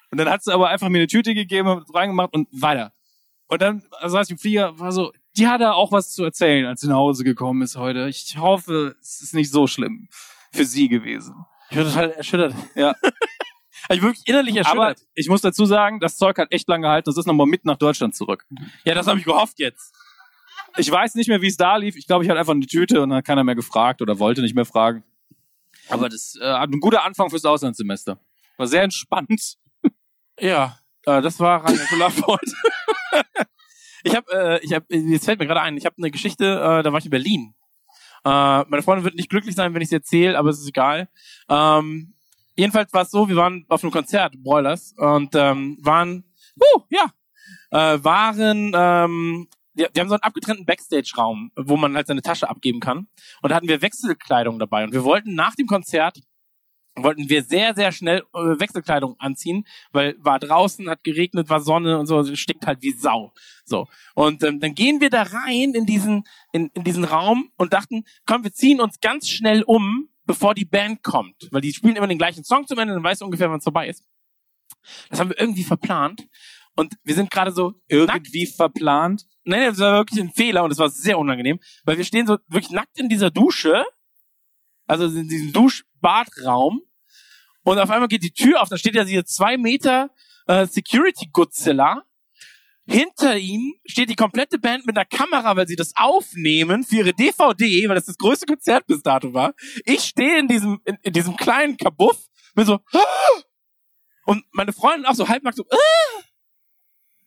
Speaker 2: Und dann hat sie aber einfach mir eine Tüte gegeben, hat reingemacht und weiter. Und dann saß ich im Flieger, war so, die hat da auch was zu erzählen, als sie nach Hause gekommen ist heute. Ich hoffe, es ist nicht so schlimm für sie gewesen.
Speaker 8: Ich bin total erschüttert.
Speaker 2: Ja.
Speaker 8: Ich bin wirklich innerlich
Speaker 2: Aber
Speaker 8: erschüttert.
Speaker 2: ich muss dazu sagen, das Zeug hat echt lange gehalten. Es ist nochmal mit nach Deutschland zurück.
Speaker 8: ja, das habe ich gehofft jetzt.
Speaker 2: Ich weiß nicht mehr, wie es da lief. Ich glaube, ich hatte einfach eine Tüte und dann hat keiner mehr gefragt oder wollte nicht mehr fragen. Aber das äh, hat ein guter Anfang fürs Auslandssemester. War sehr entspannt.
Speaker 8: Ja, äh, das war Radio Kulafort. ich habe, äh, ich habe, jetzt fällt mir gerade ein, ich habe eine Geschichte, äh, da war ich in Berlin. Äh, meine Freundin wird nicht glücklich sein, wenn ich sie erzähle, aber es ist egal. Ähm, jedenfalls war es so, wir waren auf einem Konzert, Broilers, und ähm, waren, uh, ja, äh, waren, ähm, die, die haben so einen abgetrennten Backstage-Raum, wo man halt seine Tasche abgeben kann. Und da hatten wir Wechselkleidung dabei. Und wir wollten nach dem Konzert wollten wir sehr, sehr schnell äh, Wechselkleidung anziehen, weil war draußen, hat geregnet, war Sonne und so, es stinkt halt wie Sau. So. Und ähm, dann gehen wir da rein in diesen, in, in diesen Raum und dachten, komm, wir ziehen uns ganz schnell um, bevor die Band kommt. Weil die spielen immer den gleichen Song zum Ende, dann weißt du ungefähr, wann es vorbei ist. Das haben wir irgendwie verplant. Und wir sind gerade so nackt.
Speaker 2: Irgendwie verplant.
Speaker 8: Nein, das war wirklich ein Fehler und es war sehr unangenehm, weil wir stehen so wirklich nackt in dieser Dusche, also in diesem Duschbadraum und auf einmal geht die Tür auf, da steht ja diese zwei Meter äh, Security Godzilla. Hinter ihm steht die komplette Band mit einer Kamera, weil sie das aufnehmen für ihre DVD, weil das das größte Konzert bis dato war. Ich stehe in diesem in, in diesem kleinen Kabuff bin so "Ah!" und meine Freundin auch so halbnackt so "Ah!"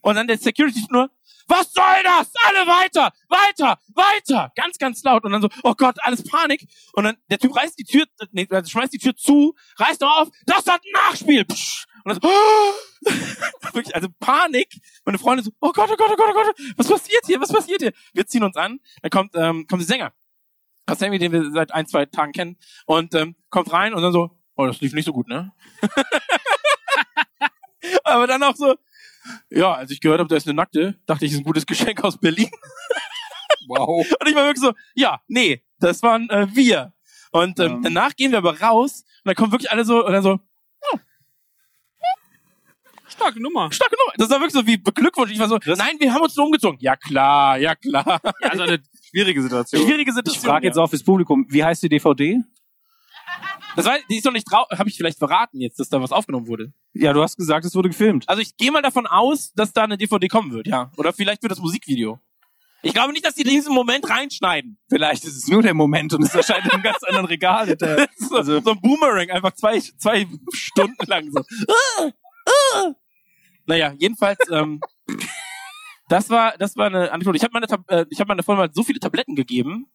Speaker 8: und dann der Security nur was soll das? Alle weiter, weiter, weiter. Ganz, ganz laut. Und dann so, oh Gott, alles Panik. Und dann der Typ reißt die Tür, nee, also schmeißt die Tür zu, reißt noch auf, das hat ein Nachspiel. Psch. Und dann so, oh. Wirklich, also Panik. Meine Freundin so, oh Gott, oh Gott, oh Gott, oh Gott, was passiert hier, was passiert hier? Wir ziehen uns an, dann kommt, ähm, kommt der Sänger. Kasemi, den wir seit ein, zwei Tagen kennen. Und ähm, kommt rein und dann so, oh, das lief nicht so gut, ne? Aber dann auch so, ja, als ich gehört habe, da ist eine Nackte, dachte ich, ist ein gutes Geschenk aus Berlin.
Speaker 2: Wow.
Speaker 8: Und ich war wirklich so, ja, nee, das waren äh, wir. Und ähm,
Speaker 2: Ja.
Speaker 8: danach gehen wir aber raus und dann kommen wirklich alle so und dann so, oh.
Speaker 2: Starke Nummer.
Speaker 8: starke Nummer. Das war wirklich so wie beglückwunsch. Ich war so, nein, wir haben uns nur umgezogen. Ja klar, ja klar.
Speaker 2: Also eine schwierige Situation.
Speaker 8: Schwierige Situation.
Speaker 2: Ich frage jetzt auch fürs Publikum, wie heißt die DVD?
Speaker 8: Das war, die ist doch nicht trau, habe ich vielleicht verraten jetzt, dass da was aufgenommen wurde.
Speaker 2: Ja, du hast gesagt, es wurde gefilmt.
Speaker 8: Also ich gehe mal davon aus, dass da eine DVD kommen wird, ja. Oder vielleicht wird das Musikvideo. Ich glaube nicht, dass die diesen Moment reinschneiden.
Speaker 2: Vielleicht ist es nur der Moment und es erscheint in einem ganz anderen Regal. hinterher.
Speaker 8: so,
Speaker 2: also-
Speaker 8: so ein Boomerang, einfach zwei, zwei Stunden lang so. Ah, ah. naja, jedenfalls, ähm, das war, das war eine Anekdote. Ich habe meine, Tab- äh, ich habe meiner Freundin mal so viele Tabletten gegeben,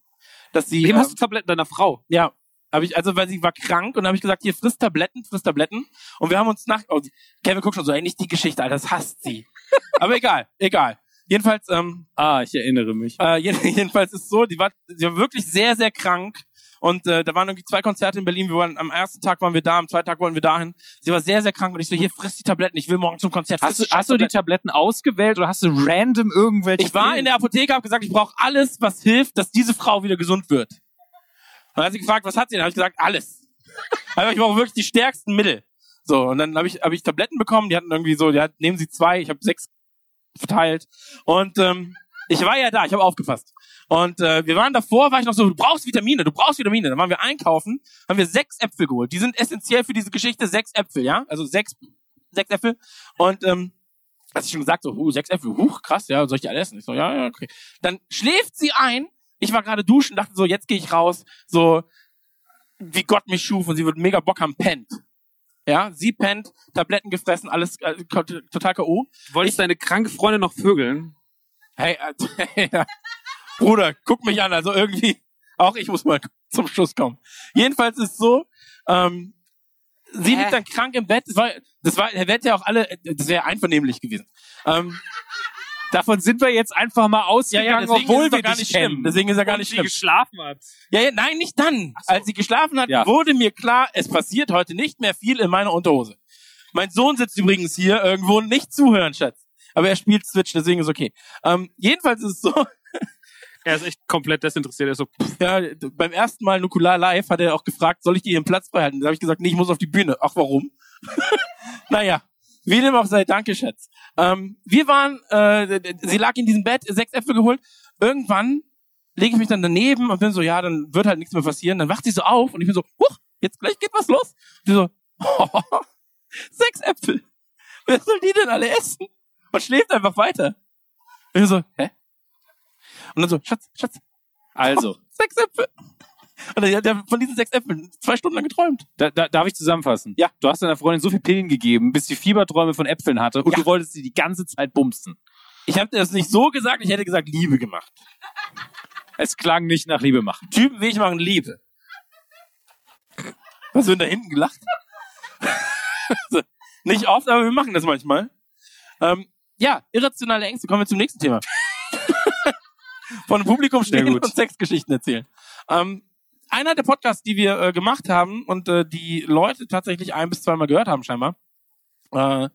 Speaker 8: dass sie.
Speaker 2: Wem
Speaker 8: ähm,
Speaker 2: hast du Tabletten deiner Frau?
Speaker 8: ja, habe ich, also weil sie war krank und habe ich gesagt, hier frisst Tabletten, frisst Tabletten. Und wir haben uns nach. Oh, Kevin guckt schon so, ey, nicht die Geschichte, Alter, das hasst sie. Aber egal, egal. Jedenfalls, ähm,
Speaker 2: Ah, ich erinnere mich.
Speaker 8: äh, jeden- jedenfalls ist so, die war, die war wirklich sehr, sehr krank. Und äh, da waren irgendwie zwei Konzerte in Berlin. Wir waren, am ersten Tag waren wir da, am zweiten Tag wollten wir dahin. Sie war sehr, sehr krank und ich so, hier frisst die Tabletten, ich will morgen zum Konzert.
Speaker 2: Hast
Speaker 8: Friss
Speaker 2: du,
Speaker 8: die
Speaker 2: hast du die
Speaker 8: Scheiß
Speaker 2: Tabletten ausgewählt oder hast du random irgendwelche?
Speaker 8: Ich war in der Apotheke, habe gesagt, ich brauche alles, was hilft, dass diese Frau wieder gesund wird. Und dann hat sie gefragt, was hat sie denn? Habe ich gesagt, alles. Aber ich brauche wirklich die stärksten Mittel. So, und dann habe ich, hab ich Tabletten bekommen, die hatten irgendwie so, die hat, nehmen sie zwei, ich habe sechs verteilt. Und ähm, ich war ja da, ich habe aufgepasst. Und äh, wir waren davor, war ich noch so, du brauchst Vitamine, du brauchst Vitamine. Dann waren wir einkaufen, haben wir sechs Äpfel geholt. Die sind essentiell für diese Geschichte, sechs Äpfel, ja? Also sechs, sechs Äpfel. Und ähm, als ich schon gesagt so, huh, sechs Äpfel, huch, krass, ja, soll ich die alle essen? Ich so, ja, ja, okay. Dann schläft sie ein. Ich war gerade duschen, dachte so, jetzt gehe ich raus, so wie Gott mich schuf und sie wird mega Bock haben, pennt. Ja, sie pennt, Tabletten gefressen, alles äh, ko- total K.O.
Speaker 2: Wolltest deine kranke Freundin noch vögeln?
Speaker 8: Hey, äh, ja. Bruder, guck mich an, also irgendwie, auch ich muss mal zum Schluss kommen. Jedenfalls ist so, ähm, sie liegt dann krank im Bett. Das war, das war, der Wett ja auch alle, das wäre einvernehmlich gewesen. Ähm, davon sind wir jetzt einfach mal ausgegangen,
Speaker 7: deswegen
Speaker 8: obwohl
Speaker 7: ist es doch
Speaker 8: wir
Speaker 7: gar
Speaker 8: dich
Speaker 7: nicht
Speaker 8: kennen.
Speaker 7: schlimm.
Speaker 8: Deswegen ist er gar
Speaker 7: Und
Speaker 8: nicht
Speaker 7: sie
Speaker 8: schlimm.
Speaker 7: geschlafen hat.
Speaker 8: Ja, ja, nein, nicht dann. Als sie geschlafen hat,
Speaker 7: Ja.
Speaker 8: wurde mir klar, es passiert heute nicht mehr viel in meiner Unterhose. Mein Sohn sitzt übrigens hier irgendwo und nicht zuhören, Schatz. Aber er spielt Switch, deswegen ist okay. Ähm, jedenfalls ist es so,
Speaker 7: Er ist echt komplett desinteressiert. Er ist so, pff,
Speaker 8: ja, beim ersten Mal Nukular Live hat er auch gefragt, soll ich dir ihren Platz freihalten? Da habe ich gesagt, nee, ich muss auf die Bühne. Ach, warum? naja, wie dem auch sei, danke, Schatz. Ähm, wir waren, äh, d- d- sie lag in diesem Bett, sechs Äpfel geholt. Irgendwann lege ich mich dann daneben und bin so, ja, dann wird halt nichts mehr passieren. Dann wacht sie so auf und ich bin so, huch, jetzt gleich geht was los. Und sie so, sechs Äpfel. Wer soll die denn alle essen? Und schläft einfach weiter. Und ich so, hä? Und dann so, Schatz, Schatz,
Speaker 7: also,
Speaker 8: sechs Äpfel. Und er hat ja von diesen sechs Äpfeln zwei Stunden lang geträumt.
Speaker 2: Da, da, darf ich zusammenfassen?
Speaker 8: Ja.
Speaker 2: Du hast deiner Freundin so viel Pillen gegeben, bis sie Fieberträume von Äpfeln hatte und
Speaker 8: Ja.
Speaker 2: du wolltest sie die ganze Zeit bumsen.
Speaker 8: Ich habe das nicht so gesagt, ich hätte gesagt Liebe gemacht.
Speaker 2: Es klang nicht nach Liebe machen.
Speaker 8: Typen wie ich machen Liebe. Was wird da hinten gelacht? Also, nicht oft, aber wir machen das manchmal. Ähm, ja, irrationale Ängste. Kommen wir zum nächsten Thema. Von dem Publikum stehen
Speaker 2: gut.
Speaker 8: und Sexgeschichten erzählen. Ähm, einer der Podcasts, die wir äh, gemacht haben und äh, die Leute tatsächlich ein bis zweimal gehört haben scheinbar, äh,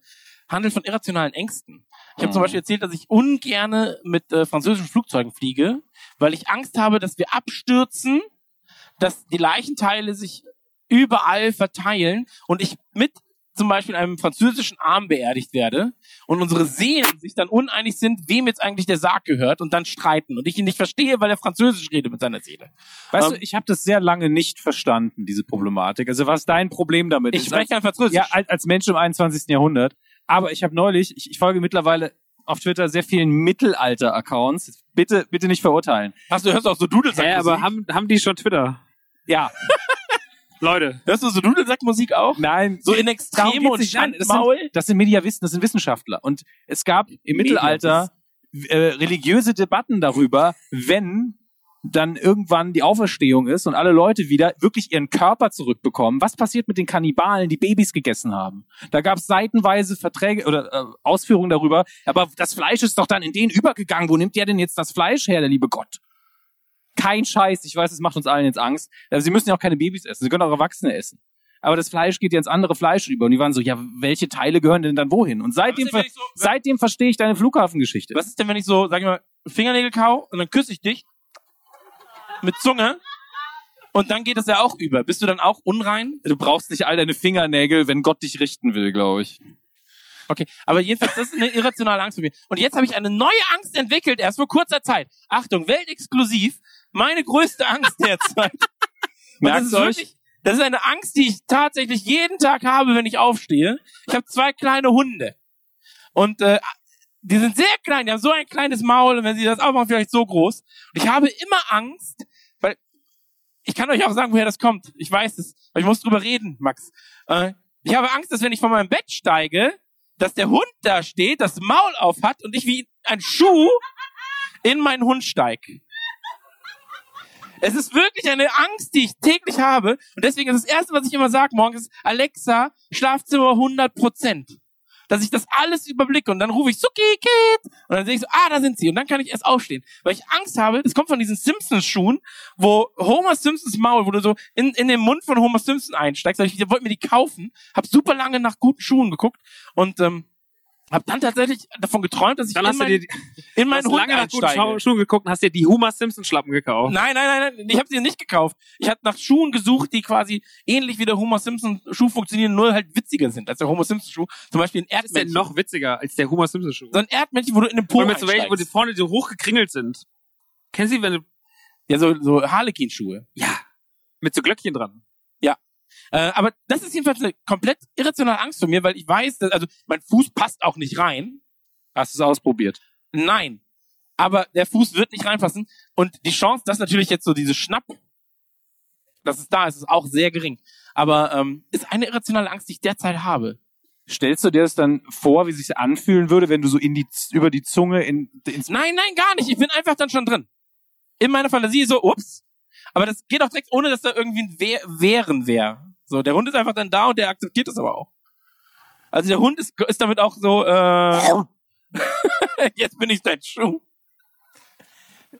Speaker 8: handelt von irrationalen Ängsten. Ich habe zum Beispiel erzählt, dass ich ungerne mit äh, französischen Flugzeugen fliege, weil ich Angst habe, dass wir abstürzen, dass die Leichenteile sich überall verteilen und ich mit zum Beispiel einem französischen Arm beerdigt werde und unsere Seelen sich dann uneinig sind, wem jetzt eigentlich der Sarg gehört und dann streiten und ich ihn nicht verstehe, weil er französisch redet mit seiner Seele.
Speaker 2: Weißt
Speaker 8: Ähm,
Speaker 2: du, ich habe das sehr lange nicht verstanden, diese Problematik. Also was ist dein Problem damit?
Speaker 8: Ich
Speaker 2: Ist
Speaker 8: spreche kein Französisch.
Speaker 2: Ja, äh, als, als Mensch im 21. Jahrhundert. Aber ich habe neulich, ich, ich folge mittlerweile auf Twitter sehr vielen Mittelalter-Accounts. Bitte, bitte nicht verurteilen.
Speaker 8: Hast du hörst auch so Dudelsack?
Speaker 7: hä, aber haben, haben die schon Twitter?
Speaker 2: Ja,
Speaker 7: Leute,
Speaker 8: hörst du so Dudelsackmusik auch?
Speaker 2: nein.
Speaker 8: So in
Speaker 2: darum
Speaker 8: Extremo
Speaker 2: geht's
Speaker 8: und
Speaker 2: nicht. Nein, das,
Speaker 8: Standmaul?
Speaker 2: sind, das sind Mediavisten, das sind Wissenschaftler. Und es gab im Mittelalter äh, religiöse Debatten darüber, wenn dann irgendwann die Auferstehung ist und alle Leute wieder wirklich ihren Körper zurückbekommen. Was passiert mit den Kannibalen, die Babys gegessen haben? Da gab es seitenweise Verträge oder äh, Ausführungen darüber, aber das Fleisch ist doch dann in den übergegangen. Wo nimmt der denn jetzt das Fleisch her, der liebe Gott? Kein Scheiß, ich weiß, es macht uns allen jetzt Angst. Äh, Sie müssen ja auch keine Babys essen, sie können auch Erwachsene essen. Aber das Fleisch geht ja ins andere Fleisch über. Und die waren so, ja, welche Teile gehören denn dann wohin? Und seitdem,
Speaker 8: Aber
Speaker 2: ver
Speaker 8: ist ja nicht so-
Speaker 2: seitdem verstehe ich deine Flughafengeschichte.
Speaker 8: Was ist denn, wenn ich so, sag ich mal, Fingernägel kau und dann küsse ich dich mit Zunge und dann geht das ja auch über. Bist du dann auch unrein?
Speaker 2: Du brauchst nicht all deine Fingernägel, wenn Gott dich richten will, glaube ich.
Speaker 8: Okay, aber jedenfalls, das ist eine irrationale Angst von mir. Und jetzt habe ich eine neue Angst entwickelt, erst vor kurzer Zeit. Achtung, weltexklusiv, meine größte Angst derzeit. Und das
Speaker 2: Merkt
Speaker 8: ist
Speaker 2: euch,
Speaker 8: wirklich- Das ist eine Angst, die ich tatsächlich jeden Tag habe, wenn ich aufstehe. Ich habe zwei kleine Hunde. Und äh, die sind sehr klein, die haben so ein kleines Maul und wenn sie das aufmachen, vielleicht so groß. Und ich habe immer Angst, weil ich kann euch auch sagen, woher das kommt. Ich weiß es, aber ich muss drüber reden, Max. Äh, ich habe Angst, dass wenn ich von meinem Bett steige, dass der Hund da steht, das Maul auf hat und ich wie ein Schuh in meinen Hund steige. Es ist wirklich eine Angst, die ich täglich habe. Und deswegen ist das Erste, was ich immer sage morgens, ist, Alexa, Schlafzimmer 100 Prozent. Dass ich das alles überblicke und dann rufe ich Suki Kid und dann sehe ich so, ah, da sind sie und dann kann ich erst aufstehen, weil ich Angst habe. Das kommt von diesen Simpsons-Schuhen, wo Homer Simpsons Maul, wo du so in, in den Mund von Homer Simpson einsteigst. Weil Ich wollte mir die kaufen, habe super lange nach guten Schuhen geguckt und ähm, habe dann tatsächlich davon geträumt, dass ich
Speaker 7: dann
Speaker 8: in,
Speaker 7: hast du
Speaker 8: mein,
Speaker 7: dir die,
Speaker 8: in
Speaker 7: hast
Speaker 8: meinen Hund
Speaker 7: lange nach guten
Speaker 8: einsteige.
Speaker 7: Schau- Schuhen geguckt und hast dir die Homer Simpson Schlappen gekauft.
Speaker 8: Nein, nein, nein, nein. Ich habe sie nicht gekauft. Ich habe nach Schuhen gesucht, die quasi ähnlich wie der Homer Simpson Schuh funktionieren, nur halt witziger sind als der Homer Simpson Schuh. Zum Beispiel ein
Speaker 7: Das ist ja
Speaker 8: Erdmännchen.
Speaker 7: noch witziger als der Homer Simpson Schuh.
Speaker 8: so ein Erdmännchen, wo du in den Po
Speaker 7: Und mit so welchen, wo die
Speaker 8: einsteigst.
Speaker 7: vorne so hoch gekringelt sind. Kennen Sie, wenn du
Speaker 8: Ja, so, so Harlequin-Schuhe.
Speaker 7: mit so Glöckchen dran?
Speaker 8: Äh, aber das ist jedenfalls eine komplett irrationale Angst von mir, weil ich weiß, dass, also mein Fuß passt auch nicht rein.
Speaker 2: hast du es ausprobiert.
Speaker 8: Nein. Aber der Fuß wird nicht reinpassen. Und die Chance, dass natürlich jetzt so diese Schnapp, dass es da ist, ist auch sehr gering. Aber ähm, ist eine irrationale Angst, die ich derzeit habe.
Speaker 2: Stellst du dir das dann vor, wie sich anfühlen würde, wenn du so in die, Z- über die Zunge in, ins...
Speaker 8: Nein, nein, gar nicht. Ich bin einfach dann schon drin. In meiner Fantasie so, ups. Aber das geht auch direkt, ohne dass da irgendwie ein Wehr, Wehren wäre. So, der Hund ist einfach dann da und der akzeptiert es aber auch. Also der Hund ist, ist damit auch so, äh, jetzt bin ich dein Schuh.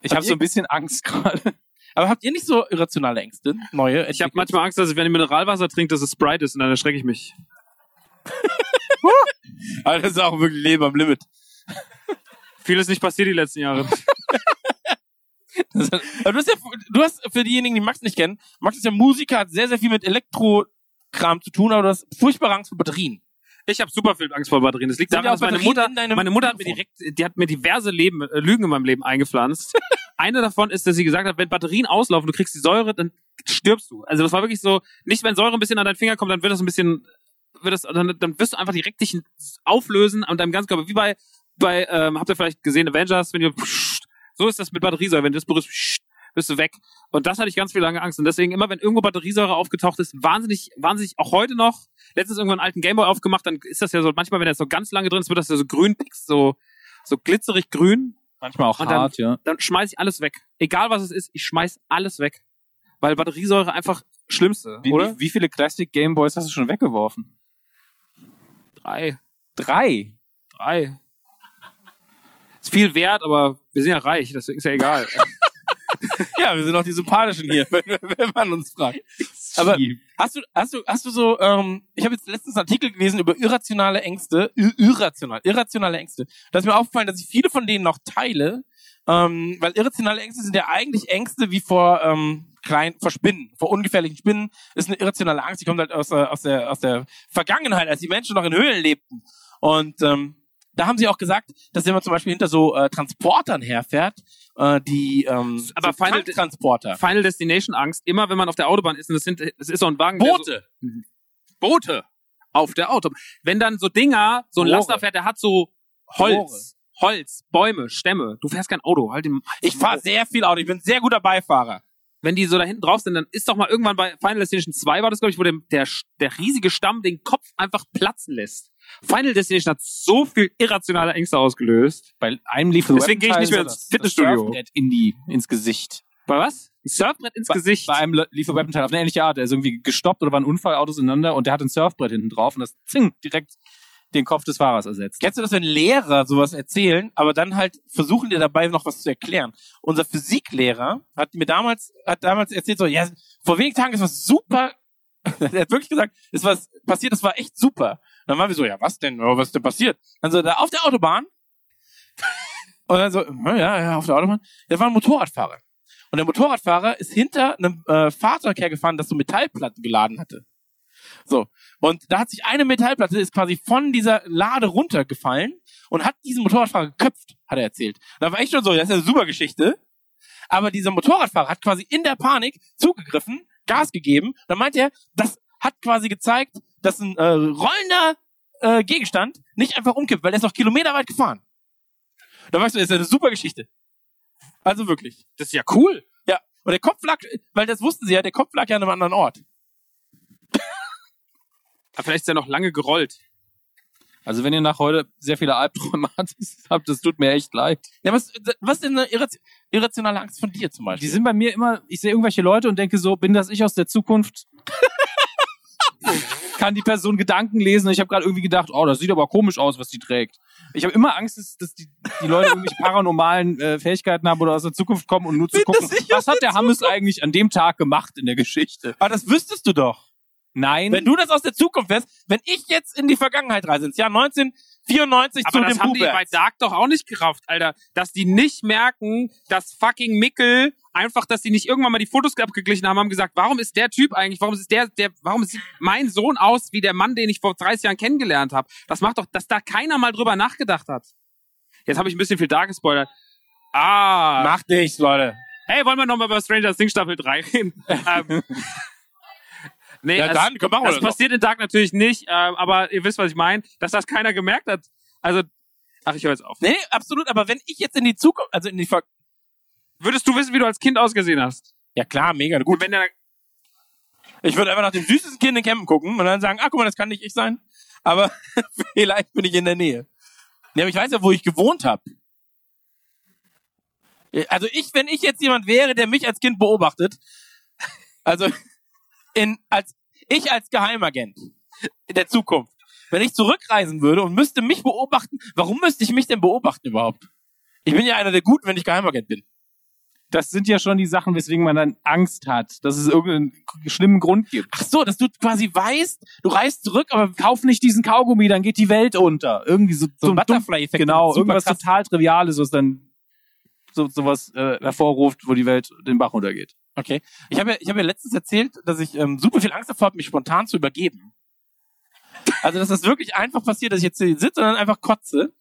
Speaker 8: Ich habe so ein bisschen Angst gerade. Aber habt ihr nicht so irrationale Ängste? Neue?
Speaker 7: Ich habe manchmal Angst, dass ich, wenn ich Mineralwasser trinke, dass es Sprite ist und dann erschrecke ich mich.
Speaker 8: Aber Ah, das ist auch wirklich Leben am Limit.
Speaker 7: Vieles nicht passiert die letzten Jahre.
Speaker 8: Das ist- Aber du hast ja, du hast für diejenigen, die Max nicht kennen, Max ist ja Musiker, hat sehr, sehr viel mit Elektrokram zu tun, aber du hast furchtbare Angst vor Batterien.
Speaker 7: Ich habe super viel Angst vor Batterien. Das liegt
Speaker 8: Sind ja auch
Speaker 7: daran, dass meine
Speaker 8: Batterien
Speaker 7: Mutter,
Speaker 8: in
Speaker 2: Ähm,
Speaker 8: deinem
Speaker 7: meine Mutter hat mir
Speaker 8: Telefon?
Speaker 7: direkt, die hat mir diverse Leben, äh, Lügen in meinem Leben eingepflanzt. Eine davon ist, dass sie gesagt hat, wenn Batterien auslaufen, du kriegst die Säure, dann stirbst du. Also das war wirklich so, nicht wenn Säure ein bisschen an deinen Finger kommt, dann wird das ein bisschen, wird das, dann, dann wirst du einfach direkt dich auflösen an deinem ganzen Körper. Wie bei, bei, ähm, habt ihr vielleicht gesehen, Avengers, wenn ihr, so ist das mit Batteriesäure, wenn du das berührst, bist du weg. Und das hatte ich ganz viel lange Angst. Und deswegen immer, wenn irgendwo Batteriesäure aufgetaucht ist, wahnsinnig, wahnsinnig, auch heute noch, letztens irgendwann einen alten Gameboy aufgemacht, dann ist das ja so, manchmal, wenn das so ganz lange drin ist, wird das ja so grün, so, so glitzerig grün.
Speaker 2: Manchmal auch
Speaker 7: Und dann-
Speaker 2: hart, ja.
Speaker 7: Dann schmeiß ich alles weg. Egal was es ist, ich schmeiß alles weg. Weil Batteriesäure einfach schlimmste,
Speaker 2: Wie,
Speaker 7: oder?
Speaker 2: wie, wie viele Classic Game Boys hast du schon weggeworfen?
Speaker 7: Drei.
Speaker 2: Drei.
Speaker 7: Drei. Ist viel wert, aber wir sind ja reich, deswegen ist ja egal.
Speaker 8: Ja, wir sind auch die sympathischen hier, wenn, wenn man uns fragt. Aber hast du, hast du, hast du so, ähm, ich habe jetzt letztens einen Artikel gelesen über irrationale Ängste, ir irrational, irrationale Ängste. Da ist mir aufgefallen, dass ich viele von denen noch teile, ähm, weil irrationale Ängste sind ja eigentlich Ängste wie vor ähm, klein, vor Spinnen, vor ungefährlichen Spinnen. Ist eine irrationale Angst, die kommt halt aus, der- aus der aus der Vergangenheit, als die Menschen noch in Höhlen lebten. Und ähm, da haben sie auch gesagt, dass wenn man zum Beispiel hinter so äh, Transportern herfährt, äh, die ähm,
Speaker 7: Aber
Speaker 8: so
Speaker 7: Final-
Speaker 8: Transporter,
Speaker 7: Final Destination Angst, immer wenn man auf der Autobahn ist und es, sind, es ist so ein Wagen. der So,
Speaker 8: Boote,
Speaker 7: Boote auf der Autobahn. Wenn dann so Dinger, so ein
Speaker 8: Rohre.
Speaker 7: Laster fährt, der hat so Holz, Holz, Bäume, Stämme. Du fährst kein Auto, halt den
Speaker 8: Ich fahre sehr viel Auto. Ich bin ein sehr guter Beifahrer.
Speaker 7: wenn die so da hinten drauf sind, dann ist doch mal irgendwann bei Final Destination 2 war das, glaube ich, wo der, der, der riesige Stamm den Kopf einfach platzen lässt. Final Destination hat so viel irrationale Ängste ausgelöst.
Speaker 2: Bei einem lief
Speaker 7: Deswegen gehe ich nicht mehr ins Fitnessstudio.
Speaker 2: in die, ins Gesicht.
Speaker 7: Bei was? Ein Surfbrett ins Gesicht.
Speaker 2: Bei einem lief The Weapon Teil auf eine ähnliche Art. Der ist irgendwie gestoppt oder war ein Unfall, Autos ineinander und der hat ein Surfbrett hinten drauf und das zing direkt den Kopf des Fahrers ersetzt.
Speaker 8: Kennst du das, wenn Lehrer sowas erzählen, aber dann halt versuchen dir dabei noch was zu erklären? Unser Physiklehrer hat mir damals, hat damals erzählt so, ja, vor wenigen Tagen ist was super, er hat wirklich gesagt, ist was passiert, das war echt super. Und dann waren wir so, ja, was denn, Ja, was ist denn passiert? Dann so, da auf der Autobahn. Und dann so, ja, ja, auf der Autobahn. Da war ein Motorradfahrer. Und der Motorradfahrer ist hinter einem äh, Fahrzeug hergefahren, das so Metallplatten geladen hatte. So. Und da hat sich eine Metallplatte ist quasi von dieser Lade runtergefallen und hat diesen Motorradfahrer geköpft, hat er erzählt. Da war ich schon so, das ist ja eine super Geschichte. Aber dieser Motorradfahrer hat quasi in der Panik zugegriffen, Gas gegeben. Dann meinte er, das hat quasi gezeigt, dass ein äh, rollender äh, Gegenstand nicht einfach umkippt, weil er ist noch kilometerweit gefahren. Da weißt du, das ist ja eine super Geschichte. Also wirklich.
Speaker 7: das ist ja cool.
Speaker 8: Ja. Und der Kopf lag, weil das wussten sie ja, der Kopf lag ja an einem anderen Ort.
Speaker 7: Aber vielleicht ist er noch lange gerollt.
Speaker 2: Also wenn ihr nach heute sehr viele Albträume habt, das tut mir echt leid.
Speaker 8: Ja, was, was ist denn eine irra- irrationale Angst von dir zum
Speaker 2: Die
Speaker 8: Beispiel?
Speaker 2: sind bei mir immer, ich sehe irgendwelche Leute und denke so, bin das ich aus der Zukunft? Kann die Person Gedanken lesen und ich habe gerade irgendwie gedacht, oh, das sieht aber komisch aus, was die trägt. Ich habe immer Angst, dass, dass die, die Leute irgendwelche paranormalen äh, Fähigkeiten haben oder aus der Zukunft kommen und nur zu gucken, was hat der Hammes eigentlich an dem Tag gemacht in der Geschichte?
Speaker 8: Aber das wüsstest du doch.
Speaker 2: Nein,
Speaker 8: Wenn du das aus der Zukunft wärst, wenn ich jetzt in die Vergangenheit reise, ins Jahr 1994
Speaker 7: Aber
Speaker 8: zu
Speaker 7: das
Speaker 8: dem
Speaker 7: haben die
Speaker 8: Bube.
Speaker 7: bei Dark doch auch nicht gerafft, Alter. Dass die nicht merken, dass fucking Mickel einfach, dass die nicht irgendwann mal die Fotos abgeglichen haben, haben gesagt, warum ist der Typ eigentlich, warum ist der, der, warum sieht mein Sohn aus wie der Mann, den ich vor 30 Jahren kennengelernt habe? Das macht doch, dass da keiner mal drüber nachgedacht hat. Jetzt habe ich ein bisschen viel Dark gespoilert. Ah.
Speaker 8: Mach dich, Leute.
Speaker 7: Hey, wollen wir nochmal über Stranger Things Staffel 3 reden? Ähm, nee,
Speaker 8: Ja,
Speaker 7: das,
Speaker 8: dann können wir
Speaker 7: das
Speaker 8: das.
Speaker 7: passiert in Dark natürlich nicht, ähm, aber ihr wisst, was ich meine, dass das keiner gemerkt hat. Also, ach, ich höre jetzt auf.
Speaker 8: Nee, absolut. Aber wenn ich jetzt in die Zukunft, also in die Ver
Speaker 7: Würdest du wissen, wie du als Kind ausgesehen hast?
Speaker 8: Ja klar, mega gut.
Speaker 7: Wenn der,
Speaker 8: Ich würde einfach nach dem süßesten Kind in Campen gucken und dann sagen, ach guck mal, das kann nicht ich sein. Aber vielleicht bin ich in der Nähe. Nee, aber ich weiß ja, wo ich gewohnt habe. Also ich, wenn ich jetzt jemand wäre, der mich als Kind beobachtet, also in, als, Ich als Geheimagent in der Zukunft, wenn ich zurückreisen würde und müsste mich beobachten, warum müsste ich mich denn beobachten überhaupt? Ich bin ja einer der Guten, wenn ich Geheimagent bin.
Speaker 2: Das sind ja schon die Sachen, weswegen man dann Angst hat, dass es irgendeinen schlimmen Grund gibt.
Speaker 8: Ach so, dass du quasi weißt, du reist zurück, aber
Speaker 2: Kauf nicht diesen Kaugummi, dann geht die Welt unter. Irgendwie so,
Speaker 8: so ein
Speaker 2: dumm-
Speaker 8: Butterfly-Effekt.
Speaker 2: Genau,
Speaker 8: super
Speaker 2: irgendwas
Speaker 8: krass.
Speaker 2: total Triviales, was dann so, sowas äh, hervorruft, wo die Welt den Bach runtergeht.
Speaker 8: Okay. Ich habe ja, ich habe ja letztens erzählt, dass ich ähm, super viel Angst davor habe, mich spontan zu übergeben. Also, dass das wirklich einfach passiert, dass ich jetzt hier sitze und dann einfach kotze.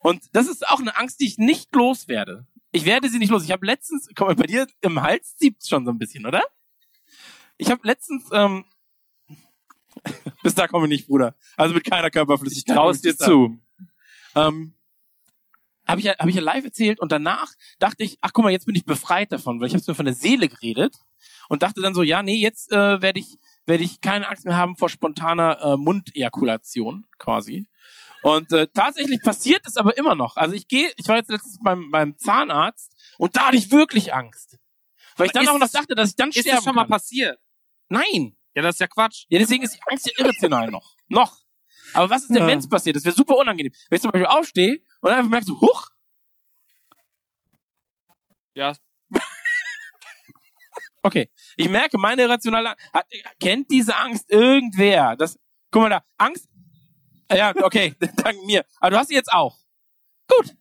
Speaker 8: Und das ist auch eine Angst, die ich nicht los werde. Ich werde sie nicht los. Ich habe letztens, komm mal, bei dir im Hals zieht's schon so ein bisschen, oder? Ich habe letztens, ähm, bis da komme ich nicht, Bruder. Also mit keiner Körperflüssigkeit.
Speaker 2: Traust dir
Speaker 8: Bis da.
Speaker 2: zu.
Speaker 8: Ähm, habe ich, ja- hab ich ja live erzählt und danach dachte ich, ach guck mal, jetzt bin ich befreit davon, weil ich habe es mir von der Seele geredet und dachte dann so, ja, nee, jetzt äh, werde ich, werde ich keine Angst mehr haben vor spontaner äh, Mundejakulation quasi. Und äh, tatsächlich passiert es aber immer noch. Also ich gehe, ich war jetzt letztens beim, beim Zahnarzt und da hatte ich wirklich Angst. Weil ich dann
Speaker 7: Ist
Speaker 8: auch noch
Speaker 7: das-
Speaker 8: dachte, dass ich dann
Speaker 7: Ist
Speaker 8: sterben
Speaker 7: das schon mal
Speaker 8: kann.
Speaker 7: passiert?
Speaker 8: Nein.
Speaker 7: Ja, das ist ja Quatsch.
Speaker 8: Ja, deswegen ist die Angst ja irrational noch. Noch. Aber was ist denn,
Speaker 10: Ja.
Speaker 8: wenn's passiert? Das wäre super unangenehm. Wenn ich zum Beispiel aufstehe und dann einfach merkst du, huch,
Speaker 7: Ja,
Speaker 8: Okay. Ich merke, meine irrationale Angst. Hat, kennt diese Angst irgendwer? Das, guck mal da. Angst. Ah Ja, okay. Dank mir. Aber du hast sie jetzt auch. Gut.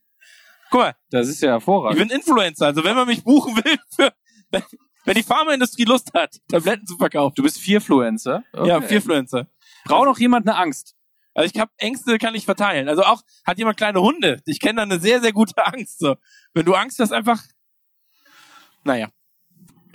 Speaker 8: Guck mal.
Speaker 2: Das ist ja
Speaker 8: Ich
Speaker 2: hervorragend.
Speaker 8: bin Influencer. Also wenn man mich buchen will, für, wenn, wenn die Pharmaindustrie Lust hat, Tabletten zu verkaufen.
Speaker 2: Du bist Vierfluencer.
Speaker 8: Ja, Vierfluencer.
Speaker 2: Braucht noch jemand eine Angst?
Speaker 8: Also ich habe Ängste, kann ich verteilen. Also auch hat jemand kleine Hunde. Ich kenne da eine sehr, sehr gute Angst. So. Wenn du Angst hast, einfach. Naja.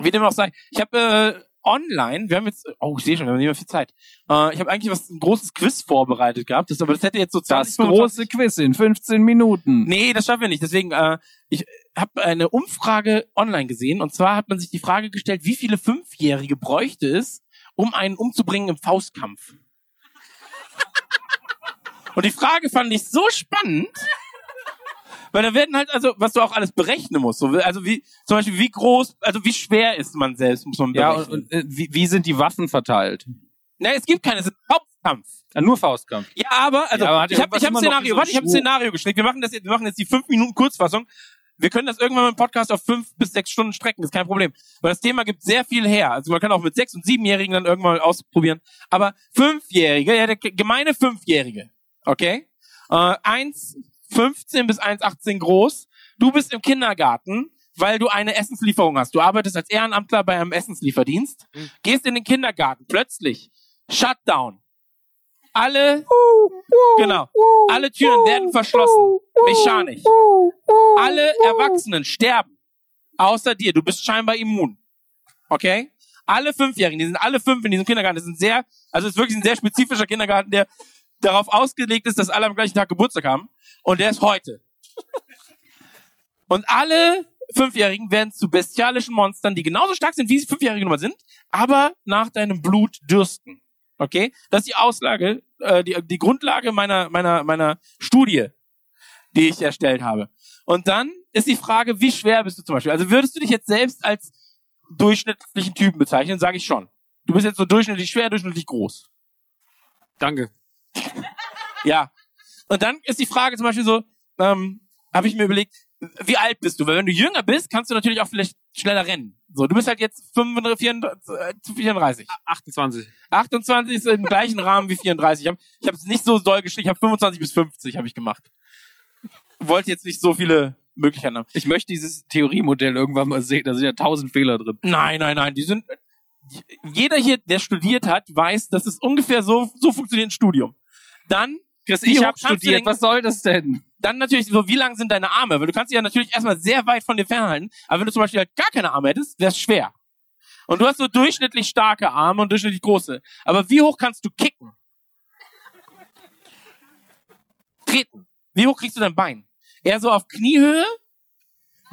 Speaker 8: Wie dem auch sei. Ich habe äh, online, wir haben jetzt, oh, ich sehe schon, wir haben nicht mehr viel Zeit. Äh, ich habe eigentlich was ein großes Quiz vorbereitet gehabt, das, aber das hätte jetzt so 20
Speaker 2: Das große Quiz in 15 Minuten.
Speaker 8: Nee, das schaffen wir nicht. Deswegen, äh, ich habe eine Umfrage online gesehen und zwar hat man sich die Frage gestellt, wie viele Fünfjährige bräuchte es, um einen umzubringen im Faustkampf? Und die Frage fand ich so spannend, weil da werden halt also, was du auch alles berechnen musst. So, Also wie zum Beispiel wie groß, also wie schwer ist man selbst, muss man
Speaker 2: Ja,
Speaker 8: berechnen.
Speaker 2: und, und äh, wie, wie sind die Waffen verteilt?
Speaker 8: Nein, es gibt keine, es ist Faustkampf.
Speaker 2: Ah, nur Faustkampf.
Speaker 8: Ja, aber, also,
Speaker 2: Ja, aber hat
Speaker 8: ich habe
Speaker 2: irgendwas
Speaker 8: ich hab ein
Speaker 2: immer noch
Speaker 8: Szenario,
Speaker 2: so
Speaker 8: warte, ich habe ein
Speaker 2: Schwur-
Speaker 8: Szenario geschickt. Wir machen das jetzt, wir machen jetzt die 5 Minuten Kurzfassung. Wir können das irgendwann mit dem Podcast auf 5 bis 6 Stunden strecken, ist kein Problem. Weil das Thema gibt sehr viel her. Also man kann auch mit 6- und 7-Jährigen dann irgendwann mal ausprobieren. Aber Fünfjährige, ja, der gemeine Fünfjährige, okay? Äh, 1,15 bis 1,18 groß. Du bist im Kindergarten, weil du eine Essenslieferung hast. Du arbeitest als Ehrenamtler bei einem Essenslieferdienst,
Speaker 2: Mhm.
Speaker 8: gehst in den Kindergarten, plötzlich Shutdown. Alle, genau, alle Türen werden verschlossen, mechanisch. Alle Erwachsenen sterben, außer dir. Du bist scheinbar immun, okay? Alle Fünfjährigen, die sind alle fünf in diesem Kindergarten. Das ist sehr, also es ist wirklich ein sehr spezifischer Kindergarten, der darauf ausgelegt ist, dass alle am gleichen Tag Geburtstag haben. Und der ist heute. Und alle Fünfjährigen werden zu bestialischen Monstern, die genauso stark sind, wie sie Fünfjährige nun mal sind, aber nach deinem Blut dürsten. Okay? Das ist die Auslage, äh, die, die Grundlage meiner, meiner, meiner Studie, die ich erstellt habe. Und dann ist die Frage, wie schwer bist du zum Beispiel? Also würdest du dich jetzt selbst als durchschnittlichen Typen bezeichnen? Sage ich schon. Du bist jetzt so durchschnittlich schwer, durchschnittlich groß.
Speaker 7: danke.
Speaker 8: Ja. Und dann ist die Frage zum Beispiel so, ähm, habe ich mir überlegt, wie alt bist du? Weil wenn du jünger bist, kannst du natürlich auch vielleicht schneller rennen. So, du bist halt jetzt äh, 35, 34, 34.
Speaker 7: 28.
Speaker 8: 28 ist im gleichen Rahmen wie 34. Ich habe ich hab's nicht so doll geschrieben, ich habe 25 bis 50 habe ich gemacht. Wollte jetzt nicht so viele Möglichkeiten haben.
Speaker 2: Ich möchte dieses Theoriemodell irgendwann mal sehen. Da sind ja tausend Fehler drin.
Speaker 8: Nein, nein, nein, die sind jeder hier, der studiert hat, weiß, dass es ungefähr so so funktioniert ein Studium. Dann Chris,
Speaker 2: ich habe studiert. Was soll das denn?
Speaker 8: dann natürlich so, wie lang sind deine Arme? Weil du kannst dich ja natürlich erstmal sehr weit von dir fernhalten. Aber wenn du zum Beispiel halt gar keine Arme hättest, wäre es schwer. Und du hast so durchschnittlich starke Arme und durchschnittlich große. Aber wie hoch kannst du kicken? Treten. Wie hoch kriegst du dein Bein? Eher so auf Kniehöhe?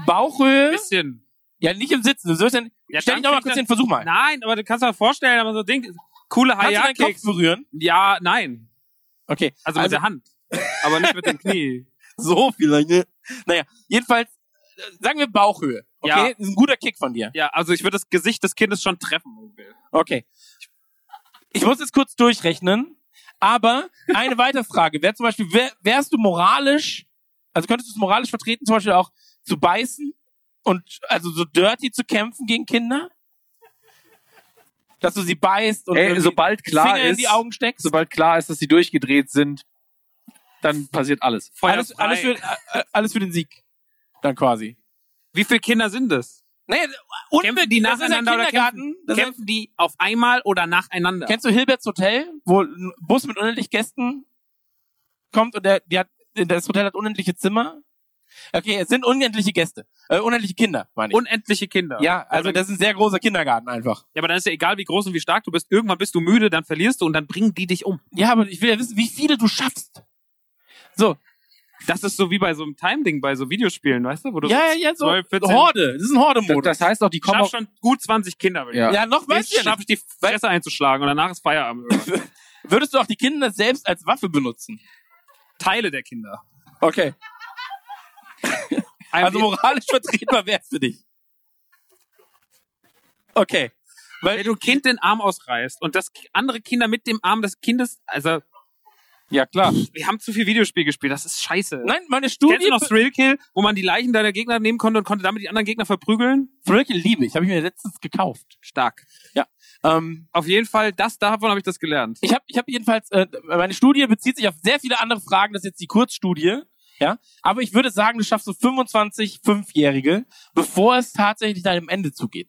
Speaker 8: Bauchhöhe?
Speaker 7: Bisschen.
Speaker 8: Ja, nicht im Sitzen. Du sollst dann,
Speaker 7: Ja,
Speaker 8: stell dich
Speaker 7: dann
Speaker 8: doch mal
Speaker 7: kriegt
Speaker 8: kurz
Speaker 7: er-
Speaker 8: hin, versuch mal.
Speaker 7: Nein, aber du kannst dir vorstellen, aber so ein Ding, coole
Speaker 8: kannst du deinen Kopf
Speaker 7: Hayat-Kicks.
Speaker 8: berühren?
Speaker 7: Ja, nein.
Speaker 8: Okay.
Speaker 7: Also mit der Hand. Aber nicht mit dem Knie.
Speaker 8: so vielleicht, ne? Naja, jedenfalls, äh, sagen wir Bauchhöhe. Okay,
Speaker 7: Ja.
Speaker 8: ist ein guter Kick von dir.
Speaker 7: Ja, also ich würde das Gesicht des Kindes schon treffen.
Speaker 8: Okay. ich muss jetzt kurz durchrechnen, aber eine weitere Frage. Wäre zum Beispiel, wär, wärst du moralisch, also könntest du es moralisch vertreten, zum Beispiel auch zu beißen und also so dirty zu kämpfen gegen Kinder? Dass du sie beißt und
Speaker 7: Ey,
Speaker 8: irgendwie
Speaker 7: sobald klar
Speaker 8: Finger in
Speaker 7: ist,
Speaker 8: die Augen steckst?
Speaker 7: sobald klar ist, dass sie durchgedreht sind, dann passiert alles. Feuer
Speaker 8: alles,
Speaker 7: frei.
Speaker 8: alles, für, äh, alles für den Sieg. Dann quasi.
Speaker 7: Wie viele Kinder sind es?
Speaker 8: Nee, und
Speaker 7: Kämpfen die
Speaker 8: das ist ein
Speaker 7: nacheinander oder
Speaker 8: Kindergarten. Das ist,
Speaker 7: Kämpfen die auf einmal oder nacheinander?
Speaker 8: kennst du Hilberts Hotel, wo ein Bus mit unendlich Gästen kommt und der, die hat, das Hotel hat unendliche Zimmer? Okay, es sind unendliche Gäste. Äh, unendliche Kinder, meine ich.
Speaker 7: Unendliche Kinder.
Speaker 8: ja, also das ist ein sehr großer Kindergarten einfach.
Speaker 7: Ja, aber dann ist ja egal, wie groß und wie stark du bist. Irgendwann bist du müde, dann verlierst du und dann bringen die dich um.
Speaker 8: Ja, aber ich will ja wissen, wie viele du schaffst. So,
Speaker 7: Das ist so wie bei so einem Time-Ding, bei so Videospielen, weißt du? Wo du
Speaker 8: ja, ja, ja, so
Speaker 7: 12, 14,
Speaker 8: Horde. Das ist ein Horde-Modus.
Speaker 7: Das heißt
Speaker 8: doch, die
Speaker 7: Ich schaff schon gut 20 Kinder.
Speaker 8: Ja, noch
Speaker 7: Ich
Speaker 8: weißt du ja
Speaker 7: schaff
Speaker 8: nicht.
Speaker 7: ich die Fresse einzuschlagen und danach ist Feierabend.
Speaker 8: Würdest du auch die Kinder selbst als Waffe benutzen?
Speaker 7: Teile der Kinder.
Speaker 8: Okay. Also
Speaker 7: die-
Speaker 8: moralisch vertretbar wär's für dich. Okay.
Speaker 7: Wenn du ein Kind den Arm ausreißt und das andere Kinder mit dem Arm des Kindes, also
Speaker 8: Ja, klar.
Speaker 7: wir haben zu viel Videospiel gespielt, das ist scheiße.
Speaker 8: Nein, meine
Speaker 7: Kennst
Speaker 8: Studie...
Speaker 7: du noch Thrill Kill, wo man die Leichen deiner Gegner nehmen konnte und konnte damit die anderen Gegner verprügeln?
Speaker 8: Thrill liebe ich. Habe ich mir letztens gekauft.
Speaker 7: Stark.
Speaker 8: Ähm,
Speaker 7: Auf jeden Fall, das davon habe ich das gelernt.
Speaker 8: ich habe ich hab jedenfalls, äh, meine Studie bezieht sich auf sehr viele andere Fragen, das ist jetzt die Kurzstudie, ja. Aber ich würde sagen, du schaffst so 25 Fünfjährige, bevor es tatsächlich deinem Ende zugeht.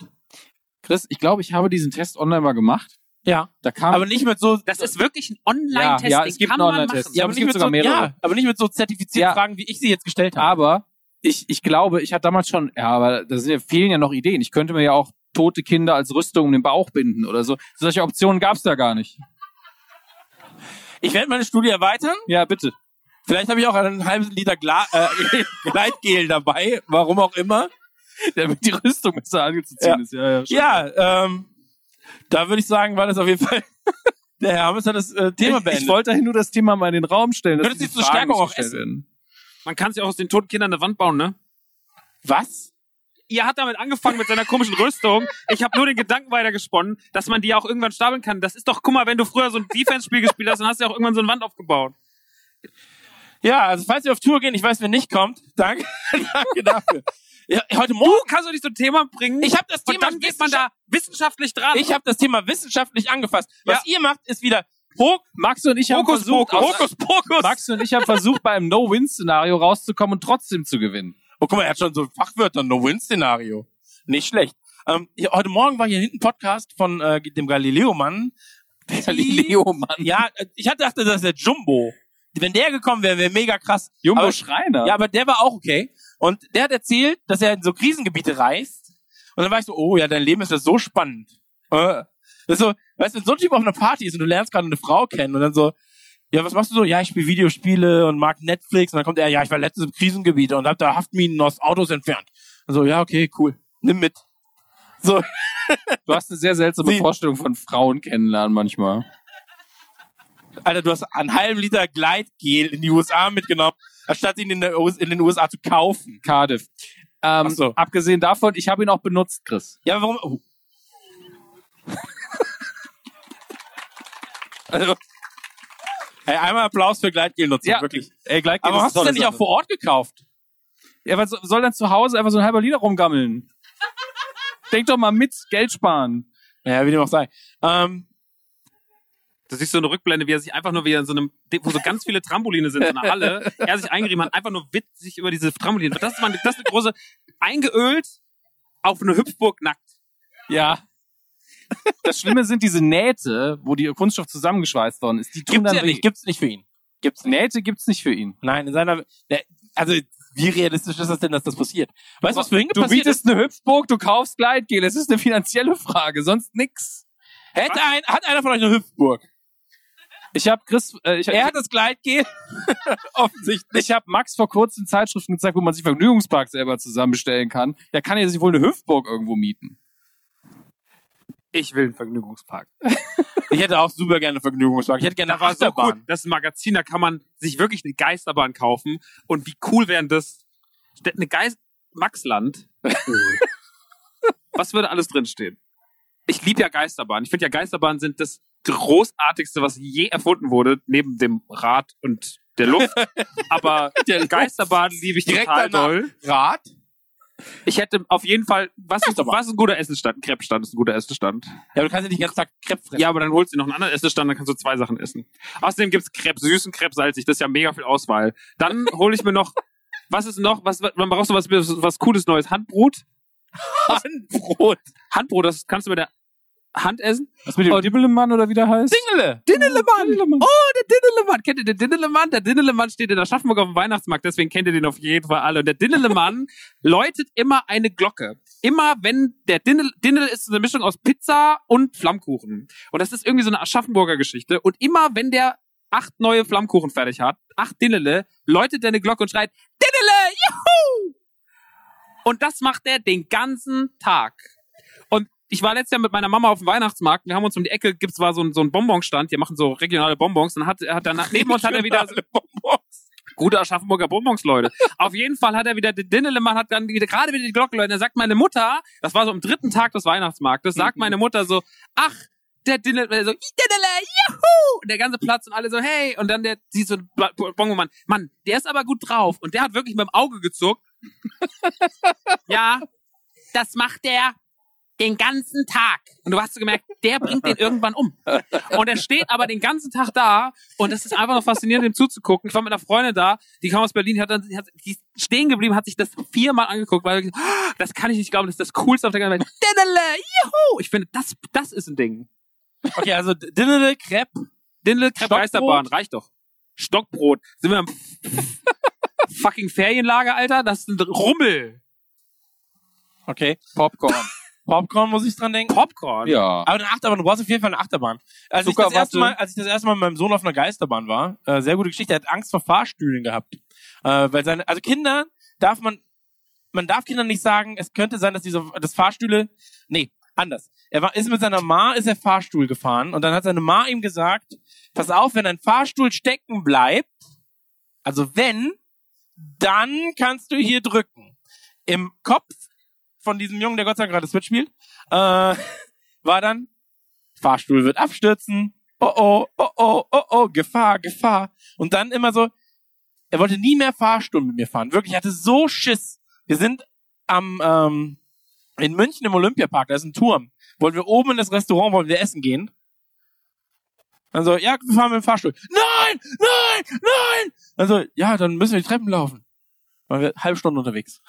Speaker 2: Chris, ich glaube, ich habe diesen Test online mal gemacht.
Speaker 8: Ja.
Speaker 2: Da kam
Speaker 8: Aber nicht mit so.
Speaker 7: Das
Speaker 8: so-
Speaker 7: ist wirklich ein
Speaker 2: Ja,
Speaker 7: Online-Test,
Speaker 2: ja,
Speaker 7: den
Speaker 2: es gibt
Speaker 7: kann
Speaker 2: einen
Speaker 7: man machen.
Speaker 2: Online-Test.
Speaker 8: ja,
Speaker 2: aber
Speaker 8: aber
Speaker 2: es
Speaker 8: nicht
Speaker 2: gibt
Speaker 8: mit so,
Speaker 2: sogar mehrere.
Speaker 8: ja, aber nicht mit so zertifizierten
Speaker 2: Ja.
Speaker 8: Fragen, wie ich sie jetzt gestellt habe.
Speaker 2: Aber ich, ich glaube, ich hatte damals schon, ja, aber da sind ja, fehlen ja noch Ideen. Ich könnte mir ja auch tote Kinder als Rüstung um den Bauch binden oder so. Solche Optionen gab es da gar nicht.
Speaker 8: Ich werde meine Studie erweitern.
Speaker 2: Ja, bitte.
Speaker 8: Vielleicht habe ich auch einen halben Liter Gla äh, Gleitgel dabei, warum auch immer.
Speaker 2: Damit die Rüstung besser anzuziehen
Speaker 8: Ja.
Speaker 2: ist. Ja, ja.
Speaker 8: Ja, ähm, da würde ich sagen, war das auf jeden Fall. Der Herr Hammes hat das äh, Thema
Speaker 2: Ich,
Speaker 8: beendet.
Speaker 2: ich wollte dahin nur das Thema mal in den Raum stellen.
Speaker 8: Könntest
Speaker 2: diese
Speaker 8: du zur
Speaker 2: Fragen
Speaker 8: Stärkung auch
Speaker 2: gestellt
Speaker 8: essen?
Speaker 2: werden.
Speaker 7: Man kann sich auch aus den toten Kindern eine Wand bauen, ne?
Speaker 8: Was?
Speaker 7: Ihr habt damit angefangen mit seiner komischen Rüstung. Ich habe nur den Gedanken weitergesponnen, dass man die auch irgendwann stapeln kann. Das ist doch, guck mal, wenn du früher so ein Defense-Spiel gespielt hast, dann hast du ja auch irgendwann so eine Wand aufgebaut.
Speaker 8: Ja, also falls wir auf Tour gehen, ich weiß, wer nicht kommt. Danke, danke dafür. Ja, heute
Speaker 7: Du
Speaker 8: Morgen.
Speaker 7: kannst doch nicht so ein Thema bringen.
Speaker 8: Ich habe das
Speaker 7: und
Speaker 8: Thema.
Speaker 7: dann geht man da wissenschaftlich dran.
Speaker 8: Ich habe das Thema wissenschaftlich angefasst. Was ihr macht, ist wieder Ho
Speaker 2: Max und ich haben
Speaker 8: Hokus
Speaker 2: versucht,
Speaker 8: Pokus.
Speaker 2: aus-
Speaker 8: Hokus Pokus.
Speaker 2: Max und ich haben versucht, bei einem No-Win-Szenario rauszukommen und trotzdem zu gewinnen.
Speaker 8: Oh, guck mal, er hat schon so Fachwörter, No-Win-Szenario. Nicht schlecht. Ähm, hier, heute Morgen war hier hinten Podcast von äh, dem Galileo-Mann.
Speaker 2: Mann.
Speaker 8: Ja, äh, ich hatte gedacht, das ist der Jumbo. Wenn der gekommen wäre, wäre mega krass.
Speaker 2: Jumbo
Speaker 8: Aber-
Speaker 2: Schreiner.
Speaker 8: Ja, aber der war auch okay. Und der hat erzählt, dass er in so Krisengebiete reist. Und dann war ich so, oh ja, dein Leben ist ja so spannend. Äh. Das ist so, weißt du, wenn so ein Typ auf einer Party ist und du lernst gerade eine Frau kennen und dann so, ja, was machst du so? Ja, ich spiele Videospiele und mag Netflix. Und dann kommt er, ja, ich war letztens im Krisengebiet und hab da Haftminen aus Autos entfernt. Und so, ja, okay, cool. Nimm mit. So,
Speaker 2: du hast eine sehr seltsame
Speaker 8: Sie-
Speaker 2: Vorstellung von Frauen kennenlernen manchmal.
Speaker 8: Alter, du hast einen halben Liter Gleitgel in die USA mitgenommen, anstatt ihn in, der, US in den USA zu kaufen.
Speaker 2: Cardiff. Ähm,
Speaker 8: Ach so.
Speaker 2: Abgesehen davon, ich habe ihn auch benutzt, Chris.
Speaker 8: Ja, warum? Oh. also, hey, einmal Applaus für Gleitgelnutzung,
Speaker 2: Ja.
Speaker 8: wirklich.
Speaker 2: Ey, gleich
Speaker 8: Aber hast du es denn nicht auch vor Ort gekauft?
Speaker 2: Ja, was soll dann zu Hause einfach so ein halber Liter rumgammeln? Denk doch mal mit, Geld sparen.
Speaker 8: Naja, wie dem auch sei. Ähm,
Speaker 7: Du siehst so eine Rückblende, wie er sich einfach nur wieder in so einem, wo so ganz viele Trampoline sind, so eine Halle, er sich eingerieben hat, einfach nur witzig über diese Trampoline. Das ist, man, das ist eine große, eingeölt auf eine Hüpfburg nackt.
Speaker 2: Ja. Das Schlimme sind diese Nähte, wo die Kunststoff zusammengeschweißt worden ist. Die tun
Speaker 8: gibt's
Speaker 2: dann
Speaker 8: ja
Speaker 2: weh.
Speaker 8: nicht, gibt's nicht für ihn.
Speaker 2: Gibt's Nähte gibt's nicht für ihn.
Speaker 8: Nein, in seiner. Der, also, wie realistisch ist das denn, dass das passiert? Weißt du, was vorhin
Speaker 2: Du
Speaker 8: passiert ist?
Speaker 2: bietest eine Hüpfburg, du kaufst Gleitgel. Es ist eine finanzielle Frage, sonst nix.
Speaker 8: Hätte ein, hat einer von euch eine Hüpfburg?
Speaker 2: Ich habe Chris, äh, ich,
Speaker 8: Er hat das Gleitgel. Offensichtlich.
Speaker 2: ich habe Max vor kurzem Zeitschriften gezeigt, wo man sich Vergnügungspark selber zusammenstellen kann. Da kann er sich wohl eine Hüpfburg irgendwo mieten.
Speaker 7: Ich will einen Vergnügungspark.
Speaker 8: Ich hätte auch super gerne Vergnügungswagen. Ich hätte gerne
Speaker 7: Da
Speaker 8: eine
Speaker 7: war so gut.
Speaker 8: Achterbahn.
Speaker 7: Das ist ein Magazin, da kann man sich wirklich eine Geisterbahn kaufen. Und wie cool wären das? Ste- Eine Geist, Maxland. Was würde alles drinstehen? Ich liebe ja Geisterbahnen. Ich finde ja Geisterbahnen sind das großartigste, was je erfunden wurde, neben dem Rad und der Luft. Aber Geisterbahn liebe ich
Speaker 8: Direkt
Speaker 7: total
Speaker 8: danach.
Speaker 7: doll.
Speaker 8: Rad?
Speaker 7: Ich hätte auf jeden Fall, was ist, was ist ein guter Essenstand? Ein Crepe-Stand ist ein guter Essenstand.
Speaker 8: Ja, du kannst ja nicht den ganzen Tag Crepe fressen.
Speaker 7: Ja, aber dann holst du dir noch einen anderen Essenstand, dann kannst du zwei Sachen essen. Außerdem gibt's Crepe süß und Crepe salzig, das ist ja mega viel Auswahl. Dann hole ich mir noch, was ist noch, was, man braucht so was, was cooles Neues, Handbrot? Handbrot? Handbrot, das kannst du mit der Hand essen.
Speaker 2: Was mit dem Dibbelemann oder wie der heißt?
Speaker 7: Dingele! Dinnelemann! Oh, der Dinnelemann! Kennt ihr den Dinnelemann? Der Dinnelemann steht in Aschaffenburg auf dem Weihnachtsmarkt, deswegen kennt ihr den auf jeden Fall alle. Und der Dinnelemann läutet immer eine Glocke. Immer wenn der Dinnel, Dinnel ist eine Mischung aus Pizza und Flammkuchen. Und das ist irgendwie so eine Aschaffenburger Geschichte. Und immer wenn der acht neue Flammkuchen fertig hat, acht Dinnele, läutet er eine Glocke und schreit, Dinnele, juhu! Und das macht er den ganzen Tag. Und ich war letztes Jahr mit meiner Mama auf dem Weihnachtsmarkt. Wir haben uns um die Ecke, gibt's war so ein, so ein Bonbonstand. Die machen so regionale Bonbons. Dann hat, hat danach, neben uns hat er wieder so Bonbons. Gute Aschaffenburger Bonbons, Leute. Auf jeden Fall hat er wieder, der Dinnelemann hat dann wieder, gerade wieder die Glocke läuten. Da sagt meine Mutter, das war so am dritten Tag des Weihnachtsmarktes, sagt meine Mutter so, ach, der Dinnelemann, so, Dinnele, juhu! Und der ganze Platz und alle so, hey! Und dann der, sieht so ein Ba- Bonbonmann, Mann, der ist aber gut drauf. Und der hat wirklich mit dem Auge gezuckt. ja, das macht der den ganzen Tag. Und du hast so gemerkt, der bringt den irgendwann um. Und er steht aber den ganzen Tag da und es ist einfach noch faszinierend, ihm zuzugucken. Ich war mit einer Freundin da, die kam aus Berlin, die hat dann, die hat, die ist stehen geblieben, hat sich das viermal angeguckt, weil sie gesagt, "Ah, das kann ich nicht glauben, das ist das Coolste auf der ganzen Welt. Diddle, juhu! Ich finde, das, das ist ein Ding.
Speaker 8: Okay, also Dinnele, Crepe.
Speaker 7: Diddle, Crepe,
Speaker 8: Stockbrot?
Speaker 7: Geisterbahn, reicht doch. Stockbrot. Sind wir im fucking Ferienlager, Alter? Das ist ein Rummel.
Speaker 8: Okay. Popcorn. Popcorn muss ich dran denken.
Speaker 7: Popcorn.
Speaker 2: Ja.
Speaker 8: Aber eine Achterbahn, du brauchst auf jeden Fall eine Achterbahn. Als ich, das
Speaker 2: Zuckerwatte.
Speaker 8: erste Mal, als ich das erste Mal mit meinem Sohn auf einer Geisterbahn war, äh, sehr gute Geschichte, er hat Angst vor Fahrstühlen gehabt. Äh, weil seine, also Kinder darf man, man darf Kindern nicht sagen, es könnte sein, dass diese, das Fahrstühle, nee, anders. Er war, ist mit seiner Ma, ist er Fahrstuhl gefahren und dann hat seine Ma ihm gesagt, pass auf, wenn ein Fahrstuhl stecken bleibt, also wenn, dann kannst du hier drücken. Im Kopf von diesem Jungen, der Gott sei Dank gerade Switch spielt, äh, war dann, Fahrstuhl wird abstürzen. Oh oh, oh oh, oh oh, Gefahr, Gefahr. Und dann immer so, er wollte nie mehr Fahrstuhl mit mir fahren. Wirklich, er hatte so Schiss. Wir sind am ähm, in München im Olympiapark, da ist ein Turm. Wollten wir oben in das Restaurant, wollten wir essen gehen. Dann so, ja, wir fahren mit dem Fahrstuhl. Nein, nein, nein! Dann so, ja, dann müssen wir die Treppen laufen. Waren wir halbe Stunde unterwegs.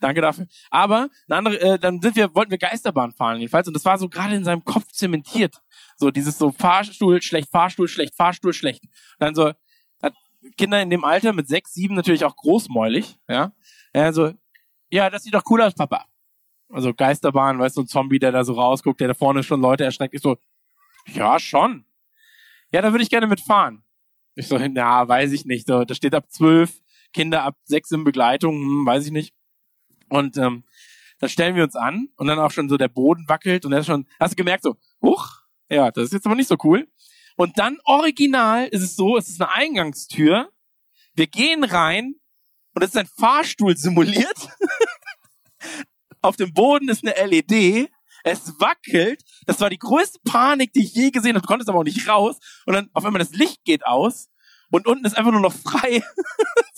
Speaker 8: Danke dafür. Aber eine andere, äh, dann sind wir, wollten wir Geisterbahn fahren jedenfalls und das war so gerade in seinem Kopf zementiert. So dieses so Fahrstuhl schlecht, Fahrstuhl schlecht, Fahrstuhl schlecht. Und dann so hat Kinder in dem Alter mit sechs, sieben natürlich auch großmäulig, ja. Ja, so ja, das sieht doch cool aus, Papa. Also Geisterbahn, weißt du, ein Zombie, der da so rausguckt, der da vorne schon Leute erschreckt. Ich so, ja schon. Ja, da würde ich gerne mitfahren. Ich so, na, weiß ich nicht. So, da steht ab zwölf, Kinder ab sechs in Begleitung, hm, weiß ich nicht. Und ähm, dann stellen wir uns an und dann auch schon so der Boden wackelt und er ist schon, hast du gemerkt so, huch, ja, das ist jetzt aber nicht so cool. Und dann original ist es so, es ist eine Eingangstür, wir gehen rein und es ist ein Fahrstuhl simuliert. Auf dem Boden ist eine LED, es wackelt, das war die größte Panik, die ich je gesehen habe, du konntest aber auch nicht raus und dann auf einmal das Licht geht aus und unten ist einfach nur noch frei,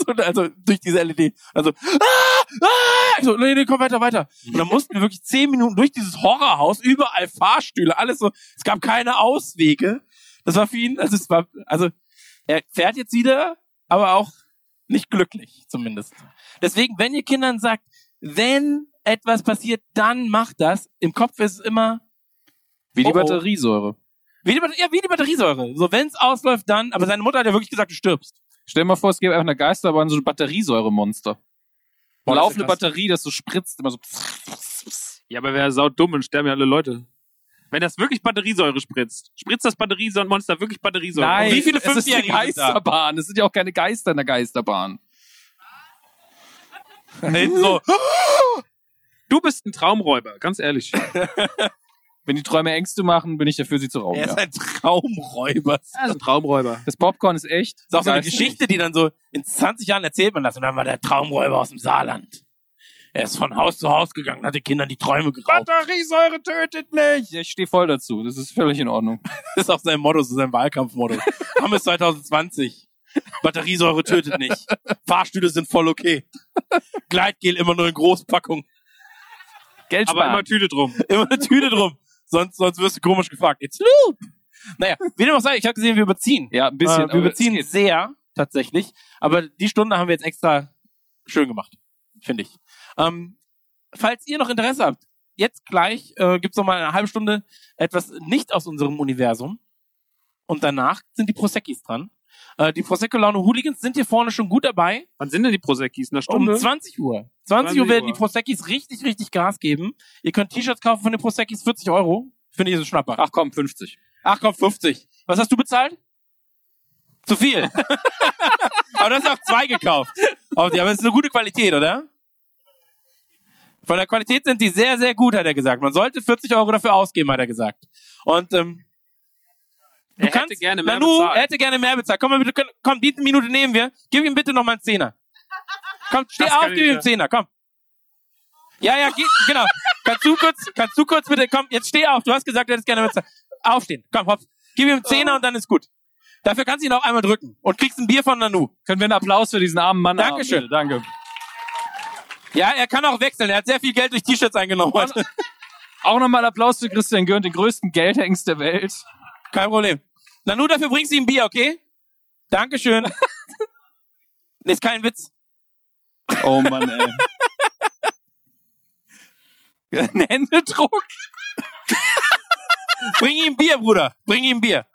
Speaker 8: So, also durch diese LED, also ah, ich so, nee, nee, komm weiter, weiter. Und dann mussten wir wirklich zehn Minuten durch dieses Horrorhaus, überall Fahrstühle, alles so. Es gab keine Auswege. Das war für ihn, also es war, also er fährt jetzt wieder, aber auch nicht glücklich, zumindest. Deswegen, wenn ihr Kindern sagt, wenn etwas passiert, dann macht das. Im Kopf ist es immer,
Speaker 2: Wie die
Speaker 8: Oh, oh.
Speaker 2: Batteriesäure.
Speaker 8: wie die, Bat- ja, wie die Batteriesäure. So, wenn es ausläuft, dann, aber seine Mutter hat ja wirklich gesagt, du stirbst.
Speaker 2: Stell dir mal vor, es gäbe einfach eine Geisterbahn, so ein Batteriesäuremonster.
Speaker 8: Boah, das ist
Speaker 2: Laufende
Speaker 8: ja krass.
Speaker 2: Batterie, das so spritzt, immer so.
Speaker 7: Ja, aber wäre saudumm und sterben ja alle Leute. Wenn das wirklich Batteriesäure spritzt, spritzt das Batteriesäurenmonster wirklich Batteriesäure?
Speaker 8: Nein.
Speaker 7: Wie viel?
Speaker 8: es ist die
Speaker 2: Geisterbahn? Es sind ja auch keine Geister in der Geisterbahn.
Speaker 8: Hinten so,
Speaker 7: Du bist ein Traumräuber, ganz ehrlich.
Speaker 2: Wenn die Träume Ängste machen, bin ich dafür, sie zu rauben.
Speaker 8: er ist
Speaker 2: Ja.
Speaker 8: ein Traumräuber.
Speaker 7: Er ist ein Traumräuber.
Speaker 2: Das Popcorn ist echt.
Speaker 8: Das ist auch so eine
Speaker 2: Geister-
Speaker 8: Geschichte, die dann so in 20 Jahren erzählt man das und dann war der Traumräuber aus dem Saarland. Er ist von Haus zu Haus gegangen, hat den Kindern die Träume geraubt.
Speaker 7: Batteriesäure tötet nicht. Ich stehe voll dazu. Das ist völlig in Ordnung.
Speaker 8: Das ist auch sein Motto, das ist sein Wahlkampfmotto. Hammes 2020. Batteriesäure tötet nicht. Fahrstühle sind voll okay. Gleitgel immer nur in Großpackung.
Speaker 2: Geld
Speaker 7: Aber
Speaker 2: sparen.
Speaker 7: immer Tüte drum.
Speaker 8: Immer eine Tüte drum. Sonst, sonst wirst du komisch gefragt. It's Loop! Naja, wie dem auch sei, ich habe gesehen, wir überziehen.
Speaker 2: ja, ein bisschen.
Speaker 8: Äh, wir
Speaker 2: aber-
Speaker 8: überziehen sehr, tatsächlich. Aber die Stunde haben wir jetzt extra schön gemacht, finde ich. Ähm, falls ihr noch Interesse habt, jetzt gleich äh, gibt's noch mal eine halbe Stunde etwas nicht aus unserem Universum. Und danach sind die Proseckis dran. Äh, die Prosecco-Laune-Hooligans sind hier vorne schon gut dabei.
Speaker 7: Wann sind denn die Proseckis? In einer Stunde?
Speaker 8: Um 20 Uhr. 20 Uhr
Speaker 7: 20
Speaker 8: werden
Speaker 7: Uhr.
Speaker 8: die Proseckis richtig, richtig Gas geben. Ihr könnt T-Shirts kaufen von den Proseckis, 40 Euro. Finde ich ist ein Schnapper.
Speaker 7: Ach komm, 50.
Speaker 8: Ach komm, 50. Was hast du bezahlt? Zu viel. Aber du hast auch zwei gekauft. Aber die haben jetzt eine gute Qualität, oder? Von der Qualität sind die sehr, sehr gut, hat er gesagt. Man sollte 40 Euro dafür ausgeben, hat er gesagt. Und ähm, du
Speaker 7: Er hätte gerne mehr
Speaker 8: Nanu,
Speaker 7: bezahlt.
Speaker 8: er hätte gerne mehr bezahlt. Komm mal bitte, komm, die Minute nehmen wir. Gib ihm bitte noch mal einen Zehner. Komm, steh
Speaker 7: Das kann
Speaker 8: auf,
Speaker 7: ich
Speaker 8: gib ihm einen
Speaker 7: ja.
Speaker 8: Zehner, komm. Ja, ja, geh, genau. Kannst du kurz, kannst du kurz bitte, komm, jetzt steh auf. Du hast gesagt, du hättest gerne mehr bezahlt. Aufstehen, komm, hopp. Gib ihm einen
Speaker 7: Oh.
Speaker 8: Zehner und dann ist gut. Dafür kannst du ihn auch einmal drücken und kriegst ein Bier von Nanu.
Speaker 2: Können wir einen Applaus für diesen armen Mann
Speaker 8: Dankeschön.
Speaker 2: haben? Dankeschön. Danke.
Speaker 8: ah, Ja, er kann auch wechseln. Er hat sehr viel Geld durch T-Shirts eingenommen. heute.
Speaker 2: Auch nochmal Applaus für Christian Görn, den größten Geldhengst der Welt.
Speaker 8: Kein Problem. Nanu, dafür bringst du ihm Bier, okay? Dankeschön. ist kein Witz.
Speaker 2: Oh Mann, ey.
Speaker 8: Ein Händedruck. Bring ihm Bier, Bruder. Bring ihm Bier.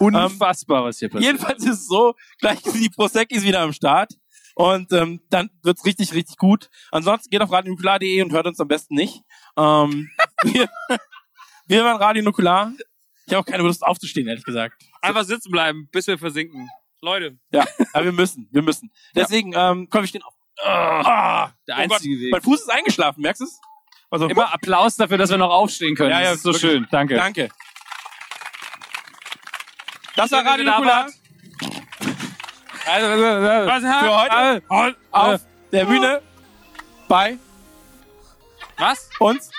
Speaker 8: Ähm,
Speaker 2: Unfassbar, was hier passiert.
Speaker 8: Jedenfalls ist es so, gleich sind die Prosecco ist wieder am Start. Und ähm, dann wird's richtig, richtig gut. Ansonsten geht auf radionukular.de und hört uns am besten nicht. Ähm, wir, wir waren Radio Nukular. Ich habe auch keine Lust aufzustehen, ehrlich gesagt.
Speaker 7: Einfach sitzen bleiben, bis wir versinken. Leute,
Speaker 8: Ja, aber wir müssen, wir müssen. Deswegen, ähm, komm, wir stehen auf. Ah,
Speaker 2: Der
Speaker 8: oh
Speaker 2: einzige Weg.
Speaker 8: Mein Fuß ist eingeschlafen, merkst du es? Also,
Speaker 2: Immer Applaus dafür, dass wir noch aufstehen können.
Speaker 8: Ja, ja,
Speaker 2: das ist so
Speaker 8: wirklich.
Speaker 2: schön. Danke.
Speaker 8: Danke. Das war
Speaker 7: Schön, dass
Speaker 8: Radio
Speaker 7: ihr da
Speaker 8: Nukular.
Speaker 7: wart.
Speaker 8: Also,
Speaker 7: was
Speaker 8: Für heute auf der Bühne bei
Speaker 7: Was?
Speaker 8: uns.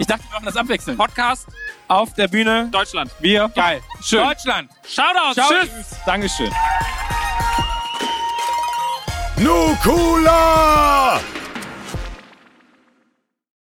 Speaker 8: Ich dachte, wir machen das abwechselnd.
Speaker 7: Podcast
Speaker 8: Auf der Bühne.
Speaker 7: Deutschland.
Speaker 2: Wir.
Speaker 8: Geil.
Speaker 2: Schön.
Speaker 8: Deutschland.
Speaker 7: Shoutout.
Speaker 8: Ciao.
Speaker 7: Tschüss.
Speaker 2: Dankeschön.
Speaker 11: Nukula!